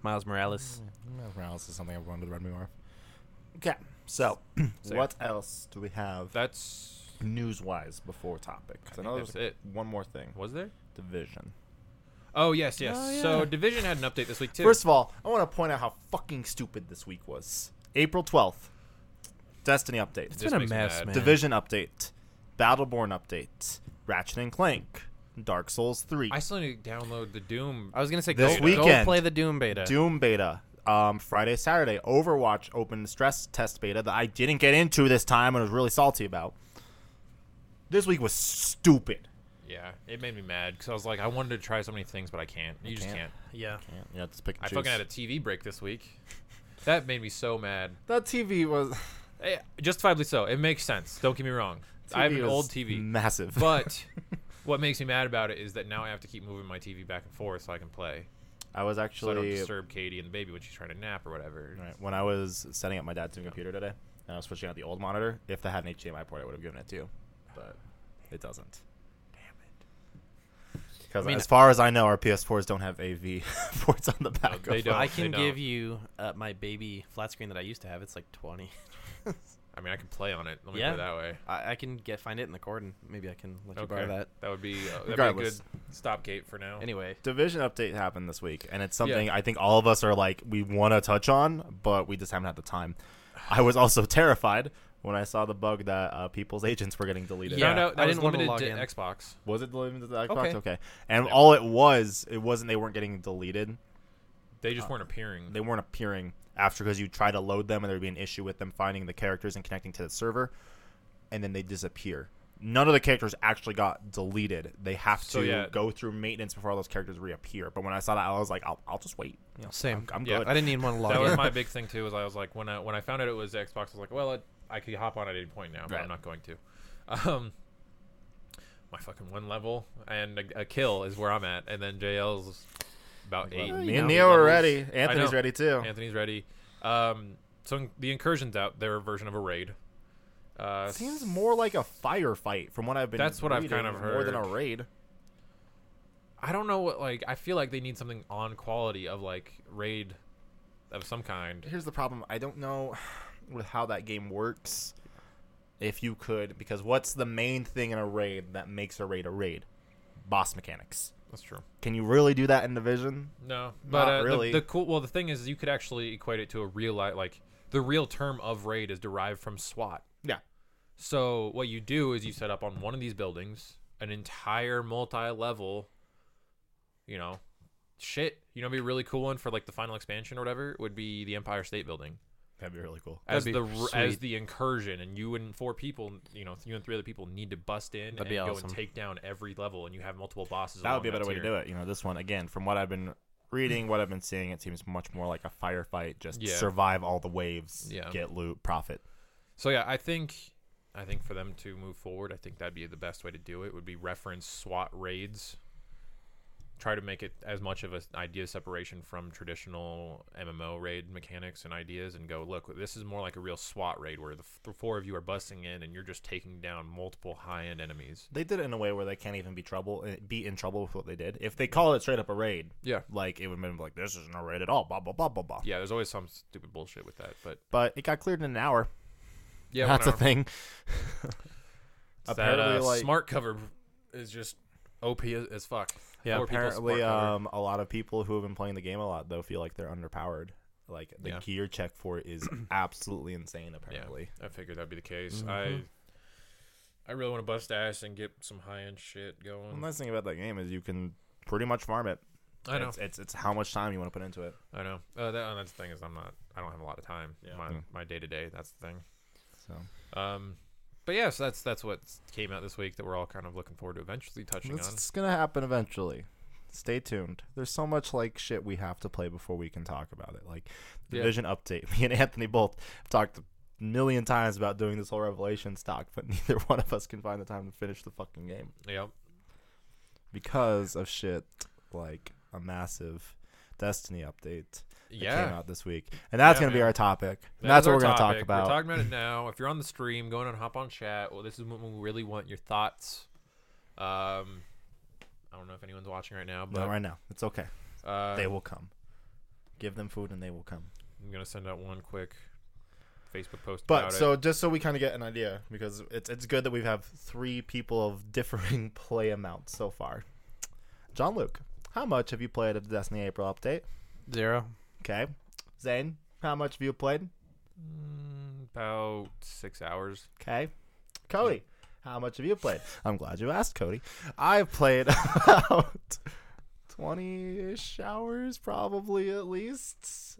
[SPEAKER 3] Miles Morales.
[SPEAKER 1] Mm.
[SPEAKER 2] Morales is something I wanted to read more. Okay. So,
[SPEAKER 1] So-
[SPEAKER 2] what else do we have
[SPEAKER 1] That's
[SPEAKER 2] news-wise before topic? 'Cause I
[SPEAKER 1] think
[SPEAKER 2] know
[SPEAKER 1] that's
[SPEAKER 2] there's
[SPEAKER 1] it.
[SPEAKER 2] one more thing.
[SPEAKER 1] was there?
[SPEAKER 2] Division.
[SPEAKER 1] Oh yes, yes.
[SPEAKER 3] Oh, yeah.
[SPEAKER 1] So Division had an update this week too.
[SPEAKER 2] First of all, I want to point out how fucking stupid this week was. April 12th, Destiny update,
[SPEAKER 1] This
[SPEAKER 3] been a
[SPEAKER 1] makes me
[SPEAKER 3] mess,
[SPEAKER 1] mad.
[SPEAKER 3] man.
[SPEAKER 2] Division update, Battleborn update, Ratchet and Clank, Dark Souls 3,
[SPEAKER 1] I still need to download the Doom.
[SPEAKER 3] I was gonna say
[SPEAKER 2] This
[SPEAKER 3] go, go
[SPEAKER 2] weekend.
[SPEAKER 3] play the Doom beta.
[SPEAKER 2] Doom beta, um, Friday, Saturday, Overwatch open stress test beta that I didn't get into this time and was really salty about. This week was stupid.
[SPEAKER 1] Yeah, it made me mad because I was like, I wanted to try so many things, but I can't. You just
[SPEAKER 2] can't.
[SPEAKER 1] can't.
[SPEAKER 3] Yeah.
[SPEAKER 2] Yeah, just pick.
[SPEAKER 1] I fucking had a TV break this week. that made me so mad.
[SPEAKER 2] That TV was.
[SPEAKER 1] Eh, justifiably so. It makes sense. Don't get me wrong. I have an
[SPEAKER 2] was
[SPEAKER 1] old TV.
[SPEAKER 2] massive.
[SPEAKER 1] But what makes me mad about it is that now I have to keep moving my TV back and forth so I can play.
[SPEAKER 2] I was
[SPEAKER 1] So I don't
[SPEAKER 2] actually
[SPEAKER 1] disturb Katie and the baby when she's trying to nap or whatever.
[SPEAKER 2] Right. When I was setting up my dad's new computer today, and I was switching out the old monitor, if that had an HDMI port, I would have given it to you, but it doesn't. Because
[SPEAKER 3] I mean-
[SPEAKER 2] as far as I know, our PS4s don't have AV ports on the back.
[SPEAKER 1] they don't.
[SPEAKER 2] of them.
[SPEAKER 1] No,
[SPEAKER 3] I
[SPEAKER 1] they
[SPEAKER 3] can
[SPEAKER 1] don't.
[SPEAKER 3] give you uh, my baby flat screen that I used to have. It's like twenty.
[SPEAKER 1] I mean, I could play on it. Let me put
[SPEAKER 3] Yeah.
[SPEAKER 1] it that way.
[SPEAKER 3] I, I can get find it in the cord and maybe I can let you borrow that.
[SPEAKER 1] That would be, uh, that'd be a good
[SPEAKER 2] Regardless.
[SPEAKER 1] stopgate for now.
[SPEAKER 3] Anyway,
[SPEAKER 2] Division update happened this week, and it's something I think all of us are like we want to touch on, but we just haven't had the time. I was also terrified when I saw the bug that uh, people's agents were getting deleted.
[SPEAKER 1] Found
[SPEAKER 3] Yeah,
[SPEAKER 1] out that
[SPEAKER 3] I
[SPEAKER 1] was
[SPEAKER 3] didn't wanna
[SPEAKER 1] limited
[SPEAKER 3] log
[SPEAKER 1] to
[SPEAKER 3] in.
[SPEAKER 1] Xbox.
[SPEAKER 2] Was it deleted to the Xbox?
[SPEAKER 3] Okay.
[SPEAKER 2] Okay. And all it was, it wasn't they weren't getting deleted.
[SPEAKER 1] They
[SPEAKER 3] Uh,
[SPEAKER 1] just weren't appearing.
[SPEAKER 2] they weren't appearing after because you try to load them and there'd be an issue with them finding the characters and connecting to the server and then they disappear none of the characters actually got deleted they have
[SPEAKER 1] So,
[SPEAKER 2] to
[SPEAKER 1] yeah.
[SPEAKER 2] go through maintenance before all those characters reappear but when i saw that i was like i'll, I'll just wait You know,
[SPEAKER 3] same.
[SPEAKER 2] i'm
[SPEAKER 1] Yeah,
[SPEAKER 2] good Uh,
[SPEAKER 3] I didn't even want to log
[SPEAKER 1] that
[SPEAKER 3] in.
[SPEAKER 1] was my big thing too. Was I was like when I when I found out it was Xbox, I was like, well, I, I could hop on at any point now, but
[SPEAKER 2] Right.
[SPEAKER 1] I'm not going to. Um, my fucking one level and a, a kill is where I'm at, and then JL's about eight.
[SPEAKER 2] Well,
[SPEAKER 3] you
[SPEAKER 2] me and
[SPEAKER 3] know,
[SPEAKER 2] Neo are
[SPEAKER 3] levels.
[SPEAKER 2] ready. Anthony's
[SPEAKER 1] know.
[SPEAKER 2] ready too.
[SPEAKER 1] Anthony's ready. Um, so in- the incursion's out, their version of a raid. Uh,
[SPEAKER 2] Seems more like a firefight from what I've been.
[SPEAKER 1] That's what I've
[SPEAKER 2] reading,
[SPEAKER 1] kind of
[SPEAKER 2] More than a
[SPEAKER 1] heard.
[SPEAKER 2] raid.
[SPEAKER 1] I don't know what like I feel like they need something on quality of like raid of some kind.
[SPEAKER 2] Here's the problem. I don't know with how that game works. If you could, because what's the main thing in a raid that makes a raid a raid? Boss mechanics.
[SPEAKER 1] That's true.
[SPEAKER 2] Can you really do that in Division?
[SPEAKER 1] No, but
[SPEAKER 2] Not
[SPEAKER 1] uh, the-
[SPEAKER 2] really.
[SPEAKER 1] The, cool. Well, the thing is, you could actually equate it to a real life. Like the real term of raid is derived from SWAT.
[SPEAKER 2] Yeah.
[SPEAKER 1] So what you do is you set up on one of these buildings an entire multi-level, you know, shit. You know, what'd be a really cool one for like the final expansion or whatever would be the Empire State Building
[SPEAKER 2] That'd be really cool.
[SPEAKER 1] as
[SPEAKER 3] That'd
[SPEAKER 1] the
[SPEAKER 3] be
[SPEAKER 1] r- as
[SPEAKER 3] sweet.
[SPEAKER 1] the incursion, and you and four people, you know, you and three other people need to bust in and
[SPEAKER 3] be
[SPEAKER 1] go
[SPEAKER 3] awesome.
[SPEAKER 1] and take down every level, and you have multiple bosses.
[SPEAKER 2] That would be a
[SPEAKER 1] along
[SPEAKER 2] better way to
[SPEAKER 1] tier.
[SPEAKER 2] do it. You know, this one again, from what I've been reading, what I've been seeing, it seems much more like a firefight. Just
[SPEAKER 1] Yeah.
[SPEAKER 2] survive all the waves,
[SPEAKER 1] Yeah.
[SPEAKER 2] get loot, profit.
[SPEAKER 1] So yeah, I think I think for them to move forward, I think that'd be the best way to do it. Would be reference SWAT raids. Try to make it as much of an idea separation from traditional MMO raid mechanics and ideas, and go look. This is more like a real SWAT raid where the, f- the four of you are busting in and you're just taking down multiple high end enemies.
[SPEAKER 2] They did it in a way where they can't even be trouble, eh, be in trouble with what they did. If they call it straight up a raid,
[SPEAKER 1] Yeah,
[SPEAKER 2] like it would have been like this isn't a raid at all. Blah blah blah blah blah.
[SPEAKER 1] yeah. There's always some stupid bullshit with that, but
[SPEAKER 2] But it got cleared in an hour.
[SPEAKER 1] yeah,
[SPEAKER 2] that's
[SPEAKER 1] whatever.
[SPEAKER 2] a thing.
[SPEAKER 1] It's that,
[SPEAKER 2] Apparently,
[SPEAKER 1] uh,
[SPEAKER 2] like-
[SPEAKER 1] smart cover is just OP as, as fuck. Poor people's
[SPEAKER 2] apparently,
[SPEAKER 1] smart cover.
[SPEAKER 2] um, a lot of people who have been playing the game a lot though feel like they're underpowered. Like the
[SPEAKER 1] Yeah.
[SPEAKER 2] gear check for it is absolutely insane. Apparently, Mm-hmm.
[SPEAKER 1] I figured that'd be the case. I I really want to bust ass and get some high end shit going.
[SPEAKER 2] the nice thing about that game is you can pretty much farm it.
[SPEAKER 1] I know.
[SPEAKER 2] It's, it's it's how much time you want to put into it.
[SPEAKER 1] I know. Uh, that, and that's the thing is I'm not. I don't have a lot of time.
[SPEAKER 2] Yeah.
[SPEAKER 1] My
[SPEAKER 2] Mm.
[SPEAKER 1] my day to day. That's the thing.
[SPEAKER 2] So
[SPEAKER 1] Um, but yes, that's that's what came out this week that we're all kind of looking forward to eventually touching on.
[SPEAKER 2] it's gonna happen eventually. Stay tuned. There's so much like shit we have to play before we can talk about it. Like the
[SPEAKER 1] Yeah.
[SPEAKER 2] Division update. Me and Anthony both have talked a million times about doing this whole Revelation stock, but neither one of us can find the time to finish the fucking game
[SPEAKER 1] Yep.
[SPEAKER 2] because of shit like a massive Destiny update that came
[SPEAKER 1] Yeah.
[SPEAKER 2] out this week, and that's
[SPEAKER 1] Yeah,
[SPEAKER 2] gonna be
[SPEAKER 1] man.
[SPEAKER 2] our topic. And
[SPEAKER 1] That
[SPEAKER 2] that's
[SPEAKER 1] is
[SPEAKER 2] what
[SPEAKER 1] our
[SPEAKER 2] we're gonna
[SPEAKER 1] topic.
[SPEAKER 2] talk about.
[SPEAKER 1] We're talking about it now. If you're on the stream, go in and hop on chat. Well, this is when we really want your thoughts. Um, I don't know if anyone's watching right now,
[SPEAKER 2] Not
[SPEAKER 1] but
[SPEAKER 2] right now. It's okay.
[SPEAKER 1] uh,
[SPEAKER 2] they will come. Give them food and they will come.
[SPEAKER 1] I'm gonna send out one quick Facebook post.
[SPEAKER 2] But
[SPEAKER 1] about it.
[SPEAKER 2] so just so we kind of get an idea, because it's it's good that we have three people of differing play amounts so far. John Luke, how much have you played of the Destiny April update?
[SPEAKER 3] Zero.
[SPEAKER 2] Okay. Zane, how much have you played?
[SPEAKER 1] Mm, about six hours.
[SPEAKER 2] Okay. Cody, how much have you played? I'm glad you asked, Cody. I've played about 20 ish hours, probably at least.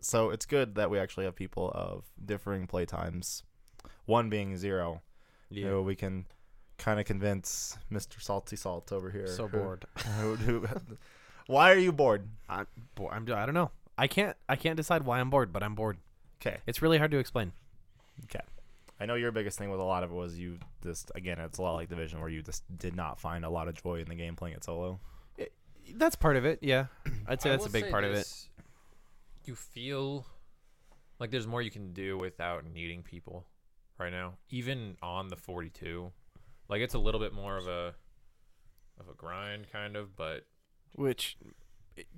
[SPEAKER 2] So it's good that we actually have people of differing play times, one being zero. Yeah. You know, we can kind of convince Mr. Salty Salt over here.
[SPEAKER 3] So
[SPEAKER 2] who-
[SPEAKER 3] bored.
[SPEAKER 2] who- who- why are you bored?
[SPEAKER 3] I'm, bo- I'm. do- I don't know. I can't. I can't decide why I'm bored, but I'm bored.
[SPEAKER 2] Okay.
[SPEAKER 3] It's really hard to explain.
[SPEAKER 2] Okay. I know your biggest thing with a lot of it was you just again it's a lot like Division where you just did not find a lot of joy in the game playing it solo.
[SPEAKER 3] That's part of it. Yeah, I'd say
[SPEAKER 1] I
[SPEAKER 3] that's a
[SPEAKER 1] will
[SPEAKER 3] big
[SPEAKER 1] say
[SPEAKER 3] part of it.
[SPEAKER 1] this, You feel like there's more you can do without needing people right now, even on the 42. Like it's a little bit more of a of a grind kind of, but
[SPEAKER 3] Which,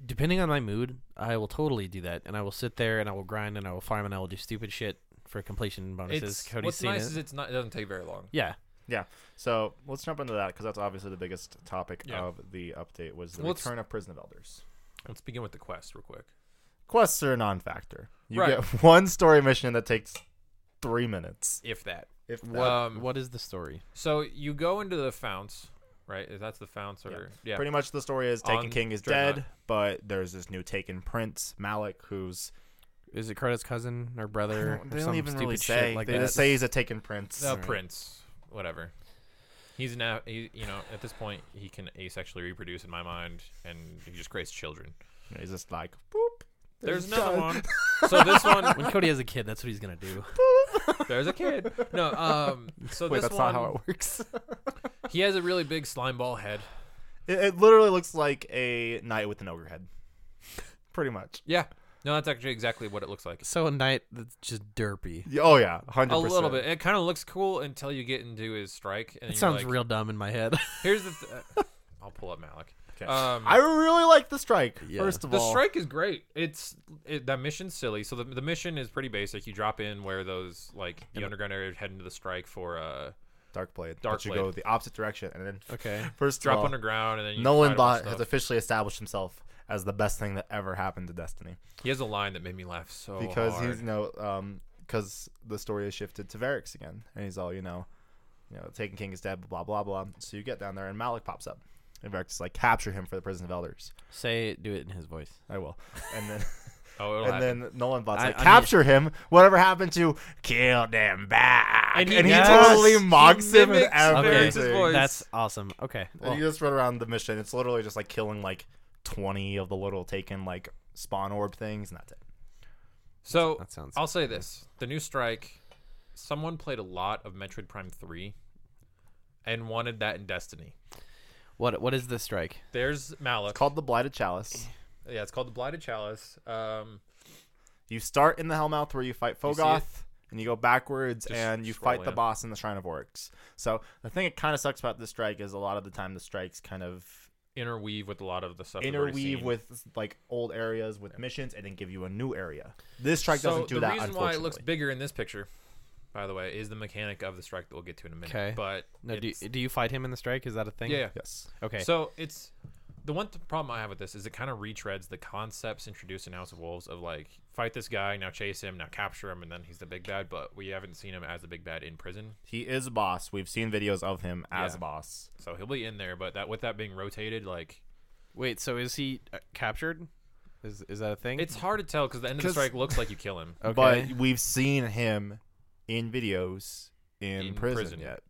[SPEAKER 3] depending on my mood, I will totally do that, and I will sit there and I will grind and I will farm and I will do stupid shit for completion bonuses.
[SPEAKER 1] it's
[SPEAKER 3] Cody's
[SPEAKER 1] what's
[SPEAKER 3] seen
[SPEAKER 1] nice
[SPEAKER 3] it.
[SPEAKER 1] is it's not it doesn't take very long.
[SPEAKER 3] yeah,
[SPEAKER 2] So let's jump into that because that's obviously the biggest topic
[SPEAKER 1] Yeah.
[SPEAKER 2] of the update was the
[SPEAKER 1] Well, it's-
[SPEAKER 2] return of Prison of Elders.
[SPEAKER 1] Let's begin with the quest real quick.
[SPEAKER 2] Quests are a non-factor. You
[SPEAKER 1] Right.
[SPEAKER 2] get one story mission that takes three minutes.
[SPEAKER 1] If that.
[SPEAKER 2] If that,
[SPEAKER 1] What- Um,
[SPEAKER 3] what is the story?
[SPEAKER 1] So you go into the founts, right? If That's the founts or yeah.
[SPEAKER 2] pretty much the story is Taken
[SPEAKER 1] On
[SPEAKER 2] King is
[SPEAKER 1] Dreadnought.
[SPEAKER 2] dead, but there's this new Taken Prince Malik who's
[SPEAKER 3] Is it Carter's cousin or brother? or
[SPEAKER 2] they don't
[SPEAKER 3] some
[SPEAKER 2] even
[SPEAKER 3] stupid
[SPEAKER 2] really
[SPEAKER 3] shit
[SPEAKER 2] say.
[SPEAKER 3] Like
[SPEAKER 2] they
[SPEAKER 3] that?
[SPEAKER 2] just say he's a Taken Prince.
[SPEAKER 1] the
[SPEAKER 3] Right.
[SPEAKER 1] prince, whatever. He's now, he, you know, at this point, he can asexually reproduce in my mind, and he just creates children.
[SPEAKER 2] He's just like boop.
[SPEAKER 1] There's
[SPEAKER 2] John.
[SPEAKER 1] another one. So this one,
[SPEAKER 3] when Cody has a kid, that's what he's gonna do.
[SPEAKER 1] There's a kid. No, um. So
[SPEAKER 2] Wait,
[SPEAKER 1] this
[SPEAKER 2] that's
[SPEAKER 1] one,
[SPEAKER 2] not how it works.
[SPEAKER 1] he has a really big slime ball head.
[SPEAKER 2] it, it literally looks like a knight with an ogre head. Pretty much.
[SPEAKER 1] Yeah. No, that's actually exactly what it looks like.
[SPEAKER 3] So a knight that's just derpy.
[SPEAKER 2] Y- Oh yeah, hundred
[SPEAKER 1] A
[SPEAKER 2] percent.
[SPEAKER 1] little bit. It kind of looks cool until you get into his strike. And
[SPEAKER 3] It
[SPEAKER 1] you're
[SPEAKER 3] sounds
[SPEAKER 1] like,
[SPEAKER 3] real dumb in my head.
[SPEAKER 1] Here's the. Th- I'll pull up Malik.
[SPEAKER 2] Okay.
[SPEAKER 1] Um,
[SPEAKER 2] I really like the strike.
[SPEAKER 3] Yeah.
[SPEAKER 2] First of
[SPEAKER 1] the
[SPEAKER 2] all,
[SPEAKER 1] strike is great. It's it, that mission's silly. So the, the mission is pretty basic. You drop in where those like the underground area head into the strike for uh
[SPEAKER 2] dark blade.
[SPEAKER 1] Dark
[SPEAKER 2] but you
[SPEAKER 1] Blade.
[SPEAKER 2] go the opposite direction, and then
[SPEAKER 3] okay.
[SPEAKER 2] first
[SPEAKER 1] drop
[SPEAKER 2] of all,
[SPEAKER 1] underground and then you
[SPEAKER 2] Nolan
[SPEAKER 1] Bot
[SPEAKER 2] Bott has officially established himself as the best thing that ever happened to Destiny
[SPEAKER 1] he has a line that made me laugh so
[SPEAKER 2] because
[SPEAKER 1] Oh, hard.
[SPEAKER 2] he's you know um because the story has shifted to Varix again, and he's all you know, you know, Taken King is dead, blah blah blah. So you get down there, and Malik pops up, and Varix is like, capture him for the prison of elders.
[SPEAKER 3] Say it, do it in his voice.
[SPEAKER 2] I will, and then.
[SPEAKER 1] oh it'll
[SPEAKER 2] and
[SPEAKER 1] happen.
[SPEAKER 2] then Nolan Bott's
[SPEAKER 3] I-
[SPEAKER 2] like,
[SPEAKER 3] I mean-
[SPEAKER 2] capture him. Whatever happened to kill them back?
[SPEAKER 1] And
[SPEAKER 2] And
[SPEAKER 1] he
[SPEAKER 2] he,
[SPEAKER 1] does.
[SPEAKER 2] totally
[SPEAKER 1] He
[SPEAKER 2] mocks him and
[SPEAKER 1] mimics Varric's
[SPEAKER 2] everything.
[SPEAKER 1] voice.
[SPEAKER 3] That's awesome. Okay.
[SPEAKER 2] And
[SPEAKER 3] well,
[SPEAKER 2] you just run around the mission. It's literally just like killing like twenty of the little taken like spawn orb things, and that's it.
[SPEAKER 1] so
[SPEAKER 3] that sounds
[SPEAKER 1] I'll say this: the new strike. Someone played a lot of Metroid Prime Three, and wanted that in Destiny.
[SPEAKER 3] What what is the strike?
[SPEAKER 1] There's Malik.
[SPEAKER 2] It's called the Blighted Chalice.
[SPEAKER 1] yeah, it's called the Blighted Chalice. Um,
[SPEAKER 2] You start in the Hellmouth where you fight
[SPEAKER 1] you see
[SPEAKER 2] Fogoth, and you go backwards,
[SPEAKER 1] Just
[SPEAKER 2] and you
[SPEAKER 1] scroll
[SPEAKER 2] fight the
[SPEAKER 1] in.
[SPEAKER 2] boss in the Shrine of Oryx. So the thing that kind of sucks about this strike is a lot of the time the strikes kind of
[SPEAKER 1] interweave with a lot of the stuff. we've already
[SPEAKER 2] interweave
[SPEAKER 1] seen.
[SPEAKER 2] with like old areas with missions and then give you a new area. This strike
[SPEAKER 1] so
[SPEAKER 2] doesn't do
[SPEAKER 1] the
[SPEAKER 2] that.
[SPEAKER 1] reason
[SPEAKER 2] unfortunately.
[SPEAKER 1] why it looks bigger in this picture, by the way, is the mechanic of the strike that we'll get to in a minute.
[SPEAKER 3] 'Kay.
[SPEAKER 1] But
[SPEAKER 3] No, do you,
[SPEAKER 1] it's-
[SPEAKER 3] do you fight him in the strike? Is that a thing?
[SPEAKER 1] yeah.
[SPEAKER 2] Yes.
[SPEAKER 3] Okay.
[SPEAKER 1] So it's the one th- problem I have with this is it kind of retreads the concepts introduced in House of Wolves of like fight this guy, now chase him, now capture him, and then he's the big bad. But we haven't seen him as the big bad in prison,
[SPEAKER 2] He is a boss. We've seen videos of him as
[SPEAKER 1] Yeah.
[SPEAKER 2] a boss.
[SPEAKER 1] so he'll be in there. But that with that being rotated, like
[SPEAKER 3] Wait. So is he uh, captured? Is is that a thing?
[SPEAKER 1] it's hard to tell because the end of the
[SPEAKER 2] 'Cause-
[SPEAKER 1] strike looks like you kill him.
[SPEAKER 3] okay.
[SPEAKER 2] But we've seen him in videos in,
[SPEAKER 1] In
[SPEAKER 2] prison,
[SPEAKER 1] prison.
[SPEAKER 2] yet.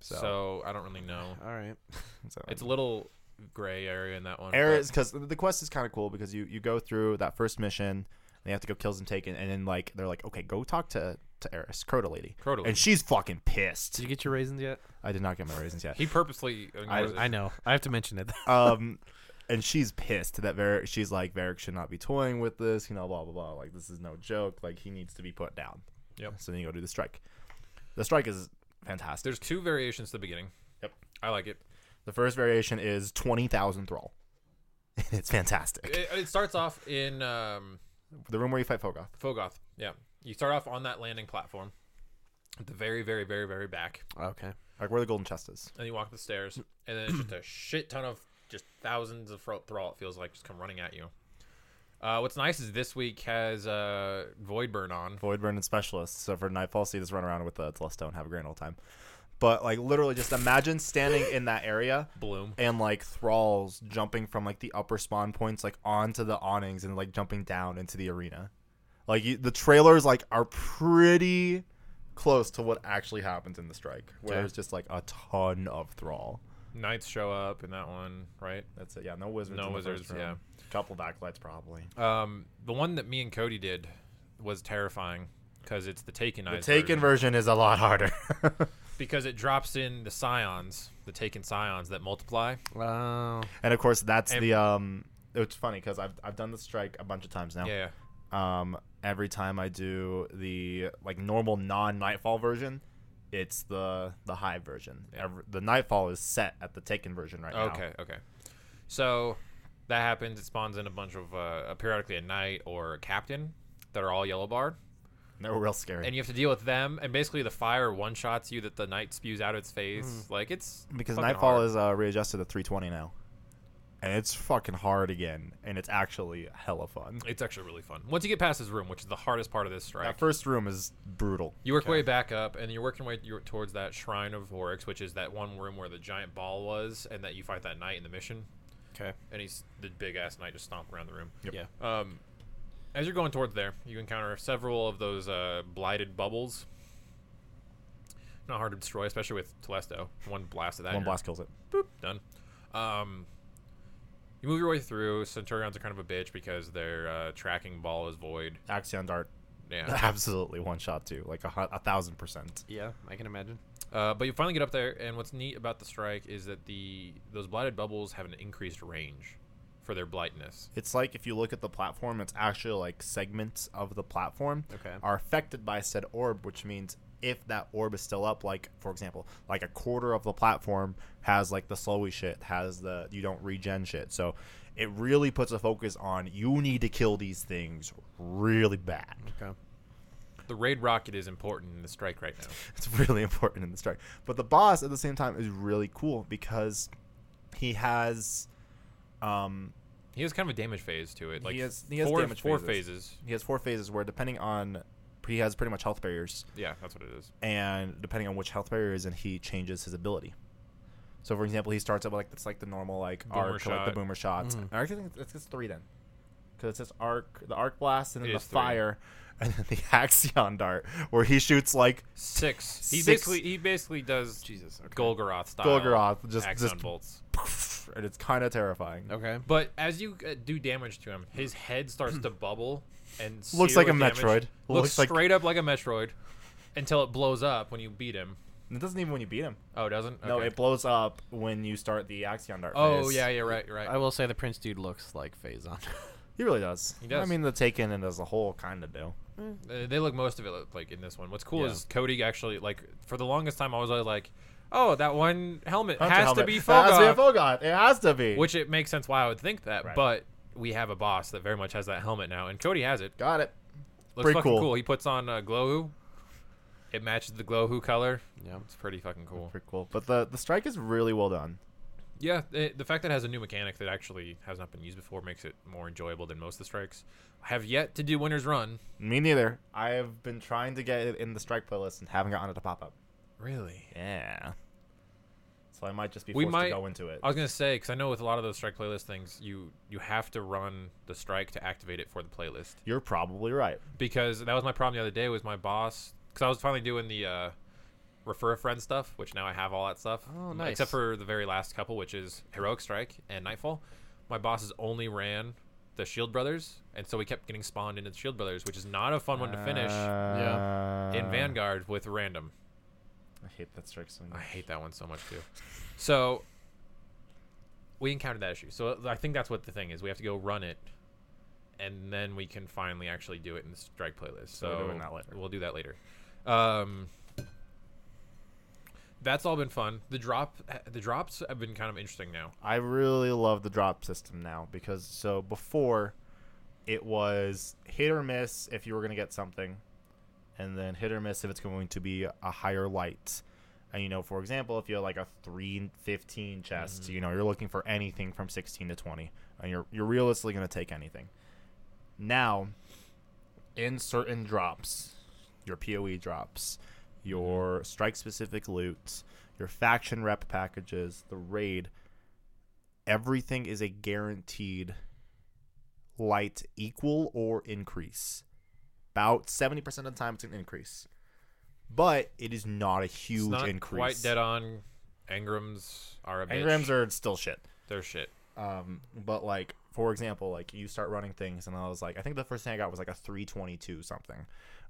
[SPEAKER 1] So.
[SPEAKER 2] So,
[SPEAKER 1] I don't really know.
[SPEAKER 3] All right.
[SPEAKER 2] so-
[SPEAKER 1] It's a little gray area in that one.
[SPEAKER 2] Areas
[SPEAKER 1] but-
[SPEAKER 2] because the quest is kind of cool because you you go through that first mission and you have to go kill some taken and then like they're like okay go talk to to Eris Crota lady
[SPEAKER 1] Crota lady.
[SPEAKER 2] and she's fucking pissed.
[SPEAKER 3] Did you get your raisins yet?
[SPEAKER 2] I did not get my raisins yet.
[SPEAKER 1] he purposely ignores it.
[SPEAKER 3] I know. I have to mention it.
[SPEAKER 2] um, and she's pissed that Varric. She's like Varric should not be toying with this. You know, blah blah blah. Like this is no joke. Like he needs to be put down.
[SPEAKER 1] Yep.
[SPEAKER 2] So then you go do the strike. The strike is fantastic.
[SPEAKER 1] There's two variations at the beginning.
[SPEAKER 2] Yep.
[SPEAKER 1] I like it.
[SPEAKER 2] The first variation is twenty thousand thrall. it's fantastic.
[SPEAKER 1] It, it starts off in um,
[SPEAKER 2] The room where you fight Fogoth.
[SPEAKER 1] Fogoth. Yeah. You start off on that landing platform at the very, very, very, very back.
[SPEAKER 3] okay.
[SPEAKER 2] Like where the golden chest is.
[SPEAKER 1] And you walk the stairs. And then it's just a shit ton of just thousands of thro- thrall, it feels like, just come running at you. Uh, what's nice is this week has uh, Voidburn on.
[SPEAKER 2] Voidburn and specialists. So for Nightfall, so you just run around with the Telesto and have a grand old time. But like literally, just imagine standing in that area
[SPEAKER 1] Bloom.
[SPEAKER 2] and like thralls jumping from like the upper spawn points like onto the awnings and like jumping down into the arena. Like you, the trailers like are pretty close to what actually happens in the strike, where
[SPEAKER 1] Okay.
[SPEAKER 2] there's just like a ton of thrall.
[SPEAKER 1] Knights show up in that one, right?
[SPEAKER 2] That's it. Yeah, no wizards.
[SPEAKER 1] No
[SPEAKER 2] in the
[SPEAKER 1] wizards,
[SPEAKER 2] first room. couple backlights probably.
[SPEAKER 1] Um, the one that me and Cody did was terrifying because it's the Taken
[SPEAKER 2] The
[SPEAKER 1] Eyes
[SPEAKER 2] taken version is a lot harder.
[SPEAKER 1] because it drops in the scions, the taken scions that multiply.
[SPEAKER 3] Wow.
[SPEAKER 2] and of course, that's
[SPEAKER 1] And-
[SPEAKER 2] the um. It's funny because I've I've done the strike a bunch of times now.
[SPEAKER 1] Yeah,
[SPEAKER 2] um, every time I do the like normal non Nightfall version, it's the the Hive version. Every, the Nightfall is set at the Taken version right now.
[SPEAKER 1] Okay. Okay. So that happens. It spawns in a bunch of uh, periodically a knight or a captain that are all yellow barred,
[SPEAKER 2] they're real scary
[SPEAKER 1] and you have to deal with them. And basically, the fire one shots you that the knight spews out of its face. Like it's
[SPEAKER 2] because
[SPEAKER 1] fucking
[SPEAKER 2] Nightfall
[SPEAKER 1] hard.
[SPEAKER 2] is uh, readjusted to 320 now, and it's fucking hard again, and it's actually hella fun.
[SPEAKER 1] It's actually really fun. Once you get past this room, which is the hardest part of this strike,
[SPEAKER 2] That first room is brutal.
[SPEAKER 1] You work way back up, and you're working way you're towards that shrine of Oryx, which is that one room where the giant ball was, and that you fight that knight in the mission.
[SPEAKER 3] Okay.
[SPEAKER 1] And he's the big ass knight just stomped around the room.
[SPEAKER 3] Yeah.
[SPEAKER 1] Um, as you're going towards there, you encounter several of those uh, blighted bubbles. Not hard to destroy, especially with Telesto. One blast of that,
[SPEAKER 2] One
[SPEAKER 1] you're
[SPEAKER 2] blast kills it.
[SPEAKER 1] done. Um, you move your way through. Centurions are kind of a bitch because their uh, tracking ball is void.
[SPEAKER 2] Axion Dart
[SPEAKER 1] Yeah.
[SPEAKER 2] Absolutely one shot too, like a, hu- a thousand percent.
[SPEAKER 3] Yeah, I can imagine.
[SPEAKER 1] Uh, but you finally get up there, and what's neat about the strike is that the those blighted bubbles have an increased range for their blightness.
[SPEAKER 2] It's like if you look at the platform, it's actually like segments of the platform
[SPEAKER 3] Okay.
[SPEAKER 2] are affected by said orb, which means if that orb is still up, like for example, like a quarter of the platform has like the slowy shit, has the you don't regen shit. So it really puts a focus on you need to kill these things really bad.
[SPEAKER 3] Okay.
[SPEAKER 1] The raid rocket is important in the strike right now.
[SPEAKER 2] It's really important in the strike. But the boss at the same time is really cool because he has um
[SPEAKER 1] He has kind of a damage phase to it. Like
[SPEAKER 2] He has- he has
[SPEAKER 1] four,
[SPEAKER 2] damage
[SPEAKER 1] four
[SPEAKER 2] phases.
[SPEAKER 1] phases.
[SPEAKER 2] he has four phases where depending on he has pretty much health barriers
[SPEAKER 1] Yeah, that's what it is.
[SPEAKER 2] and depending on which health barrier is in, he changes his ability. So, for example, he starts up like it's like the normal like
[SPEAKER 1] Boomer
[SPEAKER 2] arc, like the
[SPEAKER 1] shot. Mm-hmm.
[SPEAKER 2] boomer shots.
[SPEAKER 3] Mhm.
[SPEAKER 2] I actually think it's, it's three then, because it's this arc, the arc blast, and then
[SPEAKER 1] It
[SPEAKER 2] the
[SPEAKER 1] is three.
[SPEAKER 2] fire, and then the axion dart, where he shoots like
[SPEAKER 1] Six. He
[SPEAKER 2] Six.
[SPEAKER 1] basically he basically does
[SPEAKER 3] Jesus. Okay.
[SPEAKER 1] Golgoroth style.
[SPEAKER 2] Golgoroth, just
[SPEAKER 1] Axon
[SPEAKER 2] just
[SPEAKER 1] bolts.
[SPEAKER 2] poof, and it's kind of terrifying.
[SPEAKER 3] Okay.
[SPEAKER 1] But as you uh, do damage to him, his head starts to bubble and
[SPEAKER 2] Looks
[SPEAKER 1] sear
[SPEAKER 2] like a
[SPEAKER 1] with damage.
[SPEAKER 2] Metroid.
[SPEAKER 1] Looks,
[SPEAKER 2] Looks like-
[SPEAKER 1] straight up like a Metroid until it blows up when you beat him.
[SPEAKER 2] And It doesn't even when you beat him.
[SPEAKER 1] Oh, it doesn't.
[SPEAKER 2] No,
[SPEAKER 1] Okay.
[SPEAKER 2] it blows up when you start the axion dart.
[SPEAKER 1] Oh
[SPEAKER 2] phase.
[SPEAKER 1] yeah, yeah, right, you're right.
[SPEAKER 3] I will say the Prince dude looks like Phazon.
[SPEAKER 2] he really does.
[SPEAKER 1] He does.
[SPEAKER 2] I mean, the Taken and as a whole kind of do.
[SPEAKER 1] Uh, they look most of it look like in this one. What's cool
[SPEAKER 2] Yeah.
[SPEAKER 1] is Cody actually like for the longest time I was always like, oh, that one helmet
[SPEAKER 2] Hunter
[SPEAKER 1] has to
[SPEAKER 2] helmet.
[SPEAKER 1] be
[SPEAKER 2] That Has to be a
[SPEAKER 1] Fogoth,
[SPEAKER 2] Fogoth. It has to be.
[SPEAKER 1] which it makes sense why I would think that.
[SPEAKER 2] Right.
[SPEAKER 1] But we have a boss that very much has that helmet now, and Cody has it.
[SPEAKER 2] got it.
[SPEAKER 1] Looks
[SPEAKER 2] Pretty
[SPEAKER 1] fucking
[SPEAKER 2] cool.
[SPEAKER 1] cool. He puts on uh, Glowhoo. It matches the Glowhoo color.
[SPEAKER 3] yeah.
[SPEAKER 1] It's pretty fucking cool.
[SPEAKER 2] Pretty cool. But the the strike is really well done.
[SPEAKER 1] Yeah, it, the fact that it has a new mechanic that actually has not been used before makes it more enjoyable than most of the strikes. I have yet to do Winner's Run.
[SPEAKER 2] Me neither. I have been trying to get it in the strike playlist and haven't gotten it to pop up.
[SPEAKER 1] Really?
[SPEAKER 2] Yeah. So I might just be
[SPEAKER 1] We
[SPEAKER 2] forced
[SPEAKER 1] might-
[SPEAKER 2] to go into it.
[SPEAKER 1] I was gonna say because I know with a lot of those strike playlist things, you you have to run the strike to activate it for the playlist.
[SPEAKER 2] You're probably right.
[SPEAKER 1] Because that was my problem the other day was my boss because I was finally doing the uh, refer a friend stuff, which now I have all that stuff.
[SPEAKER 3] Oh,
[SPEAKER 1] m-
[SPEAKER 3] nice.
[SPEAKER 1] Except for the very last couple, which is heroic strike and nightfall. My bosses only ran the Shield Brothers, and so we kept getting spawned into the Shield Brothers, which is not a fun one to finish
[SPEAKER 2] yeah.
[SPEAKER 3] Ah.
[SPEAKER 1] in Vanguard with random.
[SPEAKER 2] Uh, I hate that strike so
[SPEAKER 1] I
[SPEAKER 2] much.
[SPEAKER 1] hate that one so much too. So we encountered that issue. So I think that's what the thing is. We have to go run it, and then we can finally actually do it in the strike playlist. So
[SPEAKER 2] So we're doing that later.
[SPEAKER 1] We'll do that later. Um, that's all been fun. The drop, the drops have been kind of interesting now.
[SPEAKER 2] I really love the drop system now because so before it was hit or miss if you were going to get something and then hit or miss if it's going to be a higher light. And you know, for example, if you have like a 315 chest, you know, you're looking for anything from 16 to 20 and you're you're realistically going to take anything. Now, in certain drops, your PoE drops,
[SPEAKER 1] Mm-hmm.
[SPEAKER 2] your strike specific loot, your faction rep packages, the raid, everything is a guaranteed light equal or increase. About 70% of the time, it's an increase. But it is not a huge
[SPEAKER 1] it's not
[SPEAKER 2] increase.
[SPEAKER 1] Quite dead on. Engrams are a bitch.
[SPEAKER 2] Engrams are still shit.
[SPEAKER 1] They're shit.
[SPEAKER 2] Um, but like for example, like you start running things, and I was like, I think the first thing I got was like a 322 something,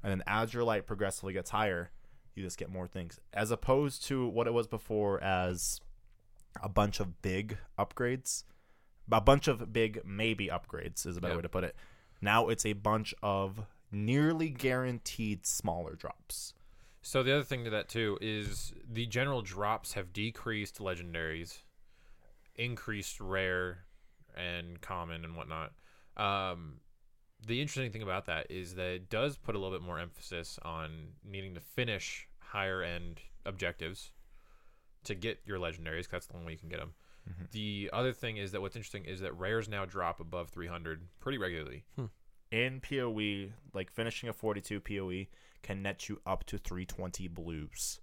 [SPEAKER 2] and then as your light progressively gets higher, you just get more things, as opposed to what it was before as a bunch of big upgrades, a bunch of big maybe upgrades is a better
[SPEAKER 1] Yep.
[SPEAKER 2] way to put it. Now it's a bunch of nearly guaranteed smaller drops.
[SPEAKER 1] So the other thing to that too is the general drops have decreased legendaries, increased rare and common and whatnot. Um, the interesting thing about that is that it does put a little bit more emphasis on needing to finish higher end objectives to get your legendaries. 'cause that's the only way you can get them. The other thing is that what's interesting is that rares now drop above 300 pretty regularly.
[SPEAKER 2] in PoE, like finishing a 42 PoE E can net you up to 320 blues.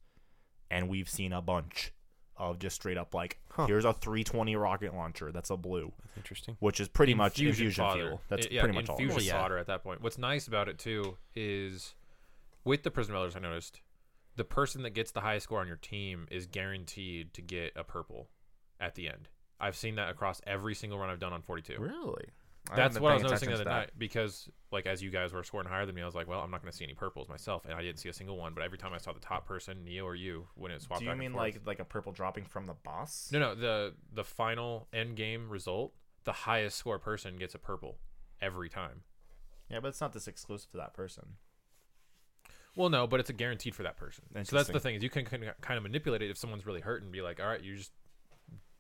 [SPEAKER 2] And we've seen a bunch of just straight up like, here's a 320 rocket launcher. That's a blue,
[SPEAKER 3] That's interesting.
[SPEAKER 2] which is pretty much
[SPEAKER 1] Infusion
[SPEAKER 2] infusion
[SPEAKER 1] fodder.
[SPEAKER 2] fuel. That's
[SPEAKER 1] I- yeah,
[SPEAKER 2] pretty much all. it
[SPEAKER 1] infusion
[SPEAKER 2] is.
[SPEAKER 3] Well, yeah.
[SPEAKER 1] fodder at that point. What's nice about it too is with the prison dwellers, I noticed the person that gets the highest score on your team is guaranteed to get a purple at the end. I've seen that across every single run I've done on 42.
[SPEAKER 2] Really?
[SPEAKER 4] I haven't
[SPEAKER 1] That's
[SPEAKER 4] been
[SPEAKER 1] what I
[SPEAKER 4] paying
[SPEAKER 1] was noticing the
[SPEAKER 4] attention
[SPEAKER 1] other
[SPEAKER 4] to
[SPEAKER 1] night because, like, as you guys were scoring higher than me, I was like, well, I'm not going to see any purples myself, and I didn't see a single one. But every time I saw the top person, Neo or you, when it swapped,
[SPEAKER 2] Do you
[SPEAKER 1] back and
[SPEAKER 2] mean
[SPEAKER 1] forth-
[SPEAKER 2] like like a purple dropping from the boss?
[SPEAKER 1] no, no, the the final end game result, the highest score person gets a purple every time.
[SPEAKER 2] Yeah, but it's not this exclusive to that person.
[SPEAKER 1] Well, no, but it's a guaranteed for that person. So that's the
[SPEAKER 2] Interesting.
[SPEAKER 1] thing is you can kind of kind of manipulate it if someone's really hurt and be like, all right, you just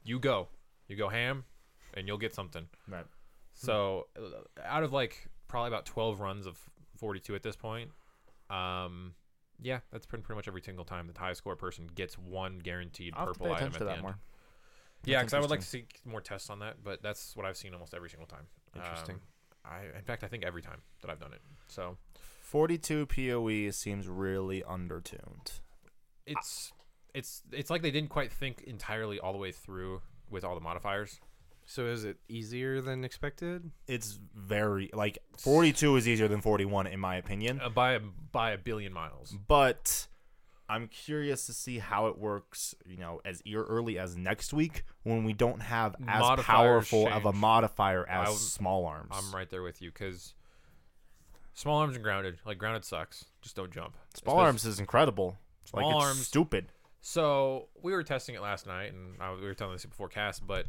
[SPEAKER 1] you go, you go ham, and you'll get something.
[SPEAKER 2] Right.
[SPEAKER 1] So uh, out of like probably about 12 runs of 42 at this point, um, yeah, that's pretty, pretty much every single time the high score person gets one guaranteed
[SPEAKER 2] I'll have to
[SPEAKER 1] purple
[SPEAKER 2] pay
[SPEAKER 1] item at
[SPEAKER 2] attention to
[SPEAKER 1] the
[SPEAKER 2] that
[SPEAKER 1] end.
[SPEAKER 2] more.
[SPEAKER 1] Yeah,
[SPEAKER 2] That's
[SPEAKER 1] because I would like to see more tests on that, but that's what I've seen almost every single time.
[SPEAKER 3] Interesting.
[SPEAKER 1] Um, I, in fact, I think every time that I've done it. So
[SPEAKER 2] Forty-two POE seems really undertuned.
[SPEAKER 1] it's it's it's like they didn't quite think entirely all the way through with all the modifiers.
[SPEAKER 3] So is it easier than expected?
[SPEAKER 2] It's very like forty-two is easier than forty-one in my opinion.
[SPEAKER 1] Uh, by a, by a billion miles.
[SPEAKER 2] but I'm curious to see how it works, you know, as ear early as next week when we don't have as
[SPEAKER 1] Modifiers
[SPEAKER 2] powerful of a
[SPEAKER 1] change.
[SPEAKER 2] modifier as
[SPEAKER 1] I'm-
[SPEAKER 2] small arms.
[SPEAKER 1] I'm right there with you because small arms and grounded, like grounded sucks. Just don't jump.
[SPEAKER 2] Small
[SPEAKER 1] Espec-
[SPEAKER 2] arms is incredible. like
[SPEAKER 1] Small
[SPEAKER 2] it's
[SPEAKER 1] arms-
[SPEAKER 2] stupid.
[SPEAKER 1] So we were testing it last night, and I, we were telling this before cast, but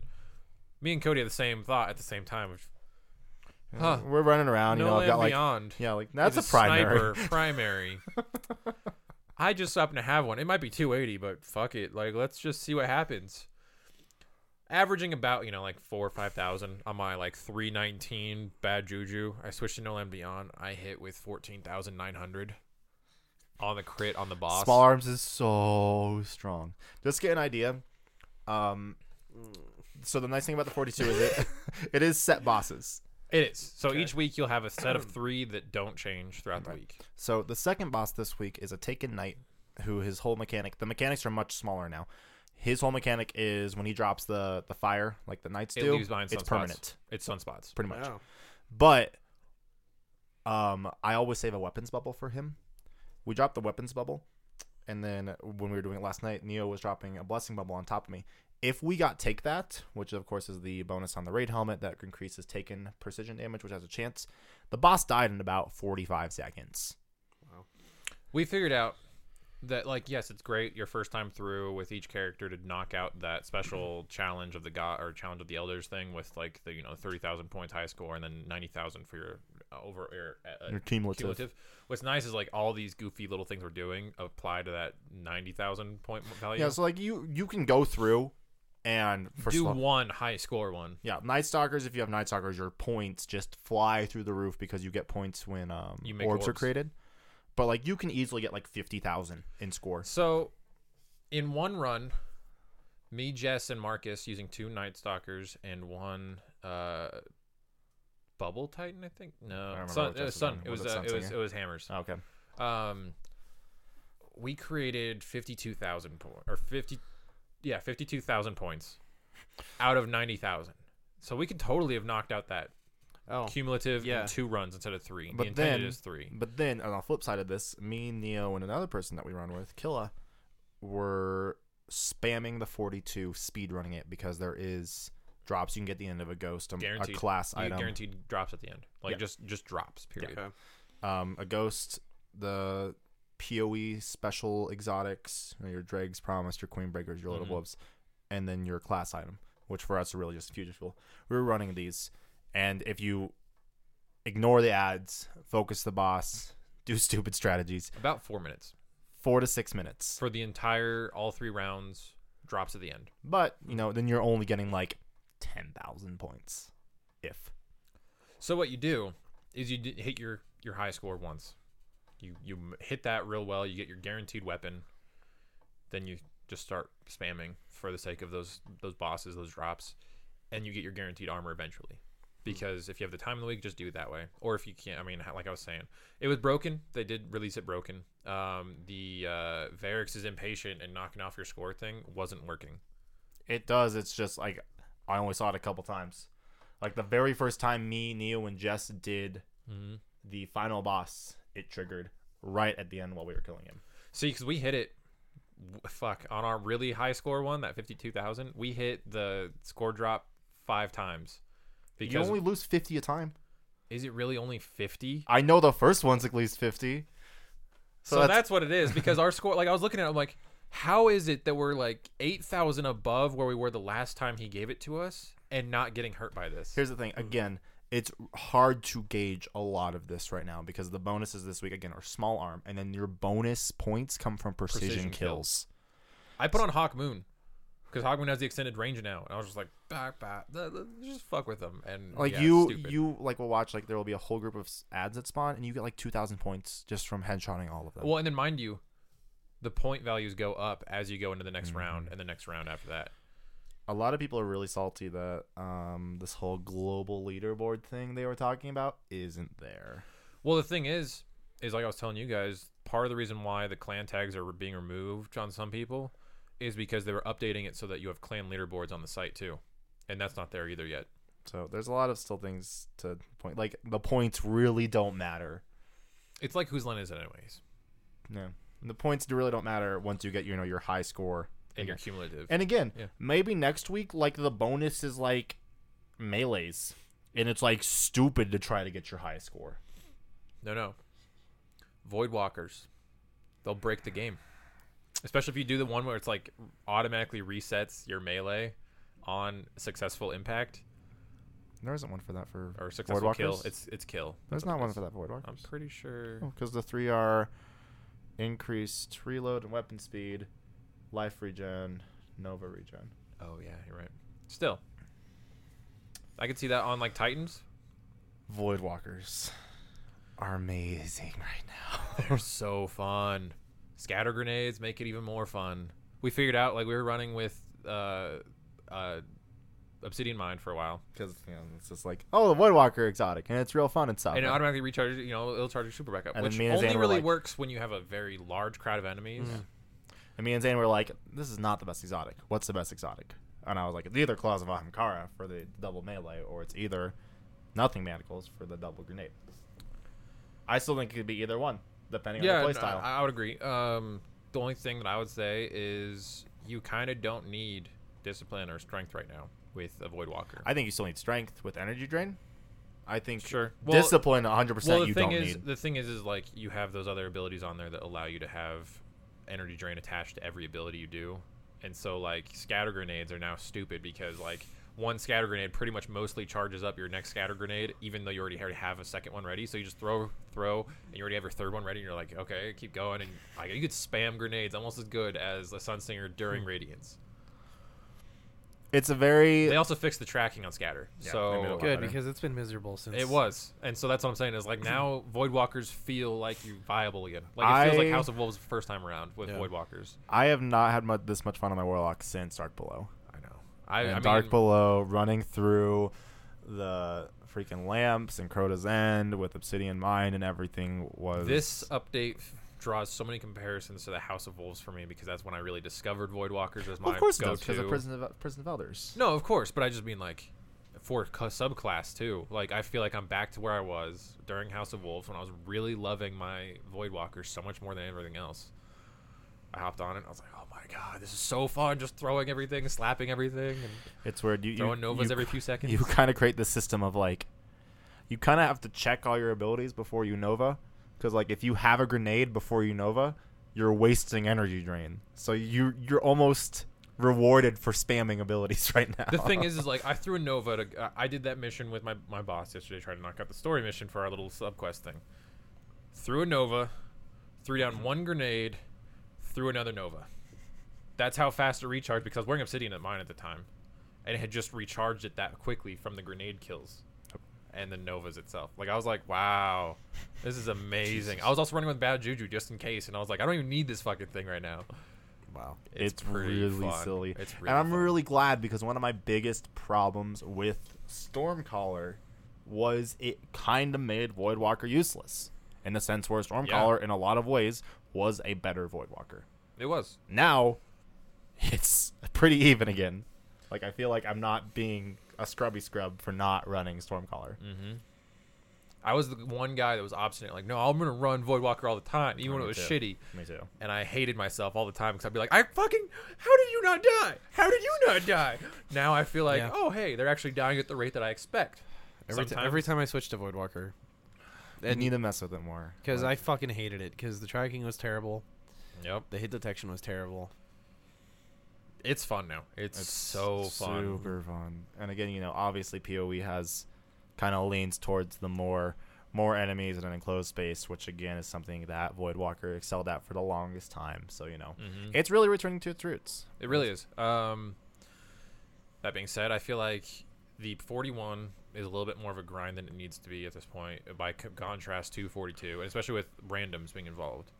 [SPEAKER 1] me and Cody had the same thought at the same time. Of, huh?
[SPEAKER 2] We're running around, you
[SPEAKER 1] no
[SPEAKER 2] know, I've
[SPEAKER 1] land
[SPEAKER 2] got like
[SPEAKER 1] beyond.
[SPEAKER 2] yeah, like that's a
[SPEAKER 1] is
[SPEAKER 2] primary.
[SPEAKER 1] Sniper primary. I just happen to have one. It might be 280, but fuck it. Like, let's just see what happens. Averaging about you know like four or five thousand on my like 319 bad juju. I switched to No Land Beyond. I hit with 14,900 on the crit on the boss.
[SPEAKER 2] Small arms is so strong. Just get an idea. Um so the nice thing about the 42 is it it is set bosses.
[SPEAKER 1] It is. So each week you'll have a set of three that don't change throughout the week.
[SPEAKER 2] So the second boss this week is a Taken Knight, who his whole mechanic. The mechanics are much smaller now. His whole mechanic is when he drops the the fire, like the knights
[SPEAKER 1] It
[SPEAKER 2] do.
[SPEAKER 1] leaves behind
[SPEAKER 2] it's
[SPEAKER 1] sunspots.
[SPEAKER 2] permanent,
[SPEAKER 1] It's sunspots.
[SPEAKER 2] pretty much.
[SPEAKER 3] Wow.
[SPEAKER 2] But um, I always save a weapons bubble for him. We dropped the weapons bubble, and then when we were doing it last night, Neo was dropping a blessing bubble on top of me. If we got take that, which of course is the bonus on the raid helmet that increases taken precision damage, which has a chance, the boss died in about forty five seconds.
[SPEAKER 1] we figured out that like yes it's great your first time through with each character to knock out that
[SPEAKER 2] Mm-hmm.
[SPEAKER 1] special challenge of the god or challenge of the elders thing with like the you know 30,000 points high score and then 90,000 for your uh, over your, uh,
[SPEAKER 2] Your cumulative.
[SPEAKER 1] cumulative what's nice is like all these goofy little things we're doing apply to that 90,000 point value
[SPEAKER 2] Yeah, so like you you can go through and for
[SPEAKER 1] do
[SPEAKER 2] slow-
[SPEAKER 1] one high score one
[SPEAKER 2] yeah, night stalkers. If you have night stalkers, your points just fly through the roof because you get points when um
[SPEAKER 1] You make
[SPEAKER 2] orbs, are
[SPEAKER 1] orbs.
[SPEAKER 2] created. But like you can easily get like fifty thousand in score.
[SPEAKER 1] So, in one run, me, Jess, and Marcus using two Night Stalkers and one uh, Bubble Titan, I think. No,
[SPEAKER 2] remember
[SPEAKER 1] Sun.
[SPEAKER 2] what
[SPEAKER 1] It was
[SPEAKER 2] Jess's
[SPEAKER 1] Sun.
[SPEAKER 2] one-
[SPEAKER 1] It
[SPEAKER 2] what
[SPEAKER 1] was,
[SPEAKER 2] did
[SPEAKER 1] uh,
[SPEAKER 2] Sun Oh.
[SPEAKER 1] it was
[SPEAKER 2] say?
[SPEAKER 1] it was hammers.
[SPEAKER 2] Okay,
[SPEAKER 1] Um, we created fifty-two thousand po- or fifty, yeah, fifty-two thousand points out of ninety thousand. So we could totally have knocked out that
[SPEAKER 3] Oh,
[SPEAKER 1] cumulative in
[SPEAKER 3] yeah.
[SPEAKER 1] two runs instead of three.
[SPEAKER 2] But
[SPEAKER 1] the intended
[SPEAKER 2] then-
[SPEAKER 1] is three.
[SPEAKER 2] but then on the flip side of this, me, Neo, and another person that we run with, Killa, were spamming the forty-two, speed running it because there is drops you can get at the end of a ghost, a, a
[SPEAKER 1] Guaranteed
[SPEAKER 2] class
[SPEAKER 1] You
[SPEAKER 2] item,
[SPEAKER 1] guaranteed drops at the end, like
[SPEAKER 2] Yeah.
[SPEAKER 1] just just drops. Period.
[SPEAKER 3] okay.
[SPEAKER 2] um, a ghost, the POE special exotics, you know, your Dregs Promise, your Queen Breakers, your Little
[SPEAKER 1] Mhm.
[SPEAKER 2] Wolves, and then your class item, which for us are really just future fuel. We were running these, and if you ignore the ads, focus the boss, do stupid strategies,
[SPEAKER 1] About four minutes.
[SPEAKER 2] four to six minutes.
[SPEAKER 1] for the entire all three rounds drops at the end.
[SPEAKER 2] But, you know, then you're only getting like 10,000 points. If.
[SPEAKER 1] So what you do is you d- hit your your high score once. You you m- hit that real well. You get your guaranteed weapon. Then you just start spamming for the sake of those those bosses, those drops, and you get your guaranteed armor eventually. Because if you have the time of the week, just do it that way. Or if you can't, I mean, ha- like I was saying, it was broken. They did release it broken. Um, the uh, Varix is impatient and knocking off your score thing wasn't working.
[SPEAKER 2] It does. It's just like I only saw it a couple times. Like the very first time me, Neo, and Jess did the final boss, it triggered right at the end while we were killing him.
[SPEAKER 1] See, because we hit it, w- fuck, on our really high score one, that 52,000, we hit the score drop five times
[SPEAKER 2] you
[SPEAKER 1] Because
[SPEAKER 2] only lose 50 a time.
[SPEAKER 1] is it really only fifty?
[SPEAKER 2] I know the first one's at least 50.
[SPEAKER 1] So,
[SPEAKER 2] So
[SPEAKER 1] that's,
[SPEAKER 2] that's-
[SPEAKER 1] what it is because our score. Like I was looking at, it, I'm like, how is it that we're like eight thousand above where we were the last time he gave it to us and not getting hurt by this?
[SPEAKER 2] Here's the thing. Again, it's hard to gauge a lot of this right now because the bonuses this week again are small arm, and then your bonus points come from precision,
[SPEAKER 1] Precision
[SPEAKER 2] kills.
[SPEAKER 1] I put on Hawk Moon because Hawk Moon has the extended range now, and I was just like, bah, bah, th- th- just fuck with them. And
[SPEAKER 2] Like
[SPEAKER 1] yeah,
[SPEAKER 2] you,
[SPEAKER 1] stupid.
[SPEAKER 2] you like will watch like there will be a whole group of s- ads that spawn, and you get like two thousand points just from headshotting all of them.
[SPEAKER 1] Well, and then mind you, the point values go up as you go into the next round and the next round after that.
[SPEAKER 2] a lot of people are really salty that um this whole global leaderboard thing they were talking about isn't there.
[SPEAKER 1] Well, the thing is, is like I was telling you guys, part of the reason why the clan tags are being removed on some people is because they were updating it so that you have clan leaderboards on the site too, and that's not there either yet.
[SPEAKER 2] So there's a lot of still things to point. Like the points really don't matter.
[SPEAKER 1] It's like whose line is it anyways?
[SPEAKER 2] No, the points really don't matter once you get you know your high score.
[SPEAKER 1] And your cumulative.
[SPEAKER 2] And again,
[SPEAKER 1] Yeah.
[SPEAKER 2] maybe next week like the bonus is like melee's, and it's like stupid to try to get your high score.
[SPEAKER 1] No, no. Void walkers. They'll break the game. Especially if you do the one where it's like automatically resets your melee on successful impact
[SPEAKER 2] There isn't one for that for
[SPEAKER 1] or
[SPEAKER 2] void
[SPEAKER 1] successful
[SPEAKER 2] walkers.
[SPEAKER 1] kill. It's it's kill.
[SPEAKER 2] there's not one Oh. for that void
[SPEAKER 1] I'm
[SPEAKER 2] walkers
[SPEAKER 1] pretty sure.
[SPEAKER 2] because the three are increased reload and weapon speed, life regen, nova regen.
[SPEAKER 1] Oh yeah, you're right. Still, I could see that on like Titans.
[SPEAKER 2] Void walkers are amazing right now.
[SPEAKER 1] They're so fun. Scatter grenades make it even more fun. We figured out like we were running with uh, uh, Obsidian Mind for a while,
[SPEAKER 2] Because you know, it's just like, oh, the Voidwalker exotic, and it's real fun and stuff.
[SPEAKER 1] and it automatically recharges. You know, it'll charge your super backup,
[SPEAKER 2] And then
[SPEAKER 1] which
[SPEAKER 2] me and
[SPEAKER 1] only
[SPEAKER 2] Zane were
[SPEAKER 1] really
[SPEAKER 2] like- Mm.
[SPEAKER 1] works when you have a very large crowd of enemies.
[SPEAKER 2] and me and Zane were like, this is not the best exotic. What's the best exotic? And I was like, it's either Claws of Ahamkara for the double melee, or it's either Nothing Manacles for the double grenade. I still think it could be either one, depending
[SPEAKER 1] Yeah, uh,
[SPEAKER 2] on the
[SPEAKER 1] no,
[SPEAKER 2] playstyle.
[SPEAKER 1] I, I would agree. Um, the only thing that I would say is you kind of don't need discipline or strength right now with a Void Walker.
[SPEAKER 2] I think you still need strength with energy drain. I think
[SPEAKER 1] Sure. Well-
[SPEAKER 2] discipline 100%
[SPEAKER 1] well, the
[SPEAKER 2] you
[SPEAKER 1] thing
[SPEAKER 2] don't
[SPEAKER 1] is,
[SPEAKER 2] need.
[SPEAKER 1] the thing is, is like you have those other abilities on there that allow you to have energy drain attached to every ability you do, and so like scatter grenades are now stupid because like one scatter grenade pretty much mostly charges up your next scatter grenade, even though you already already have a second one ready. So you just throw, throw, and you already have your third one ready, and you're like, okay, keep going, and like you could spam grenades almost as good as a Sunstinger during
[SPEAKER 2] Hmm.
[SPEAKER 1] Radiance.
[SPEAKER 2] It's a very.
[SPEAKER 1] They also fixed the tracking on scatter,
[SPEAKER 2] Yeah, they made it
[SPEAKER 1] so
[SPEAKER 2] a lot
[SPEAKER 3] Good
[SPEAKER 2] better.
[SPEAKER 3] because it's been miserable since
[SPEAKER 1] Oh, It was, and so that's what I'm saying is like now Voidwalkers feel like you viable again. Like it feels like
[SPEAKER 2] I-
[SPEAKER 1] House of Wolves first time around with
[SPEAKER 3] Yeah.
[SPEAKER 1] Voidwalkers.
[SPEAKER 2] I have not had mu this much fun on my Warlock since Dark Below.
[SPEAKER 1] I know. I,
[SPEAKER 2] and
[SPEAKER 1] I mean,
[SPEAKER 2] Dark Below running through the freaking lamps and Crota's End with Obsidian Mind and everything was
[SPEAKER 1] this update f- draws so many comparisons to the House of Wolves for me because that's when I really discovered Voidwalkers as my
[SPEAKER 2] Well, of course it does
[SPEAKER 1] go-to.
[SPEAKER 2] because of Prison of Prison of Elders.
[SPEAKER 1] No, of course, but I just mean like for cu- subclass too. Like I feel like I'm back to where I was during House of Wolves when I was really loving my Voidwalker so much more than everything else. I hopped on it. and I was like, "Oh my god, this is so fun! Just throwing everything, slapping everything, and
[SPEAKER 2] It's where you you,
[SPEAKER 1] throwing novas
[SPEAKER 2] you,
[SPEAKER 1] every few seconds."
[SPEAKER 2] you kind of create this system of like you kind of have to check all your abilities before you nova because like if you have a grenade before you nova, you're wasting energy drain. So you you're almost rewarded for spamming abilities right now.
[SPEAKER 1] the thing is, is like I threw a Nova. To, uh, I- I did that mission with my my boss yesterday, trying to knock out the story mission for our little subquest thing. Threw a Nova, threw down one grenade, threw another Nova. That's how fast it recharged because I was wearing Obsidian at mine at the time, and it had just recharged it that quickly from the grenade kills. And the Novas itself. Like, I was like, wow, this is amazing. I was also running with Bad Juju just in case, and I was like, I don't even need this fucking thing right now.
[SPEAKER 3] wow.
[SPEAKER 2] it's,
[SPEAKER 1] pretty
[SPEAKER 2] really
[SPEAKER 1] fun.
[SPEAKER 2] silly.
[SPEAKER 1] It's really
[SPEAKER 2] and I'm
[SPEAKER 1] fun.
[SPEAKER 2] really glad because one of my biggest problems with Stormcaller was it kind of made Voidwalker useless in the sense where Stormcaller, in a lot of ways, was a better Voidwalker.
[SPEAKER 1] It was.
[SPEAKER 2] Now, it's pretty even again. Like I feel like I'm not being a scrubby scrub for not running Stormcaller.
[SPEAKER 1] Mm-hmm. I was the one guy that was obstinate, like, no, I'm gonna run Void Walker all the time, even when it
[SPEAKER 2] me
[SPEAKER 1] was
[SPEAKER 2] too.
[SPEAKER 1] shitty.
[SPEAKER 2] Me too.
[SPEAKER 1] And I hated myself all the time because I'd be like, I fucking, how did you not die? How did you not die? Now I feel like,
[SPEAKER 3] Yeah.
[SPEAKER 1] oh hey, they're actually dying at the rate that I expect.
[SPEAKER 3] Every, ti-
[SPEAKER 1] Sometimes-
[SPEAKER 3] every time I switched to Voidwalker,
[SPEAKER 2] You need to mess with it more.
[SPEAKER 3] because I
[SPEAKER 2] Like,
[SPEAKER 3] fucking hated it. Because the tracking was terrible,
[SPEAKER 1] Yep.
[SPEAKER 3] the hit detection was terrible.
[SPEAKER 1] It's fun now. It's, so fun.
[SPEAKER 2] super fun. And again, you know, obviously POE has kind of leans towards the more more enemies in an enclosed space, which again is something that Voidwalker excelled at for the longest time. So you know,
[SPEAKER 1] Mhm.
[SPEAKER 2] it's really returning to its roots.
[SPEAKER 1] It really is. Um, that being said, I feel like the 41 is a little bit more of a grind than it needs to be at this point, by c- contrast to 42, and especially with randoms being involved.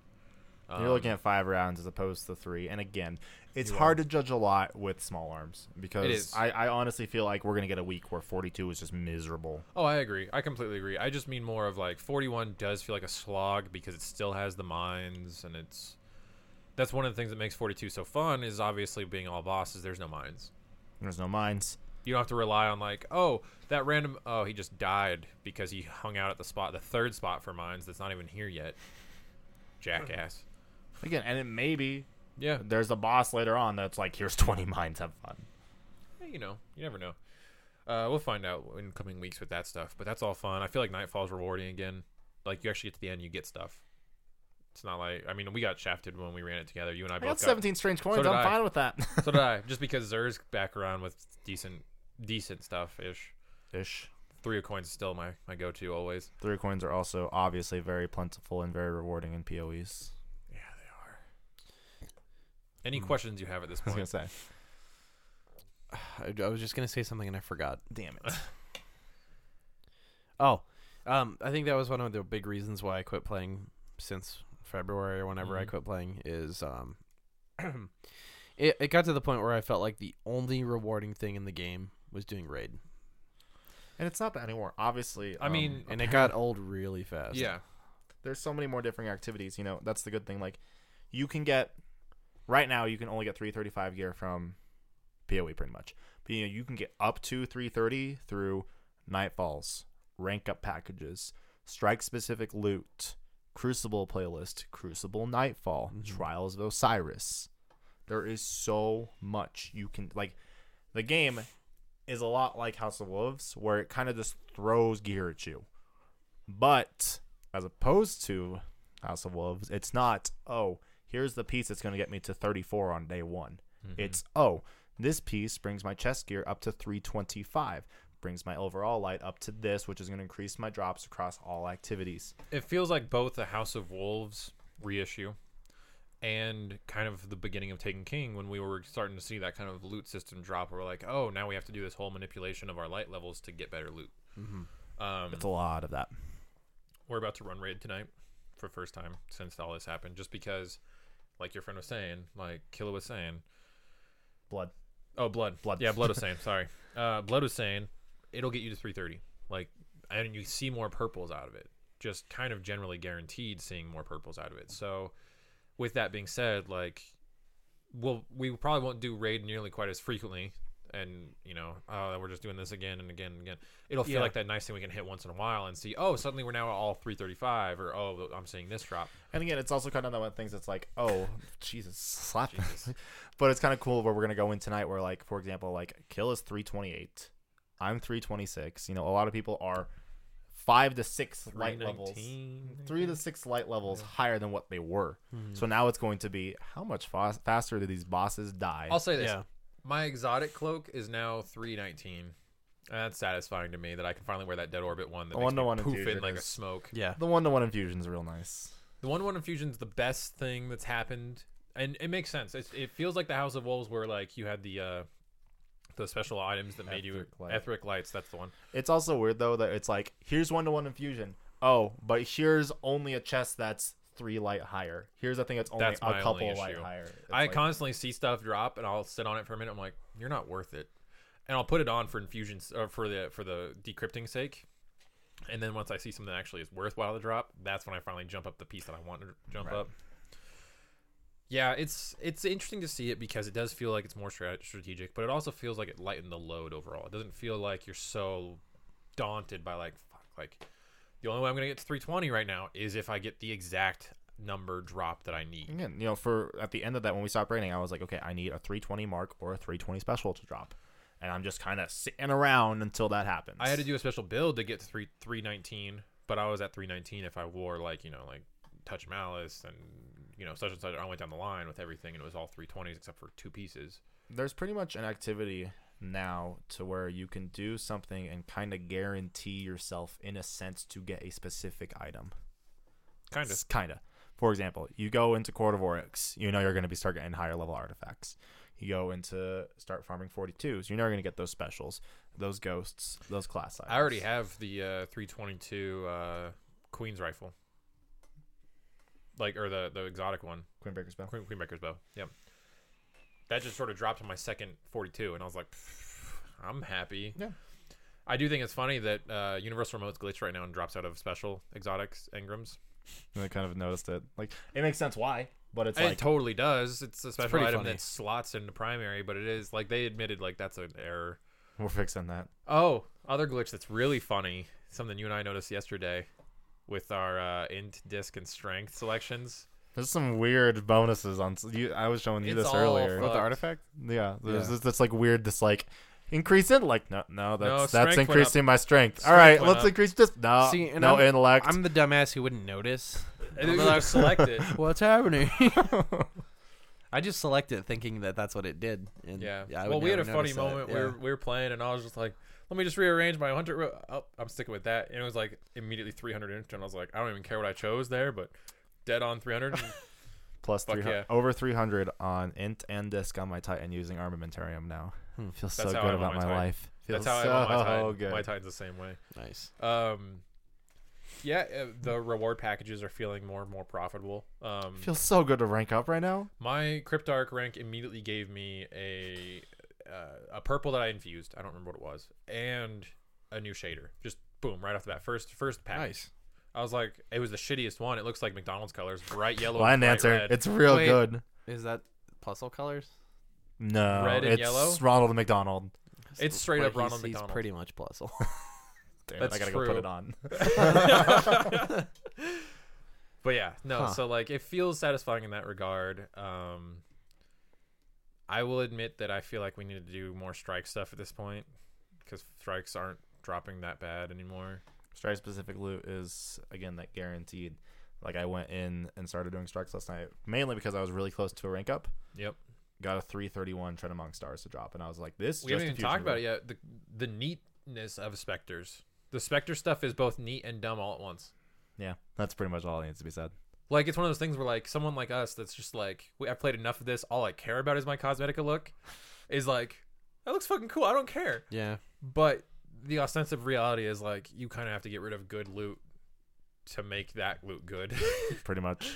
[SPEAKER 2] You're
[SPEAKER 1] Um,
[SPEAKER 2] looking at five rounds as opposed to three, and again, it's
[SPEAKER 1] You
[SPEAKER 2] hard to judge a lot with small arms
[SPEAKER 1] is.
[SPEAKER 2] because I, I honestly feel like we're gonna get a week where 42 is just miserable.
[SPEAKER 1] Oh, I agree. I completely agree. I just mean more of like 41 does feel like a slog because it still has the mines, and it's that's one of the things that makes 42 so fun is obviously being all bosses. There's no mines.
[SPEAKER 2] There's no mines.
[SPEAKER 1] You don't have to rely on like, oh, that random. Oh, he just died because he hung out at the spot, the third spot for mines that's not even here yet. Jackass.
[SPEAKER 2] Again, and it may be
[SPEAKER 1] Yeah,
[SPEAKER 2] there's a boss later on that's like, here's 20 mines, have fun.
[SPEAKER 1] eh, you know, you never know. Uh, we'll find out in coming weeks with that stuff, but that's all fun. I feel like Nightfall's rewarding again. Like you actually get to the end, you get stuff. It's not like I mean, we got shafted when we ran it together. You and I
[SPEAKER 2] I
[SPEAKER 1] both
[SPEAKER 2] got
[SPEAKER 1] got,
[SPEAKER 2] 17 strange coins.
[SPEAKER 1] did
[SPEAKER 2] I'm
[SPEAKER 1] I.
[SPEAKER 2] fine with that.
[SPEAKER 1] so did I. Just because Zer's back around with decent, decent stuff ish.
[SPEAKER 2] Ish.
[SPEAKER 1] Three of coins is still my my go to always.
[SPEAKER 2] Three coins are also obviously very plentiful and very rewarding in PoEs.
[SPEAKER 1] Yeah, they are. Any questions you have at this
[SPEAKER 2] Hmm. I was gonna
[SPEAKER 1] point?
[SPEAKER 2] say.
[SPEAKER 3] I, I was just gonna say something and I forgot.
[SPEAKER 2] Damn it.
[SPEAKER 3] Oh, um, I think that was one of the big reasons why I quit playing since February or whenever I
[SPEAKER 1] Mhm.
[SPEAKER 3] quit playing is um, it it got to the point where I felt like the only rewarding thing in the game was doing raid,
[SPEAKER 2] And it's not that anymore. Obviously,
[SPEAKER 1] I
[SPEAKER 2] um,
[SPEAKER 1] mean,
[SPEAKER 3] and it got old really fast.
[SPEAKER 1] Yeah,
[SPEAKER 2] there's so many more different activities. You know, that's the good thing. Like, you can get right now. You can only get 335 gear from PoE pretty much. But you know, you can get up to 330 through Nightfalls, rank up packages, strike specific loot, Crucible playlist, Crucible Nightfall, Trials of Osiris. There is so much you can like. The game is a lot like House of Wolves, where it kind of just throws gear at you. But as opposed to House of Wolves, it's not, oh, here's the piece that's going to get me to 34 on day one. It's, oh, this piece brings my chest gear up to 325, brings my overall light up to this, which is going to increase my drops across all activities.
[SPEAKER 1] it feels like both the House of Wolves reissue and kind of the beginning of Taken King when we were starting to see that kind of loot system drop. Where we're like, oh, now we have to do this whole manipulation of our light levels to get better loot. Um,
[SPEAKER 2] It's a lot of that.
[SPEAKER 1] we're about to run raid tonight for first time since all this happened, just because, like your friend was saying, like Killa was saying,
[SPEAKER 2] Blood.
[SPEAKER 1] Oh, blood.
[SPEAKER 2] Blood.
[SPEAKER 1] Yeah, blood was saying. Sorry. Uh, blood was saying it'll get you to 330. Like, and you see more purples out of it. Just kind of generally guaranteed seeing more purples out of it. So, with that being said, like, well, we probably won't do raid nearly quite as frequently. And you know, oh, we're just doing this again and again and again. It'll feel
[SPEAKER 3] Yeah.
[SPEAKER 1] like that nice thing we can hit once in a while and see. Oh, suddenly we're now all 335, or oh, I'm seeing this drop.
[SPEAKER 2] And again, it's also kind of one of the things that's like, oh, Jesus, slap. but it's kind of cool where we're going to go in tonight where, like, for example, like, Kill is 328. I'm 326. You know, a lot of people are five to six light levels.
[SPEAKER 1] 319, I
[SPEAKER 2] three to
[SPEAKER 1] think. Mm-hmm.
[SPEAKER 2] six light levels higher than what they were. So now it's going to be how much fas- faster do these bosses die?
[SPEAKER 1] I'll say this.
[SPEAKER 3] Yeah.
[SPEAKER 1] My exotic cloak is now 319. And that's satisfying to me that I can finally wear that dead orbit one that
[SPEAKER 2] The
[SPEAKER 1] makes me
[SPEAKER 2] one-to-one
[SPEAKER 1] poof in
[SPEAKER 2] infusion
[SPEAKER 1] like a
[SPEAKER 2] is-
[SPEAKER 1] smoke.
[SPEAKER 3] yeah.
[SPEAKER 2] the one to one infusion is real nice.
[SPEAKER 1] The one one infusion's the best thing that's happened, and it makes sense. It's, it feels like the House of Wolves, where like you had the uh, the special items that made you
[SPEAKER 2] Etheric light.
[SPEAKER 1] etheric lights. That's the one.
[SPEAKER 2] It's also weird though that it's like here's one to one infusion. Oh, but here's only a chest that's three light higher. Here's a thing that's only
[SPEAKER 1] That's
[SPEAKER 2] a
[SPEAKER 1] my
[SPEAKER 2] couple
[SPEAKER 1] only
[SPEAKER 2] light
[SPEAKER 1] issue.
[SPEAKER 2] higher. It's
[SPEAKER 1] I
[SPEAKER 2] like,
[SPEAKER 1] constantly see stuff drop, and I'll sit on it for a minute. I'm like, you're not worth it, and I'll put it on for infusions or for the for the decrypting sake. And then once I see something that actually is worthwhile to drop, that's when I finally jump up the piece that I want to jump
[SPEAKER 2] Right.
[SPEAKER 1] up. Yeah, it's it's interesting to see it because it does feel like it's more strat- strategic, but it also feels like it lightened the load overall. It doesn't feel like you're so daunted by like fuck, like The only way I'm going to get to 320 right now is if I get the exact number drop that I need.
[SPEAKER 2] Again, you know, for at the end of that when we stopped raining, I was like, okay, I need a 320 mark or a 320 special to drop, and I'm just kind of sitting around until that happens.
[SPEAKER 1] I had to do a special build to get to 3 319, but I was at 319 if I wore like, you know, like touch malice and you know, such and such. I went down the line with everything and it was all 320s except for two pieces.
[SPEAKER 2] There's pretty much an activity now to where you can do something and kind of guarantee yourself in a sense to get a specific item.
[SPEAKER 1] Kind of.
[SPEAKER 2] S- kinda. For example, you go into Court of Oryx, you know you're going to be starting getting higher level artifacts. You go into start farming 42s, you know you're going to get those specials, those ghosts, those class items.
[SPEAKER 1] I already have the uh, 322 uh, Queen's rifle. Like or the the exotic one,
[SPEAKER 2] Queen Breaker's Bell.
[SPEAKER 1] Queen Queenbreaker's bow. Yep. That just sort of dropped to my second 42 and I was like "Pff, I'm happy.
[SPEAKER 2] Yeah.
[SPEAKER 1] I do think it's funny that uh, Universal Remote's glitch right now and drops out of special exotics engrams.
[SPEAKER 2] And I kind of noticed it. Like it makes sense why, but it's
[SPEAKER 1] it
[SPEAKER 2] like
[SPEAKER 1] totally does. It's a special
[SPEAKER 3] pretty
[SPEAKER 1] item
[SPEAKER 3] funny.
[SPEAKER 1] that slots into primary, but it is like they admitted like that's an error.
[SPEAKER 2] we're fixing that.
[SPEAKER 1] Oh, other glitch that's really funny. Something you and I noticed yesterday with our uh, int disc and strength selections.
[SPEAKER 2] There's some weird bonuses on. You, I was showing you
[SPEAKER 1] It's
[SPEAKER 2] this
[SPEAKER 1] all
[SPEAKER 2] earlier.
[SPEAKER 1] fucked.
[SPEAKER 4] artifact?
[SPEAKER 2] Yeah, there's
[SPEAKER 4] Yeah.
[SPEAKER 2] This, this like weird. This like increase in like no no that's
[SPEAKER 1] strength
[SPEAKER 2] that's
[SPEAKER 1] went
[SPEAKER 2] increasing my strength.
[SPEAKER 1] Strength
[SPEAKER 2] All right,
[SPEAKER 1] went
[SPEAKER 2] let's
[SPEAKER 1] up.
[SPEAKER 2] increase this. No,
[SPEAKER 3] See, and
[SPEAKER 2] no
[SPEAKER 3] I'm-
[SPEAKER 2] intellect.
[SPEAKER 3] I'm the dumbass who wouldn't notice.
[SPEAKER 1] And it was selected.
[SPEAKER 3] What's happening? I just selected thinking that that's what it did. And
[SPEAKER 1] Yeah.
[SPEAKER 3] I
[SPEAKER 1] well,
[SPEAKER 3] would
[SPEAKER 1] we had a
[SPEAKER 3] never
[SPEAKER 1] funny
[SPEAKER 3] notice that.
[SPEAKER 1] moment
[SPEAKER 3] Yeah.
[SPEAKER 1] where we were playing, and I was just like, "Let me just rearrange my hunter." Ro- oh, I'm sticking with that, and it was like immediately 300 inch, and I was like, "I don't even care what I chose there, but dead on 300." and
[SPEAKER 2] Plus
[SPEAKER 1] Fuck
[SPEAKER 2] 300,
[SPEAKER 1] yeah.
[SPEAKER 2] over 300 on int and disc on my titan using armamentarium now.
[SPEAKER 3] Hmm.
[SPEAKER 2] Feels
[SPEAKER 1] That's
[SPEAKER 2] so
[SPEAKER 1] how
[SPEAKER 2] good
[SPEAKER 1] I want
[SPEAKER 2] about
[SPEAKER 1] my
[SPEAKER 2] my,
[SPEAKER 1] Titan.
[SPEAKER 2] life. Feels
[SPEAKER 1] That's how
[SPEAKER 2] so
[SPEAKER 1] I want my Tide.
[SPEAKER 2] good.
[SPEAKER 1] My Tide's the same way.
[SPEAKER 3] nice.
[SPEAKER 1] Um, yeah, uh, the reward packages are feeling more and more profitable. Um,
[SPEAKER 2] Feels so good to rank up right now.
[SPEAKER 1] my Cryptarch rank immediately gave me a uh, a purple that I infused. I don't remember what it was, and a new shader. Just boom, right off the bat. First first package.
[SPEAKER 3] Nice.
[SPEAKER 1] I was like, it was the shittiest one. It looks like McDonald's colors, bright yellow,
[SPEAKER 2] Blind
[SPEAKER 1] and bright
[SPEAKER 2] answer.
[SPEAKER 1] red.
[SPEAKER 2] It's real
[SPEAKER 3] Wait.
[SPEAKER 2] good.
[SPEAKER 3] Is that puzzle colors?
[SPEAKER 2] No,
[SPEAKER 1] Red and
[SPEAKER 2] it's
[SPEAKER 1] yellow?
[SPEAKER 2] Ronald McDonald.
[SPEAKER 1] It's straight
[SPEAKER 3] Where
[SPEAKER 1] up Ronald
[SPEAKER 3] he's- he's
[SPEAKER 1] McDonald.
[SPEAKER 3] pretty much puzzle.
[SPEAKER 2] Damn,
[SPEAKER 1] That's
[SPEAKER 2] I gotta go
[SPEAKER 1] true.
[SPEAKER 2] put it on.
[SPEAKER 1] but yeah, no.
[SPEAKER 3] Huh.
[SPEAKER 1] So like, it feels satisfying in that regard. Um, I will admit that I feel like we need to do more strike stuff at this point because strikes aren't dropping that bad anymore.
[SPEAKER 2] Strike specific loot is again that guaranteed. Like I went in and started doing strikes last night mainly because I was really close to a rank up.
[SPEAKER 1] Yep.
[SPEAKER 2] Got a 331 Tread Among Stars to drop, and I was like, "This."
[SPEAKER 1] we haven't even talked about it yet. The the neatness of specters. The specter stuff is both neat and dumb all at once.
[SPEAKER 2] Yeah, that's pretty much all that needs to be said.
[SPEAKER 1] Like it's one of those things where like someone like us that's just like we, I played enough of this. All I care about is my Cosmetica look. Is like that looks fucking cool. I don't care.
[SPEAKER 3] yeah.
[SPEAKER 1] But the ostensive reality is like you kind of have to get rid of good loot to make that loot good.
[SPEAKER 2] Pretty much.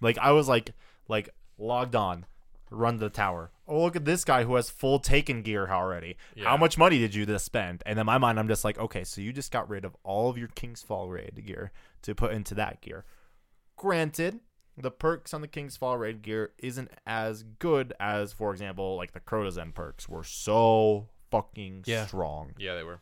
[SPEAKER 2] Like I was like like logged on, run to the tower. Oh look at this guy who has full taken gear already.
[SPEAKER 1] Yeah.
[SPEAKER 2] How much money did you just spend? And in my mind, I'm just like, okay, so you just got rid of all of your King's Fall raid gear to put into that gear. Granted, the perks on the King's Fall raid gear isn't as good as, for example, like the Crotozen perks were so fucking
[SPEAKER 3] Yeah.
[SPEAKER 2] strong.
[SPEAKER 1] yeah, they were.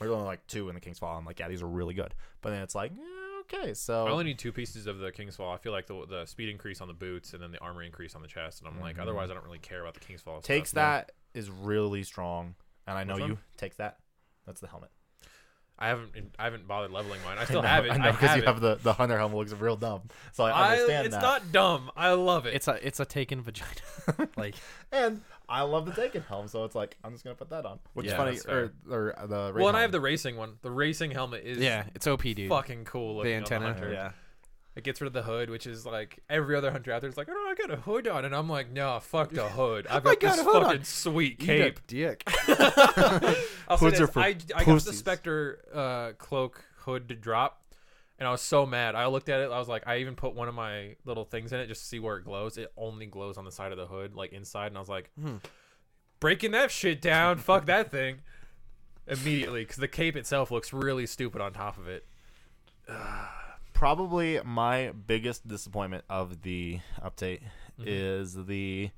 [SPEAKER 2] There's only like two in the King's Fall. I'm like, yeah, these are really good. But then it's like, eh, okay, so
[SPEAKER 1] I only need two pieces of the King's Fall. I feel like the the speed increase on the boots and then the armor increase on the chest. And I'm like, otherwise, I don't really care about the King's Fall.
[SPEAKER 2] Mm-hmm. Takes
[SPEAKER 1] stuff.
[SPEAKER 2] that is really strong, and I know
[SPEAKER 1] Which one?
[SPEAKER 2] you takes that. That's the helmet.
[SPEAKER 1] I haven't I haven't bothered leveling mine. I still have it.
[SPEAKER 2] I know
[SPEAKER 1] because
[SPEAKER 2] you have the the hunter helmet looks real dumb. So I
[SPEAKER 1] I,
[SPEAKER 2] understand
[SPEAKER 1] it's
[SPEAKER 2] that.
[SPEAKER 1] not dumb. I love it.
[SPEAKER 3] It's a it's a taken vagina. like
[SPEAKER 2] and I love the taken helm, so it's like I'm just gonna put that on. Which
[SPEAKER 1] Yeah, that's
[SPEAKER 2] is funny, or, or uh, the
[SPEAKER 1] well, and I have the racing one. The racing helmet is
[SPEAKER 3] yeah, it's OP dude.
[SPEAKER 1] fucking cool looking
[SPEAKER 3] the
[SPEAKER 1] on
[SPEAKER 3] antenna.
[SPEAKER 1] hunter.
[SPEAKER 3] yeah.
[SPEAKER 1] It gets rid of the hood, which is like every other hunter out there is like, oh, I got a hood on, and I'm like, no, fuck the hood. I've
[SPEAKER 3] I
[SPEAKER 1] got,
[SPEAKER 3] got
[SPEAKER 1] this
[SPEAKER 3] a hood on.
[SPEAKER 1] fucking sweet cape.
[SPEAKER 3] dick.
[SPEAKER 1] I'll say
[SPEAKER 2] Hoods are
[SPEAKER 1] this,
[SPEAKER 2] for
[SPEAKER 1] I, I got the
[SPEAKER 2] pussies.
[SPEAKER 1] Spectre uh, cloak hood to drop, and I was so mad. I looked at it. I was like, I even put one of my little things in it just to see where it glows. It only glows on the side of the hood, like inside, and I was like,
[SPEAKER 2] Hmm.
[SPEAKER 1] breaking that shit down. fuck that thing immediately, because the cape itself looks really stupid on top of it.
[SPEAKER 2] probably my biggest disappointment of the update
[SPEAKER 1] Mm-hmm.
[SPEAKER 2] is the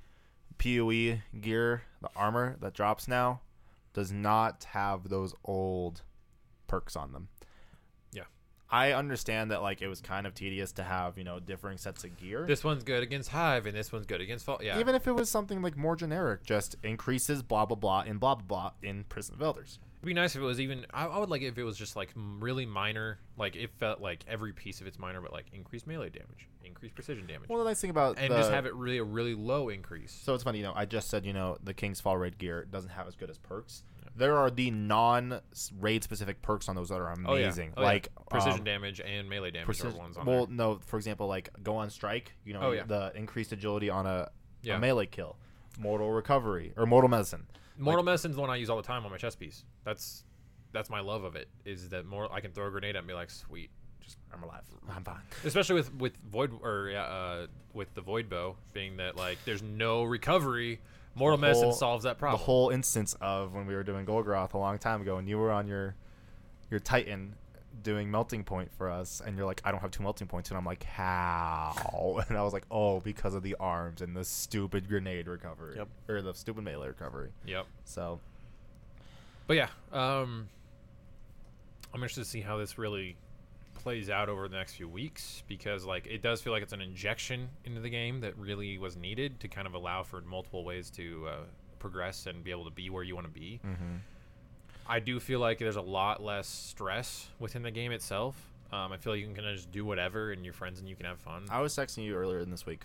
[SPEAKER 2] PoE gear, the armor that drops now, does not have those old perks on them.
[SPEAKER 1] Yeah.
[SPEAKER 2] I understand that like it was kind of tedious to have you know differing sets of gear.
[SPEAKER 1] This one's good against Hive, and this one's good against Fall. Yeah,
[SPEAKER 2] Even if it was something like more generic, just increases blah blah blah and blah blah blah in Prison of Elders.
[SPEAKER 1] It'd be nice if it was even. I, I would like it if it was just like m- really minor. Like it felt like every piece of it's minor, but like increased melee damage, increased precision damage,
[SPEAKER 2] Well, the nice thing about
[SPEAKER 1] and
[SPEAKER 2] the,
[SPEAKER 1] just have it really a really low increase.
[SPEAKER 2] So it's funny, you know. I just said, you know, the King's Fall raid gear doesn't have as good as perks. There are the non-raid specific perks on those that are
[SPEAKER 1] Oh, yeah.
[SPEAKER 2] amazing,
[SPEAKER 1] Oh, yeah.
[SPEAKER 2] like
[SPEAKER 1] precision
[SPEAKER 2] um,
[SPEAKER 1] damage and melee damage
[SPEAKER 2] precision-
[SPEAKER 1] are ones on
[SPEAKER 2] well,
[SPEAKER 1] there.
[SPEAKER 2] no, for example, like go on strike. You know,
[SPEAKER 1] Oh, yeah.
[SPEAKER 2] the increased agility on a,
[SPEAKER 1] Yeah.
[SPEAKER 2] a melee kill, mortal recovery or mortal medicine.
[SPEAKER 1] Mortal Medicine's the one I use all the time on my chess piece. That's that's my love of it. Is that more? I can throw a grenade and be like, sweet, just
[SPEAKER 2] I'm alive. I'm fine.
[SPEAKER 1] especially with with void or yeah, uh, with the void bow being that like there's no recovery. Mortal
[SPEAKER 2] whole-
[SPEAKER 1] Medicine solves that problem.
[SPEAKER 2] The whole instance of when we were doing Golgoroth a long time ago, and you were on your your Titan doing melting point for us, and you're like, I don't have two melting points, and I'm like, how? And I was like, oh, because of the arms and the stupid grenade recovery,
[SPEAKER 3] Yep.
[SPEAKER 2] or the stupid melee recovery.
[SPEAKER 1] yep.
[SPEAKER 2] So
[SPEAKER 1] But yeah, um, I'm interested to see how this really plays out over the next few weeks because like it does feel like it's an injection into the game that really was needed to kind of allow for multiple ways to uh, progress and be able to be where you want to be.
[SPEAKER 2] Mm-hmm.
[SPEAKER 1] I do feel like there's a lot less stress within the game itself. Um, I feel like you can kind of just do whatever and your friends and you can have fun.
[SPEAKER 2] I was texting you earlier in this week,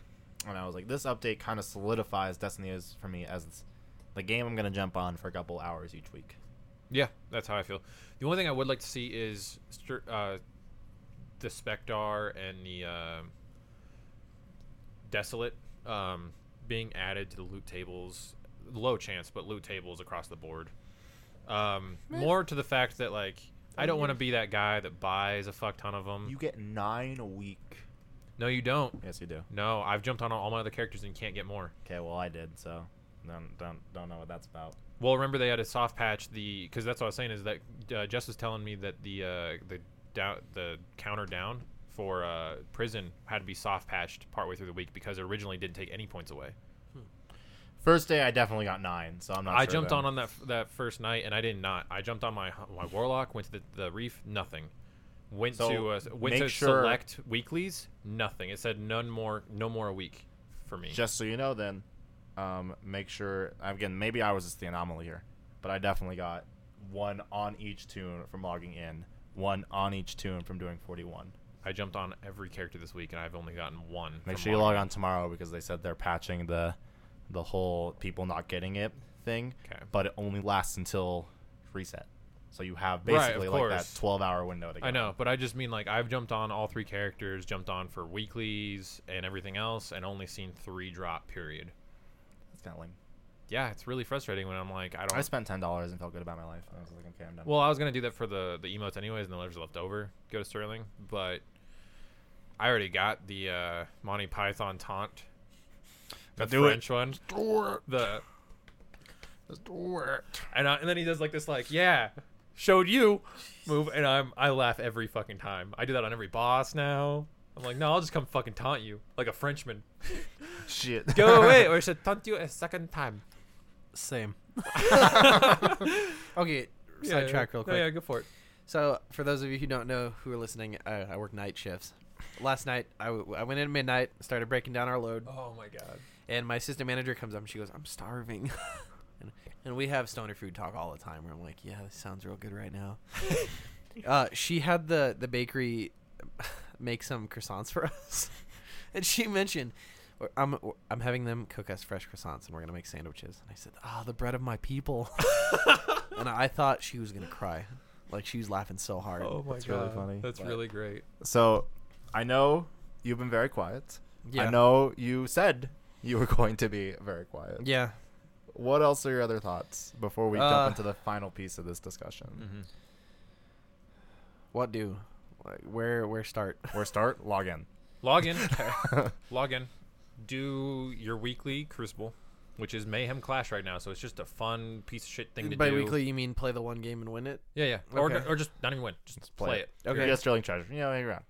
[SPEAKER 2] and I was like, this update kind of solidifies Destiny is for me as the game I'm gonna jump on for a couple hours each week.
[SPEAKER 1] Yeah, that's how I feel. The only thing I would like to see is str- uh, the Spectar and the um Desolate um, being added to the loot tables. Low chance, but loot tables across the board. Um, more to the fact that like I don't want to be that guy that buys a fuck ton of them.
[SPEAKER 2] You get nine a week.
[SPEAKER 1] no, you don't.
[SPEAKER 2] Mm-hmm. Yes, you do.
[SPEAKER 1] No, I've jumped on all my other characters and can't get more.
[SPEAKER 2] Okay, well I did, so don't don't don't know what that's about.
[SPEAKER 1] Well, remember they had a soft patch the because that's what I was saying is that uh, Jess was telling me that the uh, the down the counter down for uh, prison had to be soft patched partway through the week because it originally didn't take any points away.
[SPEAKER 2] First day, I definitely got nine, so I'm not.
[SPEAKER 1] I
[SPEAKER 2] sure
[SPEAKER 1] jumped
[SPEAKER 2] then.
[SPEAKER 1] on on that f- that first night and I did not. I jumped on my my warlock, went to the, the reef, nothing. Went
[SPEAKER 2] So,
[SPEAKER 1] to uh, went
[SPEAKER 2] make
[SPEAKER 1] to
[SPEAKER 2] sure-
[SPEAKER 1] select weeklies, nothing. It said none more, no more a week for me.
[SPEAKER 2] Just so you know, then, um, make sure again. Maybe I was just the anomaly here, but I definitely got one on each tune from logging in, one on each tune from doing 41.
[SPEAKER 1] I jumped on every character this week and I've only gotten one. from
[SPEAKER 2] Make sure you
[SPEAKER 1] Lock.
[SPEAKER 2] log on tomorrow because they said they're patching the, the whole people not getting it thing.
[SPEAKER 1] Okay.
[SPEAKER 2] But it only lasts until reset, so you have
[SPEAKER 1] Right, of
[SPEAKER 2] basically like that
[SPEAKER 1] course.
[SPEAKER 2] 12 hour window to. Get
[SPEAKER 1] I know, but I just mean like I've jumped on all three characters, jumped on for weeklies and everything else, and only seen three drop. Period.
[SPEAKER 2] It's kind of lame.
[SPEAKER 1] Yeah, it's really frustrating when I'm like I don't.
[SPEAKER 2] I spent ten dollars and felt good about my life. I was like, okay, I'm done.
[SPEAKER 1] well, I was gonna do that for the the emotes anyways, and the letters left over go to Sterling, but I already got the uh, Monty Python taunt. The
[SPEAKER 2] Do it.
[SPEAKER 1] French one. The and I, and then he does like this like yeah showed you move and i'm i laugh every fucking time i do that on every boss now i'm like no i'll just come fucking taunt you like a frenchman
[SPEAKER 2] Shit.
[SPEAKER 1] go away or i should taunt you a second time
[SPEAKER 3] Same. okay,
[SPEAKER 1] Yeah,
[SPEAKER 3] sidetrack
[SPEAKER 1] yeah.
[SPEAKER 3] real
[SPEAKER 1] No,
[SPEAKER 3] quick.
[SPEAKER 1] yeah go for it
[SPEAKER 3] So, for those of you who don't know who are listening, I, I work night shifts. Last night, I, w- I went in at midnight, started breaking down our load,
[SPEAKER 1] oh my god
[SPEAKER 3] and my assistant manager comes up and she goes, I'm starving. and, and we have stoner food talk all the time where I'm like, yeah, this sounds real good right now. uh, she had the, the bakery make some croissants for us. and she mentioned, "We're- I'm, I'm having them cook us fresh croissants and we're going to make sandwiches. And I said, ah, the bread of my people. and I thought she was going to cry. Like, she was laughing so hard.
[SPEAKER 1] oh my
[SPEAKER 2] That's
[SPEAKER 1] god
[SPEAKER 2] really funny,
[SPEAKER 1] that's
[SPEAKER 2] but-
[SPEAKER 1] really great
[SPEAKER 2] So, I know you've been very quiet. I
[SPEAKER 3] Yeah.
[SPEAKER 2] know you said you were going to be very quiet.
[SPEAKER 3] Yeah.
[SPEAKER 2] What else are your other thoughts before we jump
[SPEAKER 3] Uh,
[SPEAKER 2] into the final piece of this discussion?
[SPEAKER 1] Mm-hmm.
[SPEAKER 3] What do? Like, where, where start?
[SPEAKER 2] Or start, log in.
[SPEAKER 1] log in log in do your weekly crucible which is mayhem clash right now so it's just a fun piece of shit thing to
[SPEAKER 3] By
[SPEAKER 1] do
[SPEAKER 3] weekly, you mean play the one game and win it?
[SPEAKER 1] yeah yeah or,
[SPEAKER 3] Okay.
[SPEAKER 1] or just not even win just
[SPEAKER 2] Just
[SPEAKER 1] play,
[SPEAKER 2] play
[SPEAKER 1] it,
[SPEAKER 2] Okay.
[SPEAKER 3] Okay.
[SPEAKER 2] Just drilling treasure. You know, hang around.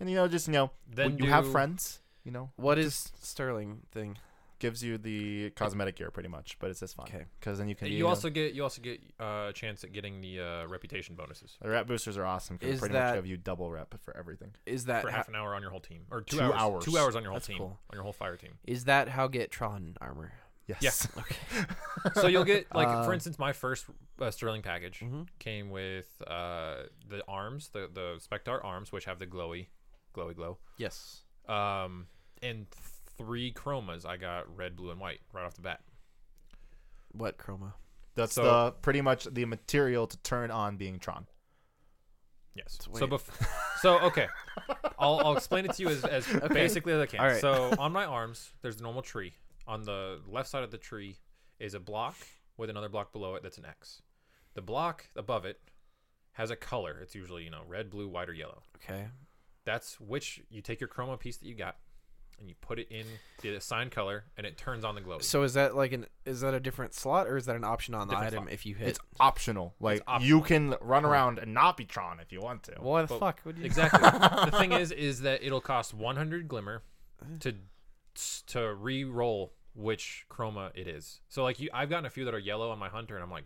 [SPEAKER 2] And you know, just you know,
[SPEAKER 1] Then
[SPEAKER 2] you have
[SPEAKER 1] do-
[SPEAKER 2] friends. You know,
[SPEAKER 3] What is Sterling thing?
[SPEAKER 2] gives you the cosmetic gear pretty much, but it's just fine.
[SPEAKER 3] Okay.
[SPEAKER 2] Because then you can. be,
[SPEAKER 1] You also get you also get uh, a chance at getting the uh, reputation bonuses
[SPEAKER 2] the rep boosters are awesome because
[SPEAKER 3] Is
[SPEAKER 2] pretty much
[SPEAKER 3] that-
[SPEAKER 2] have you double rep for everything.
[SPEAKER 3] Is that
[SPEAKER 1] for
[SPEAKER 3] ho-
[SPEAKER 1] half an hour on your whole team or two,
[SPEAKER 2] Two
[SPEAKER 1] hours,
[SPEAKER 2] hours.
[SPEAKER 1] Two hours on your whole
[SPEAKER 3] That's
[SPEAKER 1] team
[SPEAKER 3] cool.
[SPEAKER 1] on your whole fire team.
[SPEAKER 3] is that how get Tron armor?
[SPEAKER 2] Yes.
[SPEAKER 1] So you'll get like
[SPEAKER 3] Uh,
[SPEAKER 1] for instance, my first uh, Sterling package
[SPEAKER 3] Mhm.
[SPEAKER 1] came with uh, the arms, the the Spectar arms, which have the glowy, glowy glow.
[SPEAKER 3] Yes.
[SPEAKER 1] Um, and three chromas. I got red, blue, and white right off the bat.
[SPEAKER 3] What chroma?
[SPEAKER 2] That's
[SPEAKER 1] So-
[SPEAKER 2] the pretty much the material to turn on being Tron.
[SPEAKER 1] Yes. So
[SPEAKER 3] Sweet.
[SPEAKER 1] bef- so okay, I'll, I'll explain it to you as, as basically as I can.
[SPEAKER 3] All right.
[SPEAKER 1] So on my arms, there's the normal tree. On the left side of the tree is a block with another block below it that's an X. The block above it has a color. It's usually you know red, blue, white, or yellow.
[SPEAKER 3] Okay.
[SPEAKER 1] That's which you take your chroma piece that you got and you put it in the assigned color and it turns on the glow.
[SPEAKER 3] So is that like an is that a different slot or is that an option on the
[SPEAKER 1] Different
[SPEAKER 3] item
[SPEAKER 1] slot.
[SPEAKER 3] if you hit?
[SPEAKER 2] It's optional. Like you can run around and not be Tron if you want to.
[SPEAKER 3] why the
[SPEAKER 1] but-
[SPEAKER 3] fuck would you?
[SPEAKER 1] Exactly. the thing is, is that it'll cost 100 glimmer to to re-roll which chroma it is. So like you, I've gotten a few that are yellow on my hunter, and I'm like,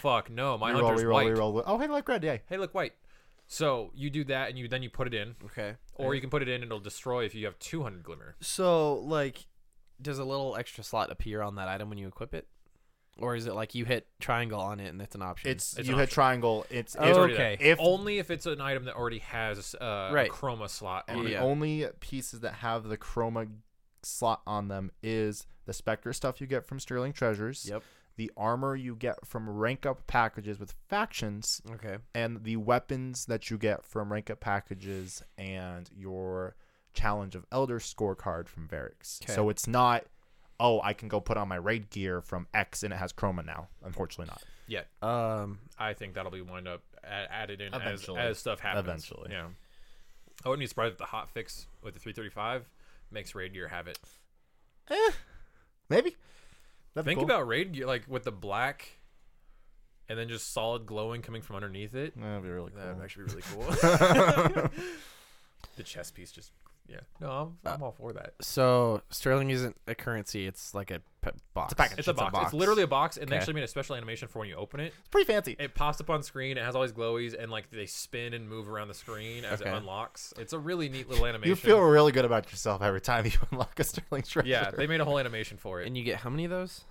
[SPEAKER 1] fuck no, my
[SPEAKER 2] reroll,
[SPEAKER 1] hunter's
[SPEAKER 2] reroll,
[SPEAKER 1] white.
[SPEAKER 2] reroll. Oh, hey, look red. Yay.
[SPEAKER 1] Hey, look white. So you do that, and you then you put it in,
[SPEAKER 3] Okay.
[SPEAKER 1] or you can put it in, and it'll destroy if you have 200 glimmer.
[SPEAKER 3] So like, does a little extra slot appear on that item when you equip it, or is it like you hit triangle on it and that's an option?
[SPEAKER 2] It's,
[SPEAKER 1] It's
[SPEAKER 2] you
[SPEAKER 1] an
[SPEAKER 2] hit
[SPEAKER 1] option.
[SPEAKER 2] triangle. It's,
[SPEAKER 3] Oh,
[SPEAKER 2] it's
[SPEAKER 1] It's already there.
[SPEAKER 3] okay.
[SPEAKER 2] If-
[SPEAKER 1] only if it's an item that already has uh,
[SPEAKER 3] Right.
[SPEAKER 1] a chroma slot on
[SPEAKER 2] and
[SPEAKER 1] it.
[SPEAKER 2] the
[SPEAKER 3] Yeah.
[SPEAKER 2] only pieces that have the chroma slot on them is the Spectre stuff you get from Sterling Treasures.
[SPEAKER 3] Yep.
[SPEAKER 2] The armor you get from rank up packages with factions,
[SPEAKER 3] okay.
[SPEAKER 2] and the weapons that you get from rank up packages and your challenge of elder scorecard from Varix.
[SPEAKER 3] Okay.
[SPEAKER 2] So it's not, oh, I can go put on my raid gear from X and it has chroma now. Unfortunately, not.
[SPEAKER 1] Yeah,
[SPEAKER 3] Um.
[SPEAKER 1] I think that'll be wind up a- added in as,
[SPEAKER 2] Eventually.
[SPEAKER 1] as stuff happens.
[SPEAKER 2] Eventually.
[SPEAKER 1] yeah. I wouldn't be surprised if the hot fix with the 335 makes raid gear have it.
[SPEAKER 2] Maybe. That'd be
[SPEAKER 1] Think
[SPEAKER 2] cool.
[SPEAKER 1] about raid gear like with the black, and then just solid glowing coming from underneath it.
[SPEAKER 2] That'd be really
[SPEAKER 1] That
[SPEAKER 2] cool.
[SPEAKER 1] would actually be really cool. the chest piece just yeah. No, I'm,
[SPEAKER 2] Uh,
[SPEAKER 1] I'm all for that.
[SPEAKER 3] So sterling isn't a currency. It's like a pe- box.
[SPEAKER 2] package.
[SPEAKER 1] It's, a, box. It's literally a box, and they
[SPEAKER 3] Okay.
[SPEAKER 1] actually made a special animation for when you open it.
[SPEAKER 2] It's pretty fancy.
[SPEAKER 1] It pops up on screen. It has all these glowies, and like they spin and move around the screen as
[SPEAKER 3] Okay.
[SPEAKER 1] it unlocks. It's a really neat little animation.
[SPEAKER 2] You feel really good about yourself every time you unlock a Sterling treasure.
[SPEAKER 1] Yeah, they made a whole animation for it.
[SPEAKER 3] And you get how many of those?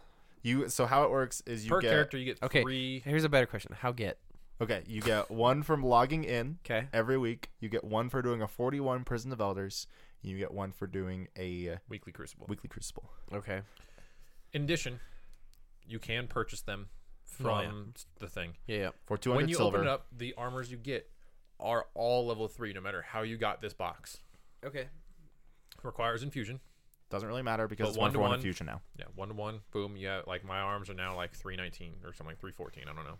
[SPEAKER 2] You so how it works is you
[SPEAKER 1] per
[SPEAKER 2] get
[SPEAKER 1] character, you get
[SPEAKER 3] Okay.
[SPEAKER 1] three.
[SPEAKER 3] Here's a better question. How get?
[SPEAKER 2] okay, you get one from logging in
[SPEAKER 3] Okay.
[SPEAKER 2] every week. You get one for doing a 41 Prison of Elders. And you get one for doing a uh,
[SPEAKER 1] weekly crucible.
[SPEAKER 2] weekly Crucible.
[SPEAKER 3] Okay.
[SPEAKER 1] In addition, you can purchase them from
[SPEAKER 3] Oh, yeah.
[SPEAKER 1] the thing.
[SPEAKER 3] Yeah. yeah.
[SPEAKER 2] For 200
[SPEAKER 1] When you
[SPEAKER 2] silver.
[SPEAKER 1] open it up, the armors you get are all level three, no matter how you got this box.
[SPEAKER 3] Okay.
[SPEAKER 1] Requires infusion.
[SPEAKER 2] doesn't really matter because
[SPEAKER 1] But
[SPEAKER 2] it's one to one
[SPEAKER 1] one-to-one-
[SPEAKER 2] infusion now.
[SPEAKER 1] Yeah, one to one. Boom. Yeah, like my arms are now like three nineteen or something, three fourteen. I don't know.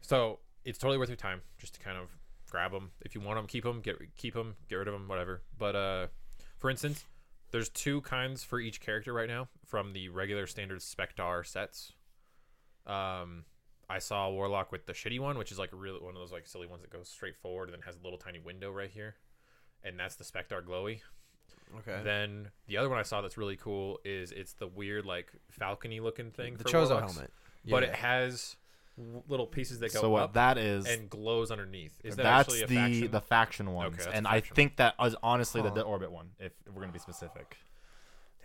[SPEAKER 1] So it's totally worth your time just to kind of grab them if you want them, keep them, get keep them, get rid of them, whatever. But uh, for instance, there's two kinds for each character right now from the regular standard Spectar sets. Um, I saw Warlock with the shitty one, which is like a real one of those like silly ones that goes straight forward and then has a little tiny window right here, and that's the Spectar glowy.
[SPEAKER 3] Okay.
[SPEAKER 1] Then the other one I saw that's really cool is it's the weird like falcony looking thing.
[SPEAKER 3] the
[SPEAKER 1] for
[SPEAKER 3] Chozo
[SPEAKER 1] warlocks,
[SPEAKER 3] helmet.
[SPEAKER 1] but
[SPEAKER 3] Yeah.
[SPEAKER 1] it has w- little pieces that go
[SPEAKER 2] So what
[SPEAKER 1] up
[SPEAKER 2] that is
[SPEAKER 1] and glows underneath. Is that
[SPEAKER 2] that's
[SPEAKER 1] actually a
[SPEAKER 2] the
[SPEAKER 1] faction?
[SPEAKER 2] the faction ones.
[SPEAKER 1] that's a
[SPEAKER 2] and I
[SPEAKER 1] faction.
[SPEAKER 2] think that is honestly
[SPEAKER 3] Huh.
[SPEAKER 2] the, the orbit one if we're going to be specific.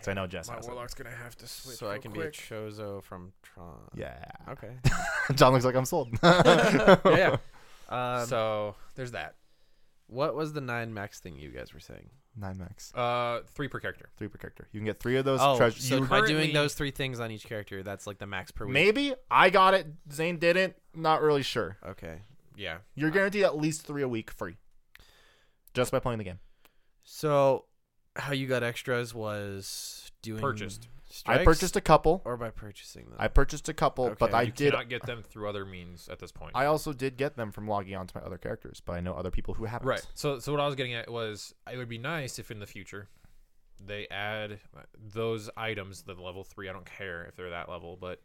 [SPEAKER 2] So I know Jess has it.
[SPEAKER 1] gonna have to switch.
[SPEAKER 3] so I can be a Chozo from Tron.
[SPEAKER 2] Yeah.
[SPEAKER 3] Okay.
[SPEAKER 2] John looks like I'm sold.
[SPEAKER 3] yeah. Um,
[SPEAKER 1] so there's that.
[SPEAKER 3] what was the nine max thing you guys were saying?
[SPEAKER 2] 9 max.
[SPEAKER 1] Uh, three per character.
[SPEAKER 2] 3 per character. You can get 3 of those
[SPEAKER 3] oh,
[SPEAKER 2] treasures.
[SPEAKER 3] so
[SPEAKER 2] you
[SPEAKER 3] by doing
[SPEAKER 1] currently-
[SPEAKER 3] those three things on each character, that's like the max per week.
[SPEAKER 2] Maybe I got it. Zane didn't. Not really sure.
[SPEAKER 3] Okay.
[SPEAKER 1] Yeah.
[SPEAKER 2] You're guaranteed at least three a week free, just by playing the game.
[SPEAKER 3] So, how you got extras was doing
[SPEAKER 1] Purchased.
[SPEAKER 2] I
[SPEAKER 3] strikes
[SPEAKER 2] purchased a couple.
[SPEAKER 3] or by purchasing them.
[SPEAKER 2] I purchased a couple, but
[SPEAKER 3] Okay,
[SPEAKER 2] I
[SPEAKER 1] you
[SPEAKER 2] did.
[SPEAKER 1] cannot get them through other means at this point.
[SPEAKER 2] I also did get them from logging on to my other characters, but I know other people who haven't.
[SPEAKER 1] Right. So, so what I was getting at was, it would be nice if in the future they add those items, the level three. I don't care if they're that level, but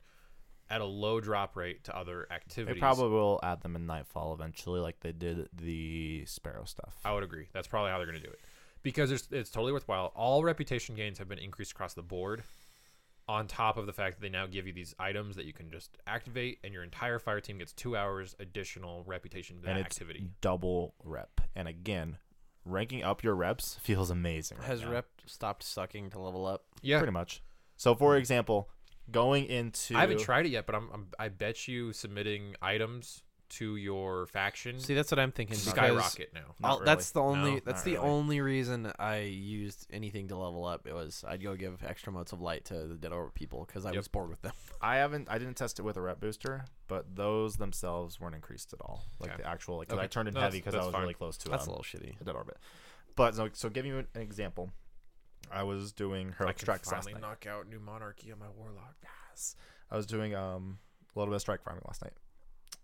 [SPEAKER 1] at a low drop rate to other
[SPEAKER 2] They
[SPEAKER 1] activities.
[SPEAKER 2] probably will add them in Nightfall eventually, like they did the Sparrow stuff.
[SPEAKER 1] I would agree. That's probably how they're going to do it. because it's, it's totally worthwhile. All reputation gains have been increased across the board, on top of the fact that they now give you these items that you can just activate, and your entire fire team gets two hours additional reputation to that
[SPEAKER 2] and it's
[SPEAKER 1] activity.
[SPEAKER 2] double rep. And again, ranking up your reps feels amazing. right
[SPEAKER 3] Has
[SPEAKER 2] now.
[SPEAKER 3] rep stopped sucking to level up?
[SPEAKER 1] yeah, Mm.
[SPEAKER 2] pretty much. So, for example, going into
[SPEAKER 1] I haven't tried it yet, but I'm, I'm I bet you submitting items to your faction
[SPEAKER 3] See, that's what I'm thinking. because
[SPEAKER 1] skyrocket now.
[SPEAKER 2] Not
[SPEAKER 3] I'll- That's the
[SPEAKER 1] really.
[SPEAKER 3] only.
[SPEAKER 1] No,
[SPEAKER 3] that's
[SPEAKER 2] not
[SPEAKER 3] the
[SPEAKER 2] really.
[SPEAKER 3] only reason I used anything to level up. It was I'd go give extra motes of light to the dead orb people because I
[SPEAKER 1] Yep.
[SPEAKER 3] was bored with them.
[SPEAKER 2] I haven't. I didn't test it with a rep booster, but those themselves weren't increased at all. Like
[SPEAKER 1] Okay.
[SPEAKER 2] the actual, like 'cause
[SPEAKER 1] Okay.
[SPEAKER 2] I turned in
[SPEAKER 1] No,
[SPEAKER 2] heavy
[SPEAKER 1] that's-
[SPEAKER 2] because I
[SPEAKER 1] that's
[SPEAKER 2] was
[SPEAKER 1] fine.
[SPEAKER 2] really close to
[SPEAKER 3] That's a
[SPEAKER 2] um,
[SPEAKER 3] little shitty.
[SPEAKER 2] a dead orbit. But so, so giving you an, an example, I was doing
[SPEAKER 1] I
[SPEAKER 2] heroic
[SPEAKER 1] can
[SPEAKER 2] strikes last
[SPEAKER 1] finally
[SPEAKER 2] night.
[SPEAKER 1] knock out New Monarchy on my Warlock.
[SPEAKER 2] Yes. I was doing um a little bit of strike farming last night.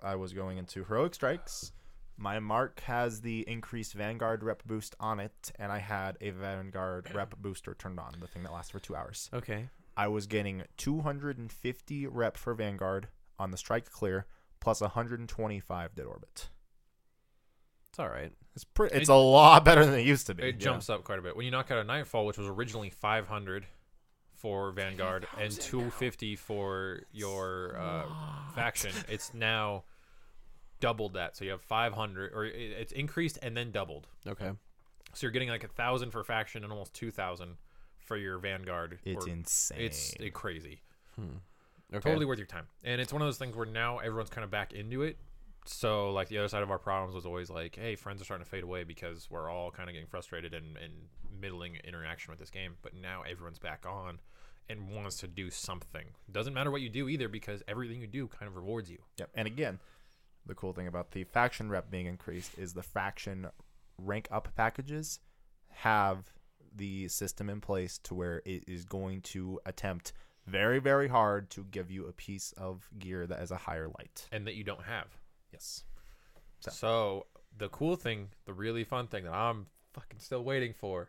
[SPEAKER 2] I was going into heroic strikes. My mark has the increased vanguard rep boost on it, and I had a vanguard rep booster turned on, the thing that lasts for two hours.
[SPEAKER 3] Okay.
[SPEAKER 2] I was getting 250 rep for Vanguard on the strike clear, plus 125 dead orbit.
[SPEAKER 3] It's all right.
[SPEAKER 2] It's pretty. It's
[SPEAKER 1] It-
[SPEAKER 2] a lot better than it used to be.
[SPEAKER 1] It jumps up quite a bit. When you knock out a Nightfall, which was originally 500 for Vanguard and 250 for your uh, faction, it's now doubled that. So you have 500, or i- it's increased and then doubled.
[SPEAKER 3] Okay.
[SPEAKER 1] So you're getting like a thousand for faction and almost 2,000 for your Vanguard.
[SPEAKER 2] It's
[SPEAKER 1] or-
[SPEAKER 2] insane.
[SPEAKER 1] It's uh, crazy.
[SPEAKER 3] Okay.
[SPEAKER 1] Totally worth your time. And it's one of those things where now everyone's kind of back into it. So like the other side of our problems was always like, hey, friends are starting to fade away because we're all kind of getting frustrated and, and middling interaction with this game. But now everyone's back on and wants to do something. Doesn't matter what you do either because everything you do kind of rewards you.
[SPEAKER 2] Yep. And again, the cool thing about the faction rep being increased is the faction rank up packages have the system in place to where it is going to attempt very very hard to give you a piece of gear that is a higher light.
[SPEAKER 1] And that you don't have.
[SPEAKER 2] Yes.
[SPEAKER 1] So,
[SPEAKER 2] So-
[SPEAKER 1] the cool thing, the really fun thing that I'm fucking still waiting for,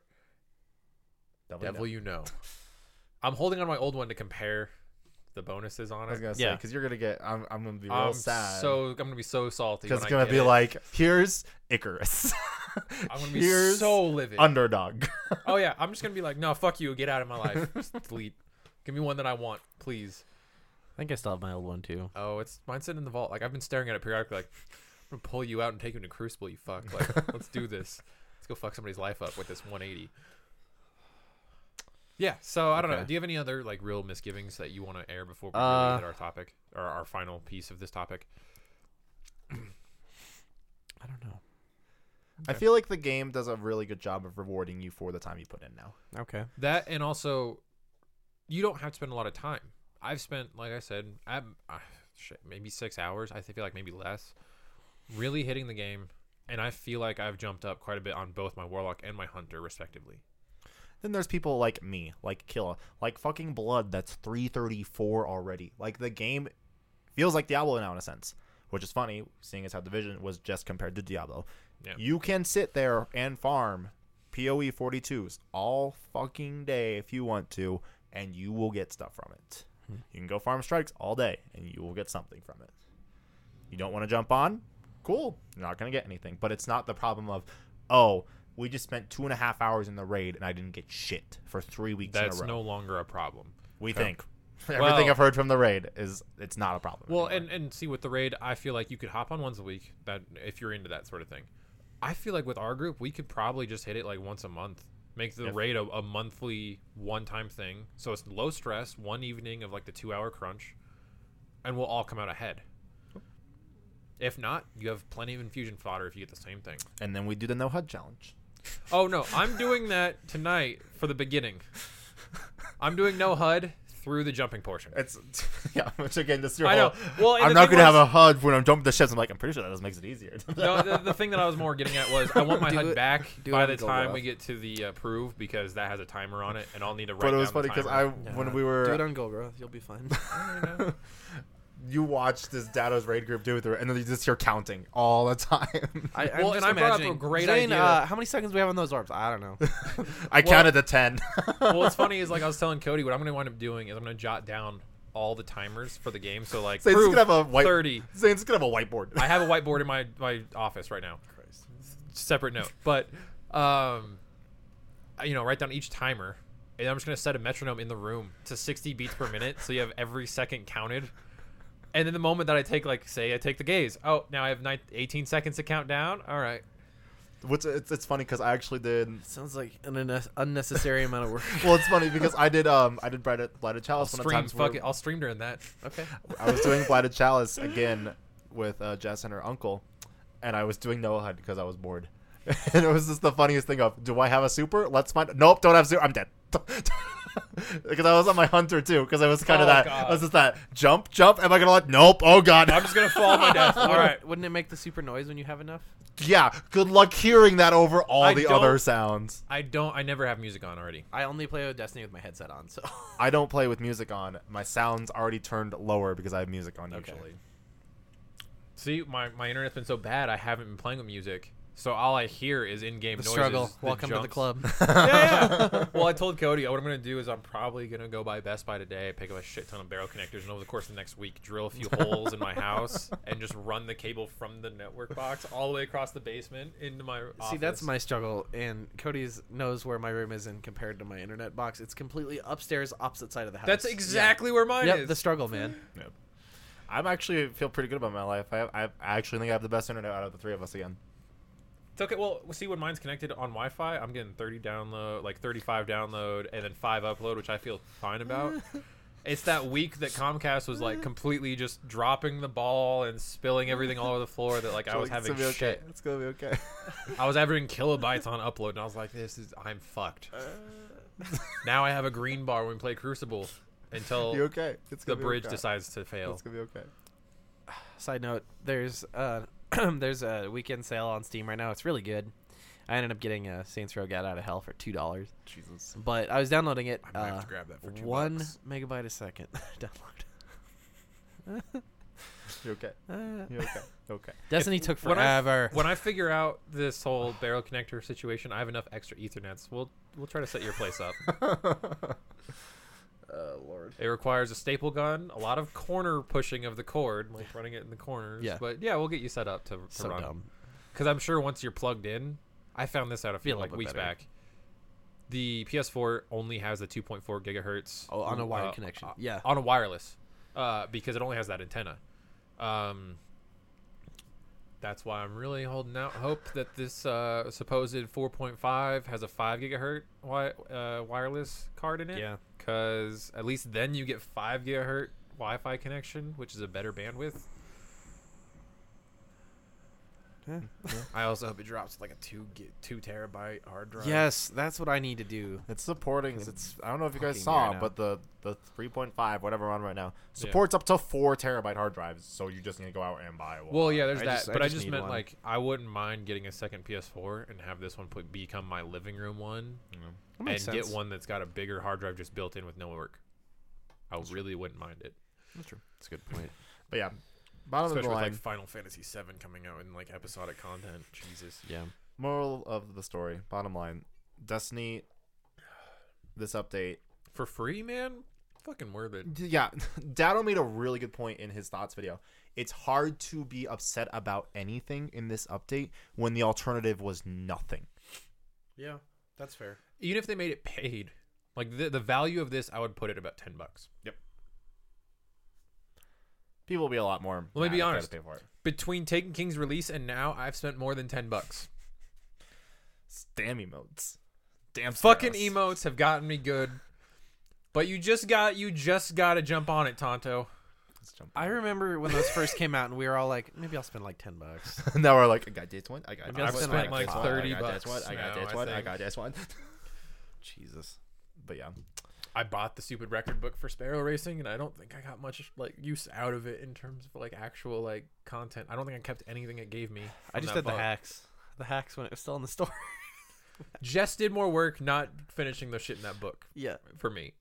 [SPEAKER 2] Double
[SPEAKER 1] Devil You Know. I'm holding on my old one to compare the bonuses on
[SPEAKER 2] I was
[SPEAKER 1] it.
[SPEAKER 2] gonna say
[SPEAKER 3] Yeah.
[SPEAKER 2] because you're gonna get. I'm, I'm gonna be real
[SPEAKER 1] I'm
[SPEAKER 2] sad.
[SPEAKER 1] so I'm gonna be so salty.
[SPEAKER 2] because
[SPEAKER 1] when
[SPEAKER 2] it's
[SPEAKER 1] I
[SPEAKER 2] gonna
[SPEAKER 1] get
[SPEAKER 2] be
[SPEAKER 1] it.
[SPEAKER 2] like, here's Icarus.
[SPEAKER 1] I'm gonna be so livid.
[SPEAKER 2] underdog.
[SPEAKER 1] oh yeah, I'm just gonna be like, no, fuck you, get out of my life, Just delete. Give me one that I want, please.
[SPEAKER 3] I think I still have my old one too.
[SPEAKER 1] Oh, it's mine's sitting in the vault. Like I've been staring at it periodically. Like I'm gonna pull you out and take you to Crucible. You fuck. Like let's do this. Let's go fuck somebody's life up with this 180. Yeah. So I don't know.
[SPEAKER 3] Okay.
[SPEAKER 1] Do you have any other like real misgivings that you want to air before we
[SPEAKER 3] Uh,
[SPEAKER 1] really hit our topic or our final piece of this topic?
[SPEAKER 3] I don't know.
[SPEAKER 2] I feel like the game does a really good job of rewarding you for the time you put in now.
[SPEAKER 3] Okay.
[SPEAKER 1] That and also, you don't have to spend a lot of time. I've spent, like I said, I'm, uh, shit, maybe six hours. I feel like maybe less. Really hitting the game, and I feel like I've jumped up quite a bit on both my warlock and my hunter, respectively.
[SPEAKER 2] Then there's people like me, like Killa, like fucking Blood that's 334 already. Like the game feels like Diablo now in a sense, which is funny seeing as how Division was just compared to Diablo.
[SPEAKER 1] Yeah.
[SPEAKER 2] You can sit there and farm PoE 42s all fucking day if you want to, and you will get stuff from it.
[SPEAKER 1] Hmm.
[SPEAKER 2] You can go farm strikes all day, and you will get something from it. You don't want to jump on? Cool. You're not going to get anything. But it's not the problem of, oh, we just spent two and a half hours in the raid and I didn't get shit for three weeks
[SPEAKER 1] That's
[SPEAKER 2] in a row.
[SPEAKER 1] no longer a problem.
[SPEAKER 2] we
[SPEAKER 1] Okay.
[SPEAKER 2] think. Everything
[SPEAKER 1] Well-
[SPEAKER 2] I've heard from the raid is it's not a problem.
[SPEAKER 1] Well,
[SPEAKER 2] anymore.
[SPEAKER 1] and and see with the raid, I feel like you could hop on once a week. That if you're into that sort of thing, I feel like with our group, we could probably just hit it like once a month. Make the
[SPEAKER 2] Yeah.
[SPEAKER 1] raid a, a monthly one-time thing, so it's low stress. One evening of like the two-hour crunch, and we'll all come out ahead. If not, you have plenty of infusion fodder if you get the same thing.
[SPEAKER 2] and then we do the no HUD challenge.
[SPEAKER 1] Oh no, I'm doing that tonight for the beginning. I'm doing no HUD through the jumping portion.
[SPEAKER 2] It's yeah, which again, just your
[SPEAKER 1] I know.
[SPEAKER 2] whole,
[SPEAKER 1] Well, and
[SPEAKER 2] I'm
[SPEAKER 1] the
[SPEAKER 2] not
[SPEAKER 1] thing
[SPEAKER 2] gonna have
[SPEAKER 1] was-
[SPEAKER 2] a HUD when I'm jumping the ships. I'm like, I'm pretty sure that just makes it easier.
[SPEAKER 1] no, the, the thing that I was more getting at was I want my
[SPEAKER 3] Do
[SPEAKER 1] HUD
[SPEAKER 3] it-
[SPEAKER 1] back
[SPEAKER 3] do
[SPEAKER 1] by
[SPEAKER 3] it
[SPEAKER 1] the
[SPEAKER 3] and go
[SPEAKER 1] time
[SPEAKER 3] left.
[SPEAKER 1] we get to the uh, prove because that has a timer on it, and I'll need to write
[SPEAKER 2] but it was
[SPEAKER 1] down
[SPEAKER 2] funny
[SPEAKER 1] the
[SPEAKER 2] because I,
[SPEAKER 1] timer.
[SPEAKER 2] when we were
[SPEAKER 3] Do it on Golgroth. You'll be fine.
[SPEAKER 2] you watched this Dados raid group do it, and then you just hear counting all the time.
[SPEAKER 3] I, I'm
[SPEAKER 1] Well, and
[SPEAKER 3] just
[SPEAKER 1] I brought up a
[SPEAKER 3] imagining-
[SPEAKER 1] great
[SPEAKER 3] Zane,
[SPEAKER 1] idea.
[SPEAKER 3] Uh, how many seconds do we have on those orbs? I don't know.
[SPEAKER 2] I counted to ten.
[SPEAKER 1] well, what's funny is like I was telling Cody what I'm going to wind up doing is I'm going to jot down all the timers for the game. So like
[SPEAKER 2] So it's
[SPEAKER 1] prove
[SPEAKER 2] gonna have a white-
[SPEAKER 1] thirty.
[SPEAKER 2] Zane's gonna have a whiteboard.
[SPEAKER 1] I have a whiteboard in my my office right now. Separate note, but um, you know, write down each timer, and I'm just gonna set a metronome in the room to 60 beats per minute, so you have every second counted. And then the moment that I take, like, say, I take the gaze. Oh, now I have nine, 18 seconds to count down. All right.
[SPEAKER 2] What's it's, it's funny because I actually did.
[SPEAKER 3] Sounds like an unne- unnecessary amount of work.
[SPEAKER 2] Well, it's funny because I did um I did blighted, blighted
[SPEAKER 1] I'll
[SPEAKER 2] chalice one of the
[SPEAKER 1] stream.
[SPEAKER 2] times. where-
[SPEAKER 1] Fuck it. I'll stream during that.
[SPEAKER 3] Okay.
[SPEAKER 2] I was doing Blighted Chalice again with uh, Jess and her uncle, and I was doing Noah Hud because I was bored. and it was just the funniest thing of, do I have a super? Let's find. Nope, don't have super. I'm dead. Because I was on my hunter too. Because I was kind
[SPEAKER 1] Oh,
[SPEAKER 2] of that.
[SPEAKER 1] God.
[SPEAKER 2] I was just that jump, jump. Am I gonna let? Nope. Oh God.
[SPEAKER 1] I'm just gonna fall on my death. All right.
[SPEAKER 3] Wouldn't it make the super noise when you have enough?
[SPEAKER 2] yeah. Good luck hearing that over all
[SPEAKER 1] I
[SPEAKER 2] the
[SPEAKER 1] don't-
[SPEAKER 2] other sounds.
[SPEAKER 1] I don't. I never have music on already.
[SPEAKER 3] I only play with Destiny with my headset on, so.
[SPEAKER 2] I don't play with music on. My sounds already turned lower because I have music on
[SPEAKER 3] Okay.
[SPEAKER 2] usually.
[SPEAKER 1] See, my, my internet's been so bad, I haven't been playing with music. So all I hear is in-game
[SPEAKER 3] The
[SPEAKER 1] noises.
[SPEAKER 3] struggle. Welcome to the
[SPEAKER 1] jumps.
[SPEAKER 3] club.
[SPEAKER 1] yeah, yeah. Well, I told Cody what I'm gonna do is I'm probably gonna go by Best Buy today, pick up a shit ton of barrel connectors, and over the course of the next week, drill a few holes in my house and just run the cable from the network box all the way across the basement into my.
[SPEAKER 3] See, that's
[SPEAKER 1] office.
[SPEAKER 3] my struggle, and Cody's knows where my room is, and compared to my internet box, it's completely upstairs, opposite side of the house.
[SPEAKER 1] That's exactly where mine
[SPEAKER 3] Yep,
[SPEAKER 1] is.
[SPEAKER 3] the struggle, man.
[SPEAKER 2] Yep. I'm actually feel pretty good about my life. I, have, I actually think I have the best internet out of the three of us again.
[SPEAKER 1] It's okay. Well, see, when mine's connected on Wi-Fi, I'm getting 30 download, like 35 download, and then five upload, which I feel fine about. it's that week that Comcast was like completely just dropping the ball and spilling everything all over the floor. That like I was having shit.
[SPEAKER 2] It's gonna be okay.
[SPEAKER 1] I was averaging kilobytes on upload, and I was like, "This is I'm fucked."
[SPEAKER 2] Uh,
[SPEAKER 1] now I have a green bar when we play Crucible until
[SPEAKER 2] you okay? It's
[SPEAKER 1] the
[SPEAKER 2] gonna
[SPEAKER 1] bridge decides to fail.
[SPEAKER 2] It's gonna be okay.
[SPEAKER 3] Side note: There's uh, there's a weekend sale on Steam right now. It's really good. I ended up getting a Saints Row Get Out of Hell for two dollars,
[SPEAKER 2] Jesus.
[SPEAKER 3] but I was downloading it.
[SPEAKER 1] I might have
[SPEAKER 3] uh,
[SPEAKER 1] to grab that for two
[SPEAKER 3] one
[SPEAKER 1] bucks.
[SPEAKER 3] megabyte a second download.
[SPEAKER 2] You okay?
[SPEAKER 3] Uh,
[SPEAKER 2] You okay? Okay.
[SPEAKER 3] Destiny took
[SPEAKER 1] When I-
[SPEAKER 3] forever.
[SPEAKER 1] When I figure out this whole barrel connector situation, I have enough extra Ethernets. We'll we'll try to set your place up.
[SPEAKER 2] Oh Lord.
[SPEAKER 1] It requires a staple gun, a lot of corner pushing of the cord, like running it in the corners.
[SPEAKER 3] Yeah.
[SPEAKER 1] But yeah, we'll get you set up to, to
[SPEAKER 3] so
[SPEAKER 1] run.
[SPEAKER 3] dumb.
[SPEAKER 1] Because I'm sure once you're plugged in, I found this out a
[SPEAKER 3] Be a
[SPEAKER 1] few
[SPEAKER 3] little
[SPEAKER 1] like
[SPEAKER 3] bit
[SPEAKER 1] weeks
[SPEAKER 3] better.
[SPEAKER 1] back. The PS4 only has the 2.4 gigahertz
[SPEAKER 3] Oh, on a wired
[SPEAKER 1] uh,
[SPEAKER 3] connection.
[SPEAKER 1] uh,
[SPEAKER 3] Yeah.
[SPEAKER 1] on a wireless, uh, because it only has that antenna. Um, that's why I'm really holding out hope that this uh, supposed 4.5 has a 5 gigahertz wi- uh, wireless card in it
[SPEAKER 3] Yeah.
[SPEAKER 1] because at least then you get 5 gigahertz wi-fi connection which is a better bandwidth
[SPEAKER 3] Yeah.
[SPEAKER 1] i also hope it drops like a 2 gi- 2 terabyte hard drive
[SPEAKER 3] Yes, that's what I need to do.
[SPEAKER 2] It's supporting. It's I don't know if you guys
[SPEAKER 3] Fucking
[SPEAKER 2] saw,
[SPEAKER 3] weird now.
[SPEAKER 2] but the the 3.5 whatever we're on right now supports up to four terabyte hard drives. So you just need to go out and buy one.
[SPEAKER 1] well yeah there's
[SPEAKER 3] I
[SPEAKER 1] that
[SPEAKER 3] just- I
[SPEAKER 1] but i
[SPEAKER 3] just
[SPEAKER 1] just
[SPEAKER 3] need
[SPEAKER 1] meant
[SPEAKER 3] one.
[SPEAKER 1] like i wouldn't mind getting a second ps4 and have this one put, become my living room one
[SPEAKER 3] That
[SPEAKER 1] and
[SPEAKER 3] makes
[SPEAKER 1] get
[SPEAKER 3] sense.
[SPEAKER 1] one that's got a bigger hard drive just built in with no work i really wouldn't mind it
[SPEAKER 3] That's true. That's a good point.
[SPEAKER 2] But yeah, bottom
[SPEAKER 1] especially
[SPEAKER 2] of the
[SPEAKER 1] with
[SPEAKER 2] line.
[SPEAKER 1] like final fantasy 7 coming out in like episodic content jesus
[SPEAKER 3] Yeah.
[SPEAKER 2] moral of the story. Bottom line. Destiny. This update
[SPEAKER 1] for free man fucking worth it
[SPEAKER 2] D- yeah dado made a really good point in his thoughts video it's hard to be upset about anything in this update when the alternative was nothing
[SPEAKER 3] Yeah, that's fair.
[SPEAKER 1] even if they made it paid like the, the value of this i would put it about 10 bucks
[SPEAKER 2] people will be a lot more
[SPEAKER 1] Let me
[SPEAKER 2] mad
[SPEAKER 1] be
[SPEAKER 2] if they had
[SPEAKER 1] honest.
[SPEAKER 2] to pay for it.
[SPEAKER 1] between taken king's release and now i've spent more than 10 bucks
[SPEAKER 2] damn emotes damn
[SPEAKER 1] fucking
[SPEAKER 2] Sternos.
[SPEAKER 1] emotes have gotten me good but you just got you just got to jump on it tonto
[SPEAKER 2] Let's jump
[SPEAKER 3] I
[SPEAKER 2] in.
[SPEAKER 3] remember when those first came out, and we were all like, maybe I'll spend like ten bucks.
[SPEAKER 2] now we're like i got this one i got
[SPEAKER 3] Maybe
[SPEAKER 2] this
[SPEAKER 3] I'll
[SPEAKER 2] one,
[SPEAKER 3] spend
[SPEAKER 2] I
[SPEAKER 3] like
[SPEAKER 2] got this one,
[SPEAKER 1] 30
[SPEAKER 2] I got this
[SPEAKER 1] bucks
[SPEAKER 2] one, i got
[SPEAKER 1] now,
[SPEAKER 2] this
[SPEAKER 1] I
[SPEAKER 2] one i
[SPEAKER 1] think.
[SPEAKER 2] got this one
[SPEAKER 3] Jesus.
[SPEAKER 2] but yeah
[SPEAKER 1] i bought the stupid record book for sparrow racing and i don't think i got much like use out of it in terms of like actual like content i don't think i kept anything it gave me
[SPEAKER 3] I
[SPEAKER 1] from
[SPEAKER 3] just
[SPEAKER 1] that
[SPEAKER 3] did the
[SPEAKER 1] book.
[SPEAKER 3] hacks. The hacks when it was still in the store.
[SPEAKER 1] just did more work not finishing the shit in that book
[SPEAKER 3] yeah.
[SPEAKER 1] for me.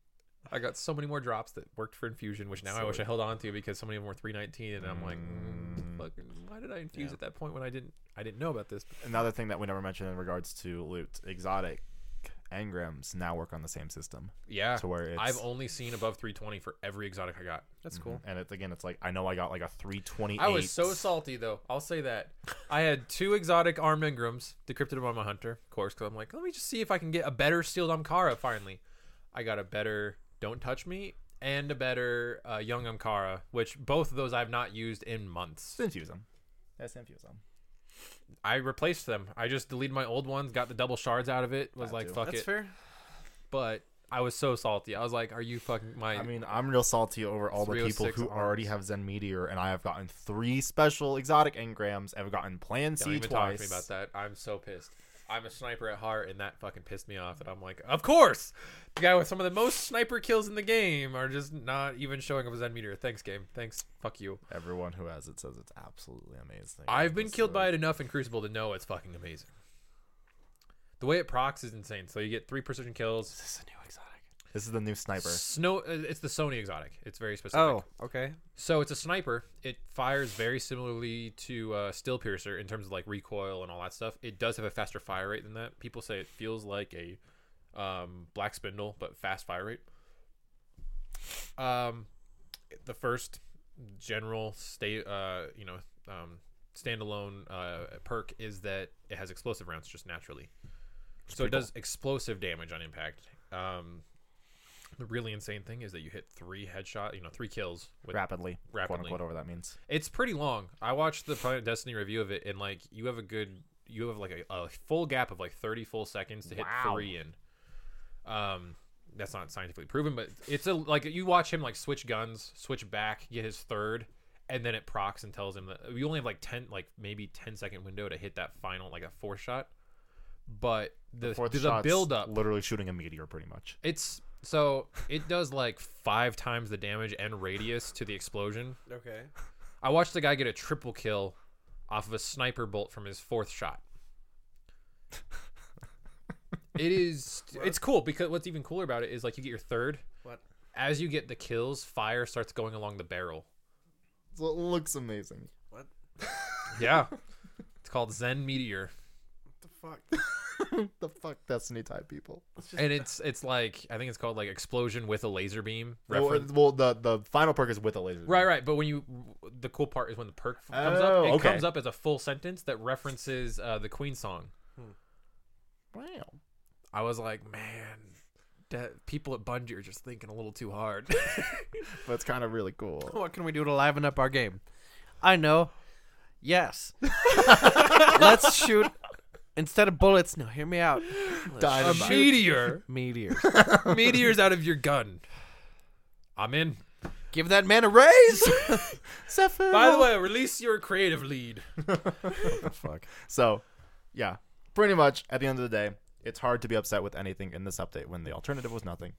[SPEAKER 1] I got so many more drops that worked for infusion, which now I wish I held on to because so many of them were 319, and I'm like, mm, fucking, why did I infuse
[SPEAKER 3] Yeah.
[SPEAKER 1] at that point when I didn't I didn't know about this?
[SPEAKER 2] another thing that we never mentioned in regards to loot exotic Engrams now work on the same system.
[SPEAKER 1] Yeah.
[SPEAKER 2] To where it's Mhm.
[SPEAKER 1] I've only seen above 320 for every exotic I got.
[SPEAKER 3] That's cool.
[SPEAKER 2] and it's again, it's like I know I got like a 328.
[SPEAKER 1] I was so salty though. I'll say that. I had two exotic arm Ingrams, decrypted by my hunter, of course, because I'm like, let me just see if I can get a better sealed Amkara finally. I got a better Don't Touch Me and a better uh, Young Amkara, which both of those I've not used in months.
[SPEAKER 2] Sinfuse them. That's Sinfuse them.
[SPEAKER 1] I replaced them. I just deleted my old ones, got the double shards out of it, was
[SPEAKER 2] That
[SPEAKER 1] like,
[SPEAKER 2] too.
[SPEAKER 1] fuck
[SPEAKER 3] That's
[SPEAKER 1] it.
[SPEAKER 3] fair.
[SPEAKER 1] But I was so salty. I was like, are you fucking my.
[SPEAKER 2] I mean, I'm real salty over all the people
[SPEAKER 1] 306
[SPEAKER 2] who already
[SPEAKER 1] arms.
[SPEAKER 2] have Zen Meteor, and I have gotten three special exotic engrams. I've gotten Plan
[SPEAKER 1] Don't
[SPEAKER 2] C
[SPEAKER 1] even talk to
[SPEAKER 2] twice.
[SPEAKER 1] me about that. I'm so pissed. I'm a sniper at heart, and that fucking pissed me off. That I'm like, of course, the guy with some of the most sniper kills in the game are just not even showing up as Zen meteor. Thanks, game. Thanks. Fuck you.
[SPEAKER 2] Everyone who has it says it's absolutely amazing.
[SPEAKER 1] I've been
[SPEAKER 2] It's
[SPEAKER 1] killed by
[SPEAKER 2] like-
[SPEAKER 1] it enough in Crucible to know it's fucking amazing. The way it procs is insane. So you get three precision kills.
[SPEAKER 3] This is a new exotic.
[SPEAKER 2] This is the new sniper.
[SPEAKER 1] Snow. uh, It's the Sony exotic. It's very specific.
[SPEAKER 3] Oh, okay.
[SPEAKER 1] So it's a sniper. It fires very similarly to uh, Steel Piercer in terms of like recoil and all that stuff. It does have a faster fire rate than that. People say it feels like a um, Black Spindle, but fast fire rate. Um, the first general state, uh, you know, um, standalone uh, perk is that it has explosive rounds just naturally. So it does explosive damage on impact. Um, the really insane thing is that you hit three headshot, you know, three kills with
[SPEAKER 2] rapidly, quote
[SPEAKER 1] rapidly.
[SPEAKER 2] unquote, whatever that means.
[SPEAKER 1] it's pretty long. I watched the Planet Destiny review of it, and like you have a good, you have like a, a full gap of like thirty full seconds to hit
[SPEAKER 2] Wow.
[SPEAKER 1] three in. Um, that's not scientifically proven, but it's a like you watch him like switch guns, switch back, get his third, and then it procs and tells him that you only have like ten, like maybe 10 second window to hit that final like a four shot. But the
[SPEAKER 2] Fourth
[SPEAKER 1] the,
[SPEAKER 2] shot's
[SPEAKER 1] build up
[SPEAKER 2] literally shooting a meteor, pretty much.
[SPEAKER 1] it's so it does like five times the damage and radius to the explosion.
[SPEAKER 3] Okay.
[SPEAKER 1] I watched the guy get a triple kill off of a sniper bolt from his fourth shot. it is it's cool because what's even cooler about it is like you get your third.
[SPEAKER 3] What?
[SPEAKER 1] As you get the kills, fire starts going along the barrel.
[SPEAKER 2] So it looks amazing.
[SPEAKER 3] What
[SPEAKER 1] Yeah. it's called Zen Meteor.
[SPEAKER 3] the fuck?
[SPEAKER 2] the fuck, Destiny type people.
[SPEAKER 1] And it's it's like I think it's called like explosion with a laser beam
[SPEAKER 2] Well,
[SPEAKER 1] reference.
[SPEAKER 2] well, the the final perk is with a laser.
[SPEAKER 1] Right, right. But when you, the cool part is when the perk f- comes
[SPEAKER 2] Oh,
[SPEAKER 1] up. It
[SPEAKER 2] okay.
[SPEAKER 1] comes up as a full sentence that references uh, the Queen song.
[SPEAKER 2] Wow.
[SPEAKER 1] I was like, man, de- people at Bungie are just thinking a little too hard.
[SPEAKER 2] But it's kind of really cool.
[SPEAKER 3] What can we do to liven up our game? I know. Yes. Let's shoot instead of bullets. No, hear me out. Let's
[SPEAKER 2] Dynamite.
[SPEAKER 1] a
[SPEAKER 3] shoot
[SPEAKER 1] meteor,
[SPEAKER 3] meteors.
[SPEAKER 1] meteors out of your gun. I'm in.
[SPEAKER 3] Give that man a raise.
[SPEAKER 2] Zephyr.
[SPEAKER 1] By the way, release your creative lead.
[SPEAKER 3] fuck.
[SPEAKER 2] So, yeah, pretty much at the end of the day, it's hard to be upset with anything in this update when the alternative was nothing.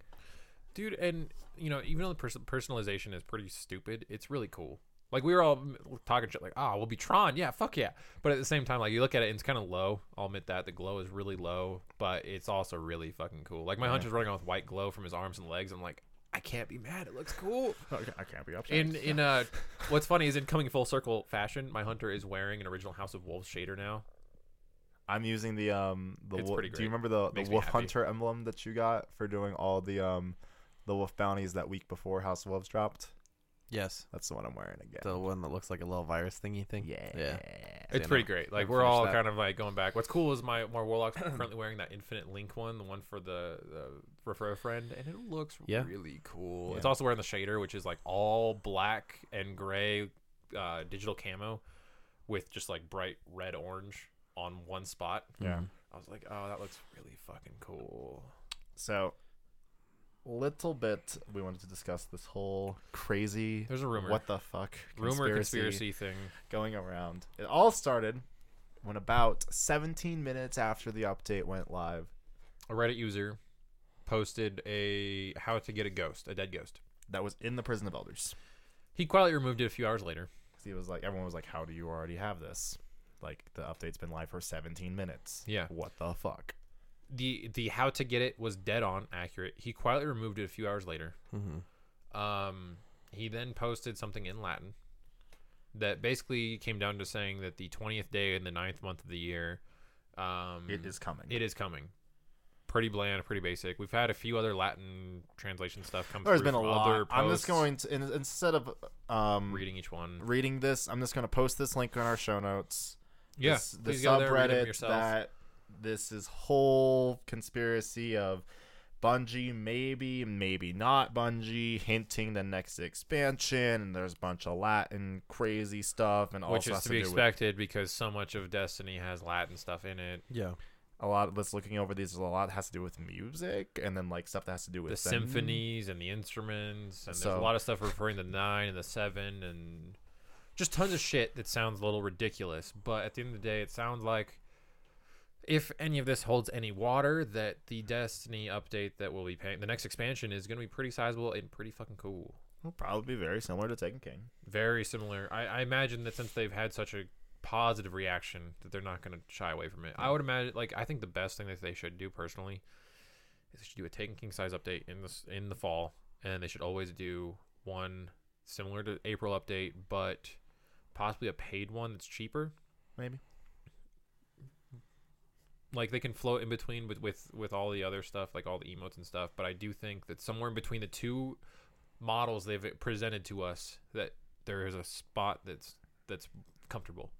[SPEAKER 1] dude and you know even though the pers- personalization is pretty stupid it's really cool like we were all m- talking shit like ah we'll be tron yeah fuck yeah but at the same time like you look at it and it's kind of low i'll admit that the glow is really low but it's also really fucking cool like my hunter's running on with white glow from his arms and legs i'm like i can't be mad it looks cool
[SPEAKER 2] I can't be upset.
[SPEAKER 1] in in uh what's funny is in coming full circle fashion my hunter is wearing an original house of wolves shader now
[SPEAKER 2] I'm using the um the
[SPEAKER 1] It's
[SPEAKER 2] wolf.
[SPEAKER 1] pretty
[SPEAKER 2] Do you
[SPEAKER 1] great.
[SPEAKER 2] remember the,
[SPEAKER 1] Makes
[SPEAKER 2] the
[SPEAKER 1] me
[SPEAKER 2] wolf
[SPEAKER 1] happy.
[SPEAKER 2] hunter emblem that you got for doing all the um the wolf bounties that week before House of Wolves dropped?
[SPEAKER 3] Yes.
[SPEAKER 2] That's the one I'm wearing again.
[SPEAKER 3] The one that looks like a little virus thingy thing.
[SPEAKER 2] yeah.
[SPEAKER 3] Yeah.
[SPEAKER 1] It's
[SPEAKER 3] Yeah,
[SPEAKER 1] pretty
[SPEAKER 3] no,
[SPEAKER 1] great.
[SPEAKER 3] I've
[SPEAKER 1] Like we're
[SPEAKER 3] finished
[SPEAKER 1] all
[SPEAKER 3] that.
[SPEAKER 1] kind of like going back. What's cool is my my warlock's currently wearing that Infinite Link one, the one for the, the refer a friend, and it looks
[SPEAKER 3] Yeah.
[SPEAKER 1] really cool. It's
[SPEAKER 2] Yeah.
[SPEAKER 1] also wearing the shader, which is like all black and gray uh, digital camo with just like bright red orange on one spot.
[SPEAKER 2] Yeah.
[SPEAKER 1] I was like, oh, that looks really fucking cool.
[SPEAKER 2] So, little bit we wanted to discuss this whole crazy
[SPEAKER 1] There's a rumor,
[SPEAKER 2] what the fuck
[SPEAKER 1] rumor conspiracy thing.
[SPEAKER 2] going around. It all started when about 17 minutes after the update went live.
[SPEAKER 1] A Reddit user posted a how to get a ghost, a dead ghost.
[SPEAKER 2] That was in the prison of elders.
[SPEAKER 1] He quietly removed it a few hours later.
[SPEAKER 2] He was like, everyone was like, "How do you already have this?" Like the update's been live for 17 minutes.
[SPEAKER 1] Yeah.
[SPEAKER 2] What the fuck?
[SPEAKER 1] the the how to get it was dead on accurate. He quietly removed it a few hours later.
[SPEAKER 2] Mm-hmm.
[SPEAKER 1] Um, he then posted something in Latin that basically came down to saying that the twentieth day in the ninth month of the year, um,
[SPEAKER 2] It is coming.
[SPEAKER 1] it is coming. pretty bland, pretty basic. We've had a few other Latin translation stuff come
[SPEAKER 2] There's
[SPEAKER 1] through.
[SPEAKER 2] been a
[SPEAKER 1] from
[SPEAKER 2] lot.
[SPEAKER 1] Other
[SPEAKER 2] I'm
[SPEAKER 1] posts,
[SPEAKER 2] just going to in, instead of um, reading.
[SPEAKER 1] reading each one.
[SPEAKER 2] this. I'm just going to post this link in our show notes.
[SPEAKER 1] Yeah,
[SPEAKER 2] this, the
[SPEAKER 1] please go there, read 'em
[SPEAKER 2] subreddit
[SPEAKER 1] yourself.
[SPEAKER 2] that this is whole conspiracy of Bungie maybe, maybe not Bungie, hinting the next expansion. And there's a bunch of Latin crazy stuff, and
[SPEAKER 1] which
[SPEAKER 2] also
[SPEAKER 1] is
[SPEAKER 2] has
[SPEAKER 1] to be
[SPEAKER 2] do with
[SPEAKER 1] expected because so much of Destiny has Latin stuff in it.
[SPEAKER 3] Yeah.
[SPEAKER 2] a lot of this looking over these a lot has to do with music and then like stuff that has to do with
[SPEAKER 1] The
[SPEAKER 2] them.
[SPEAKER 1] symphonies and the instruments, and there's
[SPEAKER 2] So-
[SPEAKER 1] a lot of stuff referring to nine and the seven, and just tons of shit that sounds a little ridiculous. But at the end of the day, it sounds like if any of this holds any water, that the Destiny update that we'll be paying, the next expansion is going to be pretty sizable and pretty fucking cool.
[SPEAKER 2] will probably be very similar to Taken King.
[SPEAKER 1] Very similar. I, I imagine that since they've had such a positive reaction, that they're not going to shy away from it. I would imagine, like, I think the best thing that they should do personally is they should do a Taken King size update in this in the fall, and they should always do one similar to April update, but possibly a paid one that's cheaper.
[SPEAKER 2] Maybe.
[SPEAKER 1] Like they can float in between with with with all the other stuff, like all the emotes and stuff. But I do think that somewhere in between the two models they've presented to us, that there is a spot that's that's comfortable.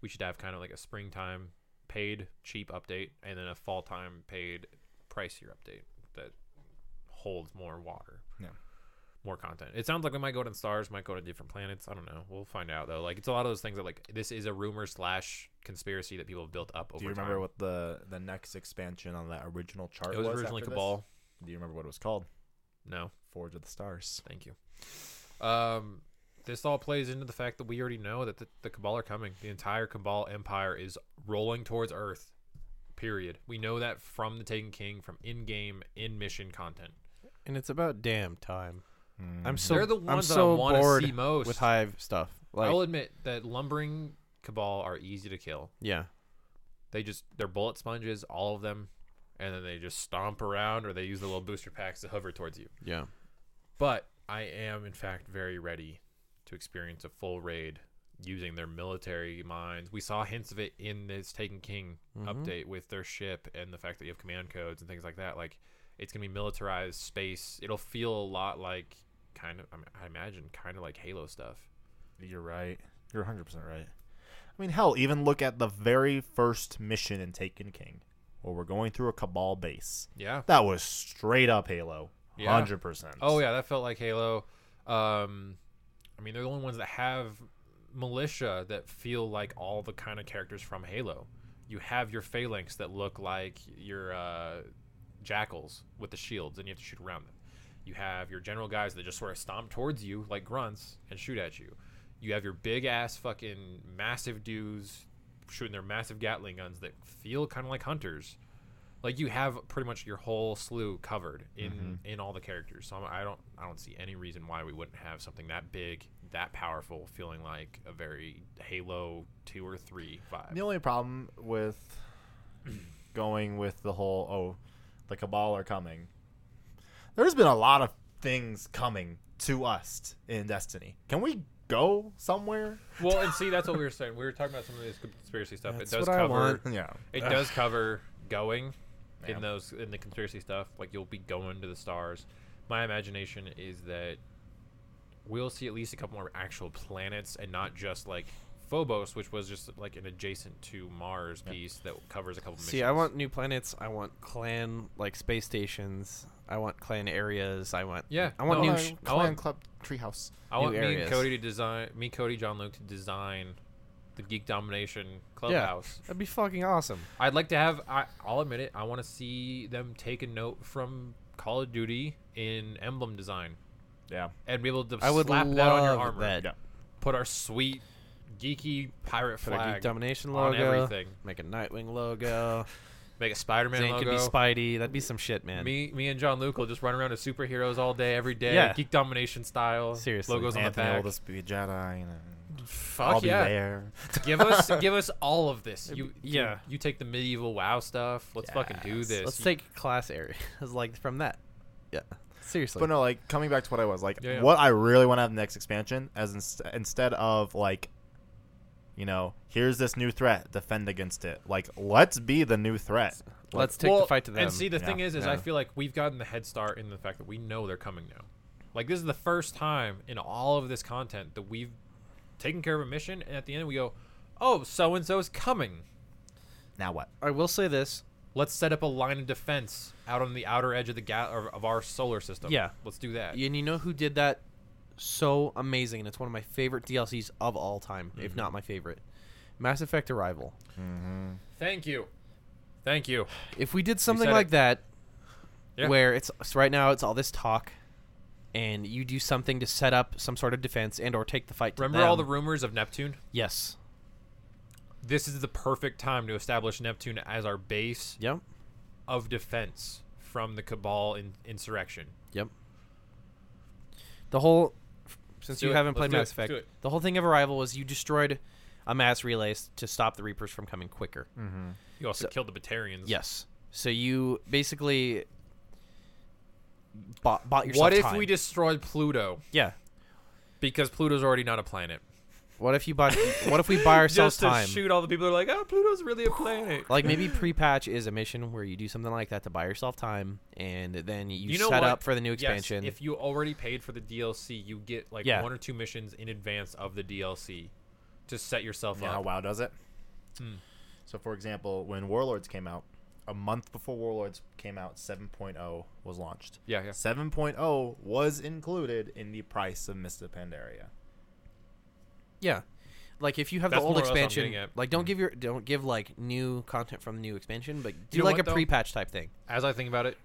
[SPEAKER 1] We should have kind of like a springtime paid cheap update and then a fall time paid pricier update that holds more water.
[SPEAKER 2] Yeah.
[SPEAKER 1] More content. It sounds like we might go to stars, might go to different planets. I don't know. We'll find out though. Like it's a lot of those things that like this is a rumor slash conspiracy that people have built up over
[SPEAKER 2] Do you remember
[SPEAKER 1] time.
[SPEAKER 2] what the the next expansion on that original chart
[SPEAKER 1] it was, originally
[SPEAKER 2] after this?
[SPEAKER 1] Cabal.
[SPEAKER 2] Do you remember what it was called?
[SPEAKER 1] No.
[SPEAKER 2] Forge of the Stars.
[SPEAKER 1] Thank you. Um, this all plays into the fact that we already know that the, the Cabal are coming. The entire Cabal Empire is rolling towards Earth. Period. We know that from the Taken King, from in-game, in-mission content.
[SPEAKER 3] And it's about damn time.
[SPEAKER 2] Mm-hmm.
[SPEAKER 3] I'm so
[SPEAKER 1] They're the
[SPEAKER 3] I'm
[SPEAKER 1] ones that I
[SPEAKER 3] so
[SPEAKER 1] wanna
[SPEAKER 3] bored
[SPEAKER 1] see most.
[SPEAKER 3] with Hive stuff. Like
[SPEAKER 1] I'll admit that lumbering Cabal are easy to kill.
[SPEAKER 3] yeah,
[SPEAKER 1] They just they're bullet sponges, all of them, and then they just stomp around or they use the little booster packs to hover towards you.
[SPEAKER 3] yeah.
[SPEAKER 1] But I am, in fact, very ready to experience a full raid using their military minds. We saw hints of it in this Taken King update with their ship and the fact that you have command codes and things like that. Like, it's going to be militarized space. It'll feel a lot like, kind of, I, mean, I imagine, kind of like Halo stuff.
[SPEAKER 2] You're right. You're 100 percent right. I mean, hell, even look at the very first mission in Taken King, where we're going through a Cabal base.
[SPEAKER 1] Yeah.
[SPEAKER 2] That was straight up Halo.
[SPEAKER 1] Yeah.
[SPEAKER 2] 100 percent.
[SPEAKER 1] Oh, yeah, that felt like Halo. Um, I mean, they're the only ones that have militia that feel like all the kind of characters from Halo. You have your phalanx that look like your uh, jackals with the shields, and you have to shoot around them. You have your general guys that just sort of stomp towards you like grunts and shoot at you. You have your big ass fucking massive dudes shooting their massive Gatling guns that feel kind of like hunters. Like you have pretty much your whole slew covered in in all the characters. So I'm, I don't I don't see any reason why we wouldn't have something that big, that powerful, feeling like a very Halo two or three vibe.
[SPEAKER 2] The only problem with going with the whole oh, the cabal are coming. There's been a lot of things coming to us in Destiny. Can we go somewhere?
[SPEAKER 1] Well, and see that's what we were saying. We were talking about some of this conspiracy stuff.
[SPEAKER 3] That's
[SPEAKER 1] it does
[SPEAKER 3] what I
[SPEAKER 1] cover
[SPEAKER 3] want.
[SPEAKER 2] Yeah.
[SPEAKER 1] It does cover going
[SPEAKER 2] Yeah.
[SPEAKER 1] in those in the conspiracy stuff. Like you'll be going to the stars. My imagination is that we'll see at least a couple more actual planets and not just like Phobos, which was just like an adjacent to Mars piece that covers a couple. Missions.
[SPEAKER 3] See, I want new planets. I want clan like space stations. I want clan areas. I want
[SPEAKER 1] Yeah,
[SPEAKER 3] I want
[SPEAKER 1] no,
[SPEAKER 3] new.
[SPEAKER 1] I-
[SPEAKER 3] sh-
[SPEAKER 1] I want-
[SPEAKER 2] Club Treehouse.
[SPEAKER 1] I
[SPEAKER 3] new
[SPEAKER 1] want me
[SPEAKER 3] areas.
[SPEAKER 1] and Cody to design me, Cody, John Luke to design the Geek Domination
[SPEAKER 3] yeah,
[SPEAKER 1] Clubhouse.
[SPEAKER 3] that'd be fucking awesome.
[SPEAKER 1] I'd like to have. I, I'll admit it. I want to see them take a note from Call of Duty in emblem design.
[SPEAKER 2] Yeah.
[SPEAKER 1] and be able to
[SPEAKER 3] I would
[SPEAKER 1] slap that on your
[SPEAKER 3] love
[SPEAKER 1] armor.
[SPEAKER 3] that.
[SPEAKER 2] Yeah.
[SPEAKER 1] Put our sweet geeky pirate
[SPEAKER 3] Put a
[SPEAKER 1] flag
[SPEAKER 3] geek domination
[SPEAKER 1] on
[SPEAKER 3] logo.
[SPEAKER 1] everything.
[SPEAKER 3] Make a Nightwing logo.
[SPEAKER 1] Make a Spider-Man
[SPEAKER 3] Zane
[SPEAKER 1] logo.
[SPEAKER 3] could be Spidey. That'd be some shit, man.
[SPEAKER 1] me, me and John Luke will just run around as superheroes all day, every day.
[SPEAKER 3] Yeah.
[SPEAKER 1] Geek domination style.
[SPEAKER 3] Seriously.
[SPEAKER 1] logos on
[SPEAKER 2] Anthony
[SPEAKER 1] the
[SPEAKER 2] will
[SPEAKER 1] back.
[SPEAKER 2] just be a Jedi. And, uh,
[SPEAKER 1] Fuck
[SPEAKER 2] I'll be
[SPEAKER 1] yeah!
[SPEAKER 2] there.
[SPEAKER 1] give us, give us all of this. You,
[SPEAKER 3] yeah.
[SPEAKER 1] You, you take the medieval WoW stuff. Let's fucking do
[SPEAKER 3] Yes.
[SPEAKER 1] this.
[SPEAKER 3] Let's
[SPEAKER 1] You-
[SPEAKER 3] take class areas like from that. Yeah, seriously.
[SPEAKER 2] But no, like coming back to what I was like,
[SPEAKER 1] Yeah, yeah.
[SPEAKER 2] what I really want to have in the next expansion as inst- instead of like, you know, here's this new threat, defend against it. Like, let's be the new threat.
[SPEAKER 3] Let's take the fight to them.
[SPEAKER 1] And see, the
[SPEAKER 2] Yeah.
[SPEAKER 1] thing is, is I
[SPEAKER 3] Yeah.
[SPEAKER 1] feel like we've gotten the head start in the fact that we know they're coming now. Like this is the first time in all of this content that we've taken care of a mission, and at the end we go, "Oh, so and so is coming.
[SPEAKER 2] Now what?
[SPEAKER 3] I will say this.
[SPEAKER 1] Let's set up a line of defense out on the outer edge of the ga- of, of our solar system.
[SPEAKER 3] Yeah.
[SPEAKER 1] let's do that.
[SPEAKER 3] And you know who did that so amazing? And it's one of my favorite DLCs of all time, if
[SPEAKER 1] Mm-hmm.
[SPEAKER 3] not my favorite. Mass Effect Arrival.
[SPEAKER 1] Thank you, thank you.
[SPEAKER 3] If we did something
[SPEAKER 1] said
[SPEAKER 3] like
[SPEAKER 1] it.
[SPEAKER 3] that,
[SPEAKER 1] Yeah.
[SPEAKER 3] where it's so right now it's all this talk, and you do something to set up some sort of defense and or take the fight. To
[SPEAKER 1] Remember all the
[SPEAKER 3] them.
[SPEAKER 1] rumors of Neptune?
[SPEAKER 3] yes.
[SPEAKER 1] This is the perfect time to establish Neptune as our base
[SPEAKER 3] Yep.
[SPEAKER 1] of defense from the Cabal in- insurrection.
[SPEAKER 3] Yep. The whole since
[SPEAKER 1] do
[SPEAKER 3] you
[SPEAKER 1] it.
[SPEAKER 3] haven't
[SPEAKER 1] Let's
[SPEAKER 3] played
[SPEAKER 1] do it.
[SPEAKER 3] Mass
[SPEAKER 1] Let's do
[SPEAKER 3] Effect,
[SPEAKER 1] it.
[SPEAKER 3] the whole thing of Arrival was you destroyed a mass relay s- to stop the Reapers from coming quicker.
[SPEAKER 1] You also
[SPEAKER 3] So-
[SPEAKER 1] killed the Batarians.
[SPEAKER 3] Yes. So you basically bought, bought yourself
[SPEAKER 1] what if
[SPEAKER 3] time.
[SPEAKER 1] we destroyed Pluto?
[SPEAKER 3] yeah?
[SPEAKER 1] Because Pluto's already not a planet.
[SPEAKER 3] What if you bought? what if we buy ourselves
[SPEAKER 1] Just to
[SPEAKER 3] time?
[SPEAKER 1] shoot all the people who are like, oh, Pluto's really a planet.
[SPEAKER 3] Like maybe pre-patch is a mission where you do something like that to buy yourself time, and then you,
[SPEAKER 1] know
[SPEAKER 3] set
[SPEAKER 1] what?
[SPEAKER 3] up for the new
[SPEAKER 1] Yes,
[SPEAKER 3] expansion.
[SPEAKER 1] if you already paid for the DLC, you get like
[SPEAKER 3] Yeah.
[SPEAKER 1] one or two missions in advance of the DLC to set yourself
[SPEAKER 2] You know how
[SPEAKER 1] up.
[SPEAKER 2] WoW does it?
[SPEAKER 1] Hmm.
[SPEAKER 2] So, for example, when Warlords came out, a month before Warlords came out, 7.0 was launched.
[SPEAKER 1] Yeah, yeah.
[SPEAKER 2] 7.0 was included in the price of Mist of Pandaria.
[SPEAKER 3] yeah, like if you have
[SPEAKER 1] That's
[SPEAKER 3] the old
[SPEAKER 1] more or less what I'm
[SPEAKER 3] expansion,
[SPEAKER 1] getting at. Mm.
[SPEAKER 3] like don't give your don't give like new content from the new expansion, but do
[SPEAKER 1] know
[SPEAKER 3] like
[SPEAKER 1] what,
[SPEAKER 3] a
[SPEAKER 1] though?
[SPEAKER 3] pre-patch type thing.
[SPEAKER 1] As I think about it,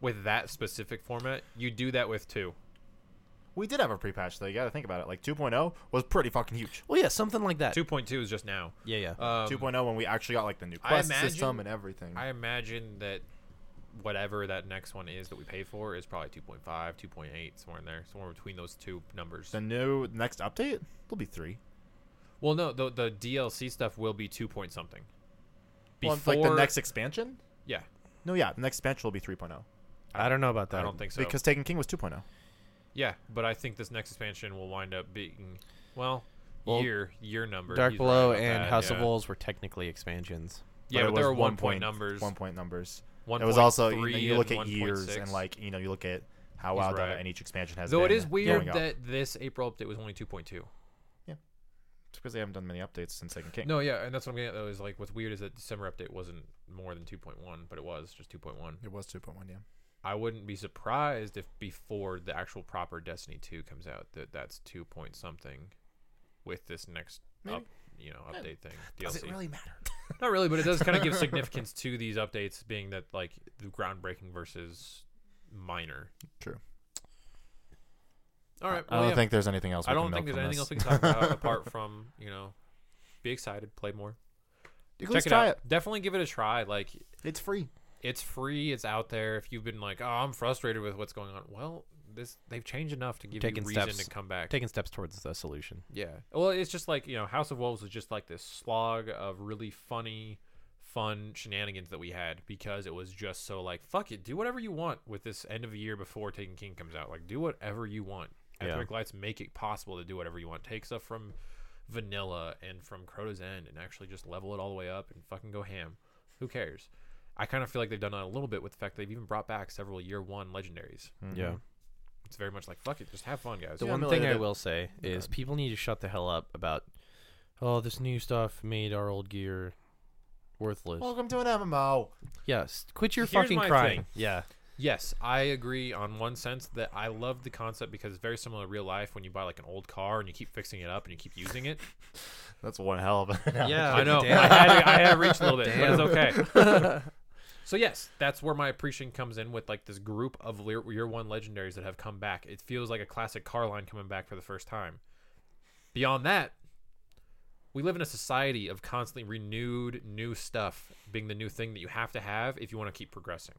[SPEAKER 1] with that specific format, you do that with two.
[SPEAKER 2] We did have a pre-patch, though. You got to think about it. Like 2.0 was pretty fucking huge.
[SPEAKER 3] Well, yeah, something like that.
[SPEAKER 1] 2.2 is just now.
[SPEAKER 3] Yeah, yeah.
[SPEAKER 1] Um,
[SPEAKER 2] 2.0 when we actually got like the new
[SPEAKER 1] I
[SPEAKER 2] quest
[SPEAKER 1] imagine-
[SPEAKER 2] system and everything.
[SPEAKER 1] I imagine that whatever that next one is that we pay for is probably 2.5, 2.8, somewhere in there, somewhere between those two numbers.
[SPEAKER 2] the new next update will be three.
[SPEAKER 1] Well, no, the the DLC stuff will be two point something.
[SPEAKER 2] Well, like the next expansion?
[SPEAKER 1] yeah,
[SPEAKER 2] No, yeah, the next expansion will be 3.0
[SPEAKER 3] I don't know about that.
[SPEAKER 1] I don't think so.
[SPEAKER 2] because Taken King was oh. 2.0.
[SPEAKER 1] yeah, but I think this next expansion will wind up being well,
[SPEAKER 3] Well,
[SPEAKER 1] year year number.
[SPEAKER 3] Dark
[SPEAKER 1] He's right
[SPEAKER 3] Below
[SPEAKER 1] about
[SPEAKER 3] and
[SPEAKER 1] that,
[SPEAKER 3] House of
[SPEAKER 1] yeah.
[SPEAKER 3] Wolves were technically expansions.
[SPEAKER 1] Yeah,
[SPEAKER 2] it
[SPEAKER 1] but, there
[SPEAKER 2] was
[SPEAKER 1] were one point numbers.
[SPEAKER 2] One point numbers.
[SPEAKER 1] One
[SPEAKER 2] it was also you, know,
[SPEAKER 1] 1.3
[SPEAKER 2] you look
[SPEAKER 1] and
[SPEAKER 2] at years
[SPEAKER 1] 1.6.
[SPEAKER 2] and like you know you look at how
[SPEAKER 1] He's
[SPEAKER 2] well done
[SPEAKER 1] right.
[SPEAKER 2] and each expansion has.
[SPEAKER 1] Though it
[SPEAKER 2] been
[SPEAKER 1] is weird
[SPEAKER 2] going up.
[SPEAKER 1] that this April update was only two point two.
[SPEAKER 2] It's because they haven't done many updates since Second King.
[SPEAKER 1] No, yeah, and that's what I'm getting at. Though is like what's weird is that December update wasn't more than two point one, but it was just two point one.
[SPEAKER 2] it was 2.1. Yeah,
[SPEAKER 1] I wouldn't be surprised if before the actual proper Destiny 2 comes out that that's 2 point something with this next
[SPEAKER 2] Maybe.
[SPEAKER 1] up, you know, update thing.
[SPEAKER 2] does
[SPEAKER 1] DLC.
[SPEAKER 2] it really matter?
[SPEAKER 1] Not really, but it does kind of give significance to these updates being that like the groundbreaking versus minor.
[SPEAKER 2] True.
[SPEAKER 1] All right.
[SPEAKER 2] I
[SPEAKER 1] well,
[SPEAKER 2] don't
[SPEAKER 1] yeah.
[SPEAKER 2] think there's anything else.
[SPEAKER 1] I don't think there's anything else we can talk about apart from, you know, be excited, play more.
[SPEAKER 2] You
[SPEAKER 1] Check it out. Definitely give it a try. Like
[SPEAKER 2] It's free.
[SPEAKER 1] it's free. It's out there. If you've been like, "Oh, I'm frustrated with what's going on," well, this they've changed enough to give
[SPEAKER 3] Taking
[SPEAKER 1] you reason
[SPEAKER 3] steps.
[SPEAKER 1] to come back.
[SPEAKER 3] Taking steps towards the solution.
[SPEAKER 1] yeah. Well, it's just like you know, House of Wolves was just like this slog of really funny, fun shenanigans that we had because it was just so like, "Fuck it, do whatever you want with this end of the year before Taken King comes out. Like, do whatever you want."
[SPEAKER 3] Yeah.
[SPEAKER 1] Epic Lights make it possible to do whatever you want. Take stuff from Vanilla and from Crota's End and actually just level it all the way up and fucking go ham. Who cares? I kind of feel like they've done that a little bit with the fact they've even brought back several year one legendaries.
[SPEAKER 3] Yeah.
[SPEAKER 1] It's very much like fuck it, just have fun, guys.
[SPEAKER 3] Hmm. The
[SPEAKER 2] Yeah,
[SPEAKER 3] one
[SPEAKER 2] I'm
[SPEAKER 3] thing I
[SPEAKER 2] related.
[SPEAKER 3] will say is people need to shut the hell up about, oh, this new stuff made our old gear worthless.
[SPEAKER 2] Welcome to an MMO.
[SPEAKER 3] yes. Quit your
[SPEAKER 1] Here's
[SPEAKER 3] fucking
[SPEAKER 1] my
[SPEAKER 3] crying.
[SPEAKER 1] thing.
[SPEAKER 3] Yeah.
[SPEAKER 1] Yes, I agree on one sense that I love the concept because it's very similar to real life when you buy like an old car and you keep fixing it up and you keep using it.
[SPEAKER 2] That's one hell of a.
[SPEAKER 3] Yeah.
[SPEAKER 1] I know. I
[SPEAKER 3] Damn.
[SPEAKER 1] had, I had reached a little bit, but it's okay. so yes, that's where my appreciation comes in with like this group of le- year one legendaries that have come back. It feels like a classic car line coming back for the first time. Beyond that, we live in a society of constantly renewed new stuff being the new thing that you have to have if you want to keep progressing.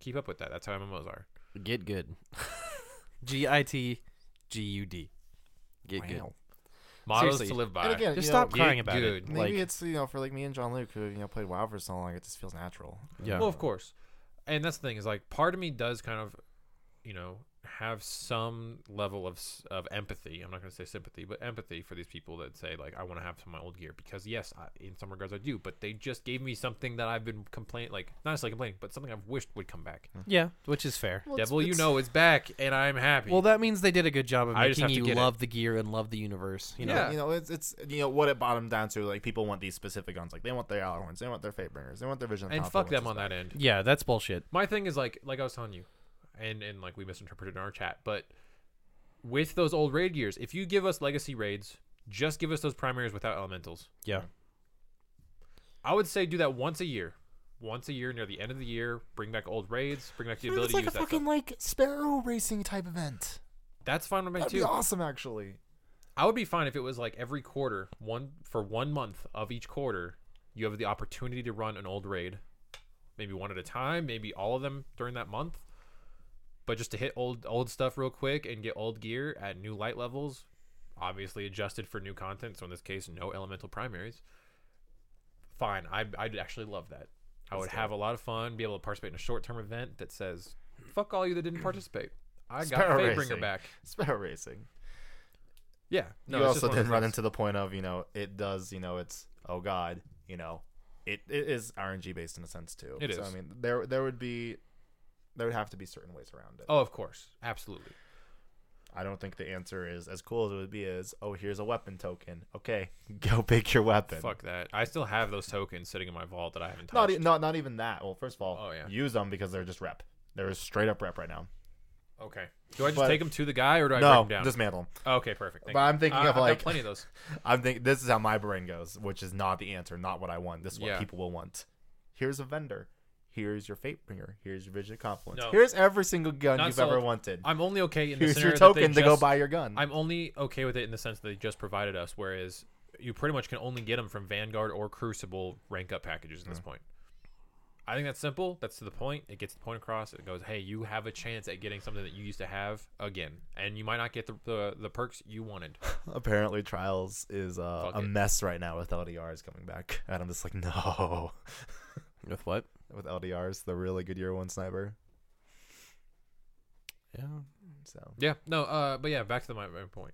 [SPEAKER 1] Keep up with that. That's how MMOs are.
[SPEAKER 3] Get good. G I T G U D. Get good.
[SPEAKER 2] Wow.
[SPEAKER 1] Models
[SPEAKER 3] Seriously.
[SPEAKER 1] to live by.
[SPEAKER 2] And again,
[SPEAKER 3] Just
[SPEAKER 2] you know,
[SPEAKER 3] stop crying
[SPEAKER 1] get
[SPEAKER 3] about
[SPEAKER 1] good.
[SPEAKER 3] it.
[SPEAKER 2] Maybe
[SPEAKER 3] Like,
[SPEAKER 2] it's you know for like me and John Luke who you know played WoW for so long, it just feels natural.
[SPEAKER 3] yeah.
[SPEAKER 1] Well, of course. And that's the thing is like part of me does kind of, you know, have some level of s- of empathy. I'm not going to say sympathy, but empathy for these people that say like I want to have some of my old gear because yes, I, in some regards I do, but they just gave me something that I've been complaining like not necessarily complaining, but something I've wished would come back.
[SPEAKER 3] Yeah, which is fair.
[SPEAKER 1] Devil, you know, it's back and I'm happy.
[SPEAKER 3] Well, that means they did a good job of
[SPEAKER 1] I just
[SPEAKER 3] making
[SPEAKER 1] have to
[SPEAKER 3] you
[SPEAKER 1] get it.
[SPEAKER 3] love the gear and love the universe. You know,
[SPEAKER 1] Yeah.
[SPEAKER 2] you know, it's it's you know what it bottomed down to. Like people want these specific guns. Like they want their Alhorns, they want their Fate Bringers, they want their Vision.
[SPEAKER 1] and
[SPEAKER 2] Alpha,
[SPEAKER 1] fuck
[SPEAKER 2] which
[SPEAKER 1] them
[SPEAKER 2] is
[SPEAKER 1] on
[SPEAKER 2] bad.
[SPEAKER 1] that end.
[SPEAKER 3] yeah, that's bullshit.
[SPEAKER 1] My thing is like like I was telling you, and and like we misinterpreted in our chat, but with those old raid gears, if you give us legacy raids, just give us those primaries without elementals.
[SPEAKER 3] Yeah,
[SPEAKER 1] I would say do that once a year. Once a year near the end of the year, bring back old raids, bring back the
[SPEAKER 2] Dude,
[SPEAKER 1] ability
[SPEAKER 2] it's like
[SPEAKER 1] to use
[SPEAKER 2] a
[SPEAKER 1] that.
[SPEAKER 2] fucking
[SPEAKER 1] stuff.
[SPEAKER 2] like sparrow racing type event.
[SPEAKER 1] That's fine with me
[SPEAKER 2] That'd be
[SPEAKER 1] too.
[SPEAKER 2] awesome, actually.
[SPEAKER 1] I would be fine if it was like every quarter, one for one month of each quarter, you have the opportunity to run an old raid, maybe one at a time, maybe all of them during that month. But just to hit old old stuff real quick and get old gear at new light levels, obviously adjusted for new content. So in this case, no elemental primaries. Fine, I I'd actually love that. I would have a lot of fun, be able to participate in a short term event that says, "Fuck all you that didn't participate." I got
[SPEAKER 2] Sparrow
[SPEAKER 1] Fatebringer
[SPEAKER 2] racing.
[SPEAKER 1] back.
[SPEAKER 2] Sparrow racing.
[SPEAKER 1] Yeah,
[SPEAKER 2] you
[SPEAKER 1] it's just
[SPEAKER 2] also
[SPEAKER 1] one of
[SPEAKER 2] did
[SPEAKER 1] those
[SPEAKER 2] run
[SPEAKER 1] things.
[SPEAKER 2] into the point of you know it does you know it's oh god you know it, it is RNG based in a sense too.
[SPEAKER 1] It
[SPEAKER 2] so, I
[SPEAKER 1] is.
[SPEAKER 2] mean there there would be there would have to be certain ways around it.
[SPEAKER 1] Oh, of course, absolutely.
[SPEAKER 2] I don't think the answer is as cool as it would be is oh here's a weapon token. Okay, go pick your weapon.
[SPEAKER 1] Fuck that. I still have those tokens sitting in my vault that I haven't
[SPEAKER 2] Not
[SPEAKER 1] touched.
[SPEAKER 2] e- not not even that. Well, first of all,
[SPEAKER 1] Oh, yeah.
[SPEAKER 2] use them because they're just rep. They're straight up rep right now.
[SPEAKER 1] okay. Do I just
[SPEAKER 2] e- But-
[SPEAKER 1] take them to the guy or do I break
[SPEAKER 2] no,
[SPEAKER 1] them down?
[SPEAKER 2] dismantle. 'em.
[SPEAKER 1] okay, perfect. Thank
[SPEAKER 2] But
[SPEAKER 1] you.
[SPEAKER 2] I'm thinking
[SPEAKER 1] I-
[SPEAKER 2] of
[SPEAKER 1] I've got
[SPEAKER 2] like
[SPEAKER 1] plenty of those.
[SPEAKER 2] I'm think this is how my brain goes, which is not the answer, not what I want. This is what
[SPEAKER 1] Yeah.
[SPEAKER 2] people will want. Here's a vendor. Here's your fate bringer. Here's your vision of confluence.
[SPEAKER 1] No.
[SPEAKER 2] Here's every single gun
[SPEAKER 1] Not
[SPEAKER 2] you've ever
[SPEAKER 1] sold.
[SPEAKER 2] wanted.
[SPEAKER 1] I'm only okay in the
[SPEAKER 2] Here's your
[SPEAKER 1] scenario that they
[SPEAKER 2] token to go
[SPEAKER 1] just-
[SPEAKER 2] buy your gun.
[SPEAKER 1] I'm only okay with it in the sense that they just provided us, whereas you pretty much can only get them from Vanguard or Crucible rank up packages at
[SPEAKER 2] Hmm.
[SPEAKER 1] this point. I think that's simple. That's to the point. It gets the point across. It goes, hey, you have a chance at getting something that you used to have again, and you might not get the the, the perks you wanted.
[SPEAKER 2] Apparently, trials is uh,
[SPEAKER 1] Fuck
[SPEAKER 2] a
[SPEAKER 1] it.
[SPEAKER 2] mess right now with LDRs coming back, and I'm just like, no.
[SPEAKER 3] with what?
[SPEAKER 2] with LDRs, the really good year one sniper.
[SPEAKER 3] Yeah,
[SPEAKER 2] So
[SPEAKER 1] Yeah, no, uh, but yeah, back to my, my point.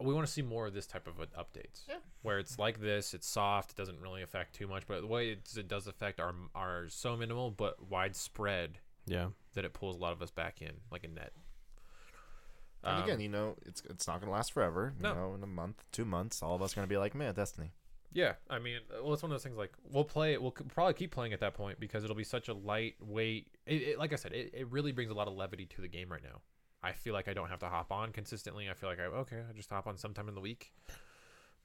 [SPEAKER 1] We want to see more of this type of uh, updates, where it's like this. It's soft. It doesn't really affect too much, but the way it, it does affect are are so minimal but widespread
[SPEAKER 3] yeah.
[SPEAKER 1] that it pulls a lot of us back in, like a net.
[SPEAKER 2] and
[SPEAKER 1] Um,
[SPEAKER 2] again, you know, it's it's not gonna last forever. You
[SPEAKER 1] No.
[SPEAKER 2] know, in a month, two months, all of us gonna be like, man, Destiny.
[SPEAKER 1] Yeah, I mean, uh, well, it's one of those things. Like, we'll play it. We'll c- probably keep playing at that point because it'll be such a lightweight. It, it, like I said, it, it really brings a lot of levity to the game right now. I feel like I don't have to hop on consistently. I feel like I okay, I just hop on sometime in the week,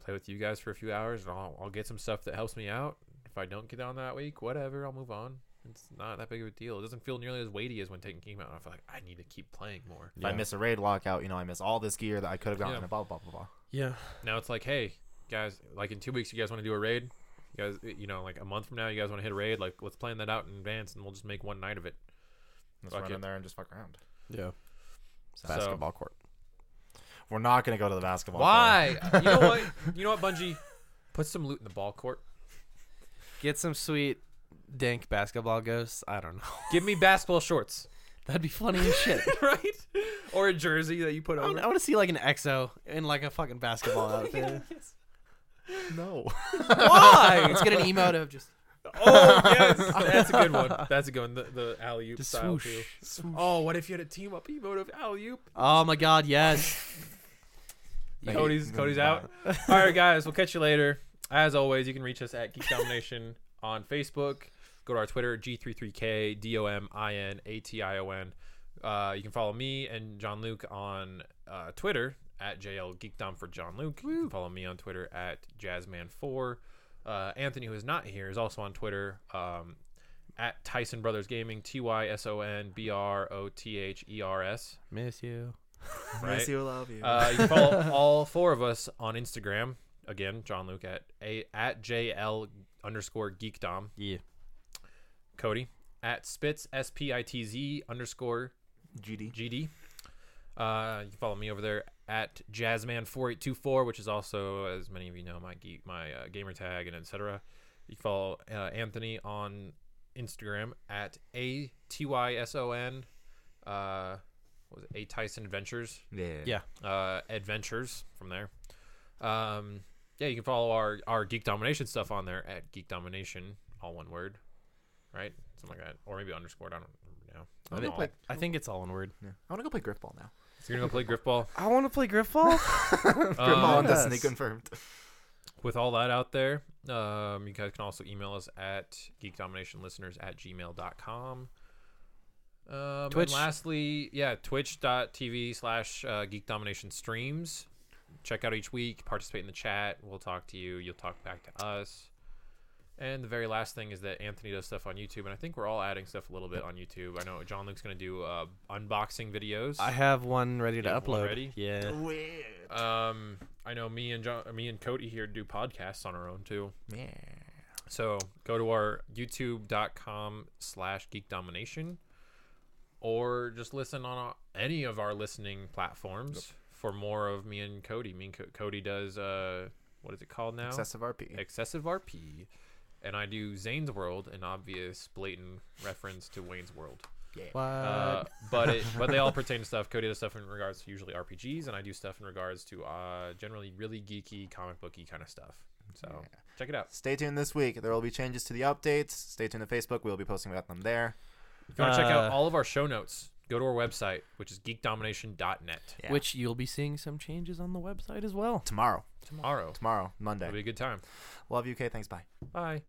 [SPEAKER 1] play with you guys for a few hours, and I'll, I'll get some stuff that helps me out. If I don't get on that week, whatever, I'll move on. It's not that big of a deal. It doesn't feel nearly as weighty as when taking game out. And I feel like I need to keep playing more.
[SPEAKER 2] If I miss a raid lockout, you know, I miss all this gear that I could have gotten.
[SPEAKER 1] Yeah.
[SPEAKER 2] and Blah blah blah blah.
[SPEAKER 3] Yeah,
[SPEAKER 1] now it's like, hey, guys, like in two weeks, you guys want to do a raid? You guys, you know, like a month from now, you guys want to hit a raid? Like, let's plan that out in advance, and we'll just make one night of it.
[SPEAKER 2] Let's
[SPEAKER 1] Fuck
[SPEAKER 2] run
[SPEAKER 1] it.
[SPEAKER 2] in there and just fuck around.
[SPEAKER 3] yeah.
[SPEAKER 2] So-
[SPEAKER 3] Basketball court.
[SPEAKER 2] We're not gonna go to the basketball.
[SPEAKER 1] Why? you know what? You know what, Bungie? Put some loot in the ball court.
[SPEAKER 3] Get some sweet dank basketball ghosts. I don't know.
[SPEAKER 1] Give me basketball shorts,
[SPEAKER 3] That'd be funny as shit.
[SPEAKER 1] right? Or a jersey that you put
[SPEAKER 3] I
[SPEAKER 1] on.
[SPEAKER 3] want to see like an EXO in like a fucking basketball outfit.
[SPEAKER 2] Corner. No.
[SPEAKER 3] Why? Let's get an emote of just
[SPEAKER 1] Oh yes, that's a good one. That's a good one. The, the alley oop
[SPEAKER 3] Just
[SPEAKER 1] style
[SPEAKER 3] swoosh.
[SPEAKER 1] too. Oh, what if you had a team up emote of alley oop?
[SPEAKER 3] Oh my god, yes.
[SPEAKER 2] Thank you.
[SPEAKER 1] Cody's Cody's out. All right, guys, we'll catch you later. As always, you can reach us at Geek Domination on Facebook. Go to our Twitter, G33K D O M I N A T I O N. Uh, you can follow me and John Luke on uh, Twitter at JL Geekdom for John Luke. You can follow me on Twitter at Jazzman4. Uh, Anthony, who is not here, is also on Twitter um, at Tyson Brothers Gaming, T Y S O N B R O T H E R S.
[SPEAKER 3] Miss you.
[SPEAKER 1] Right?
[SPEAKER 2] you, love you.
[SPEAKER 1] Uh, you can follow all four of us on Instagram. Again, John Luke at a, at JL underscore geekdom.
[SPEAKER 3] Yeah.
[SPEAKER 1] Cody at Spitz S P I T Z underscore
[SPEAKER 2] GD.
[SPEAKER 1] GD. Uh, you can follow me over there at Jazzman4824, which is also, as many of you know, my geek, my uh, gamer tag and etc. You can follow uh, Anthony on Instagram at A T Y S O N. Uh, what was it, A Tyson Adventures?
[SPEAKER 2] Yeah.
[SPEAKER 3] Yeah.
[SPEAKER 1] uh, adventures from there. Um, yeah, you can follow our, our Geek Domination stuff on there at Geek Domination, all one word, right? Something like that, or maybe underscored. I don't remember now.
[SPEAKER 2] I
[SPEAKER 1] I'm
[SPEAKER 2] think
[SPEAKER 1] all-
[SPEAKER 2] like
[SPEAKER 3] I think it's all one word.
[SPEAKER 2] yeah. I want to go play griffball now.
[SPEAKER 1] so you're gonna play Griffball.
[SPEAKER 3] I want to play Griffball.
[SPEAKER 2] griffball
[SPEAKER 1] Um,
[SPEAKER 2] on Destiny
[SPEAKER 3] yes.
[SPEAKER 2] confirmed.
[SPEAKER 1] with all that out there, um, you guys can also email us at geekdominationlisteners at gmail.com. Um,
[SPEAKER 3] Twitch.
[SPEAKER 1] And lastly, yeah, twitch.tv slash uh, geekdominationstreams. Check out each week, participate in the chat. We'll talk to you. You'll talk back to us. And the very last thing is that Anthony does stuff on YouTube, and I think we're all adding stuff a little bit on YouTube. I know John Luke's going to do uh, unboxing videos.
[SPEAKER 3] I have one ready to
[SPEAKER 1] You have one
[SPEAKER 3] upload.
[SPEAKER 1] ready?
[SPEAKER 3] Yeah.
[SPEAKER 1] um, I know me and John, me and Cody here do podcasts on our own too.
[SPEAKER 2] Yeah.
[SPEAKER 1] So go to our youtube.com slash geek domination or just listen on uh, any of our listening platforms for more of me and Cody. Me and Co- Cody does, uh, what is it called now?
[SPEAKER 2] Excessive RP.
[SPEAKER 1] Excessive RP. And I do Zane's World, an obvious, blatant reference to Wayne's World.
[SPEAKER 2] yeah.
[SPEAKER 3] What?
[SPEAKER 1] Uh, but it, but they all pertain to stuff. Cody does stuff in regards to usually RPGs, and I do stuff in regards to uh, generally really geeky, comic booky kind of stuff. So
[SPEAKER 2] Yeah.
[SPEAKER 1] check it out.
[SPEAKER 2] Stay tuned this week. There will be changes to the updates. Stay tuned to Facebook. We'll be posting about them there.
[SPEAKER 1] If you want to check out
[SPEAKER 3] Uh,
[SPEAKER 1] all of our show notes, go to our website, which is geekdomination.net.
[SPEAKER 2] Yeah.
[SPEAKER 3] Which you'll be seeing some changes on the website as well.
[SPEAKER 2] tomorrow.
[SPEAKER 1] Tomorrow,
[SPEAKER 2] Tomorrow,
[SPEAKER 1] it'll be
[SPEAKER 2] Monday.
[SPEAKER 1] a good time.
[SPEAKER 2] Love you, K. Thanks. Bye.
[SPEAKER 1] Bye.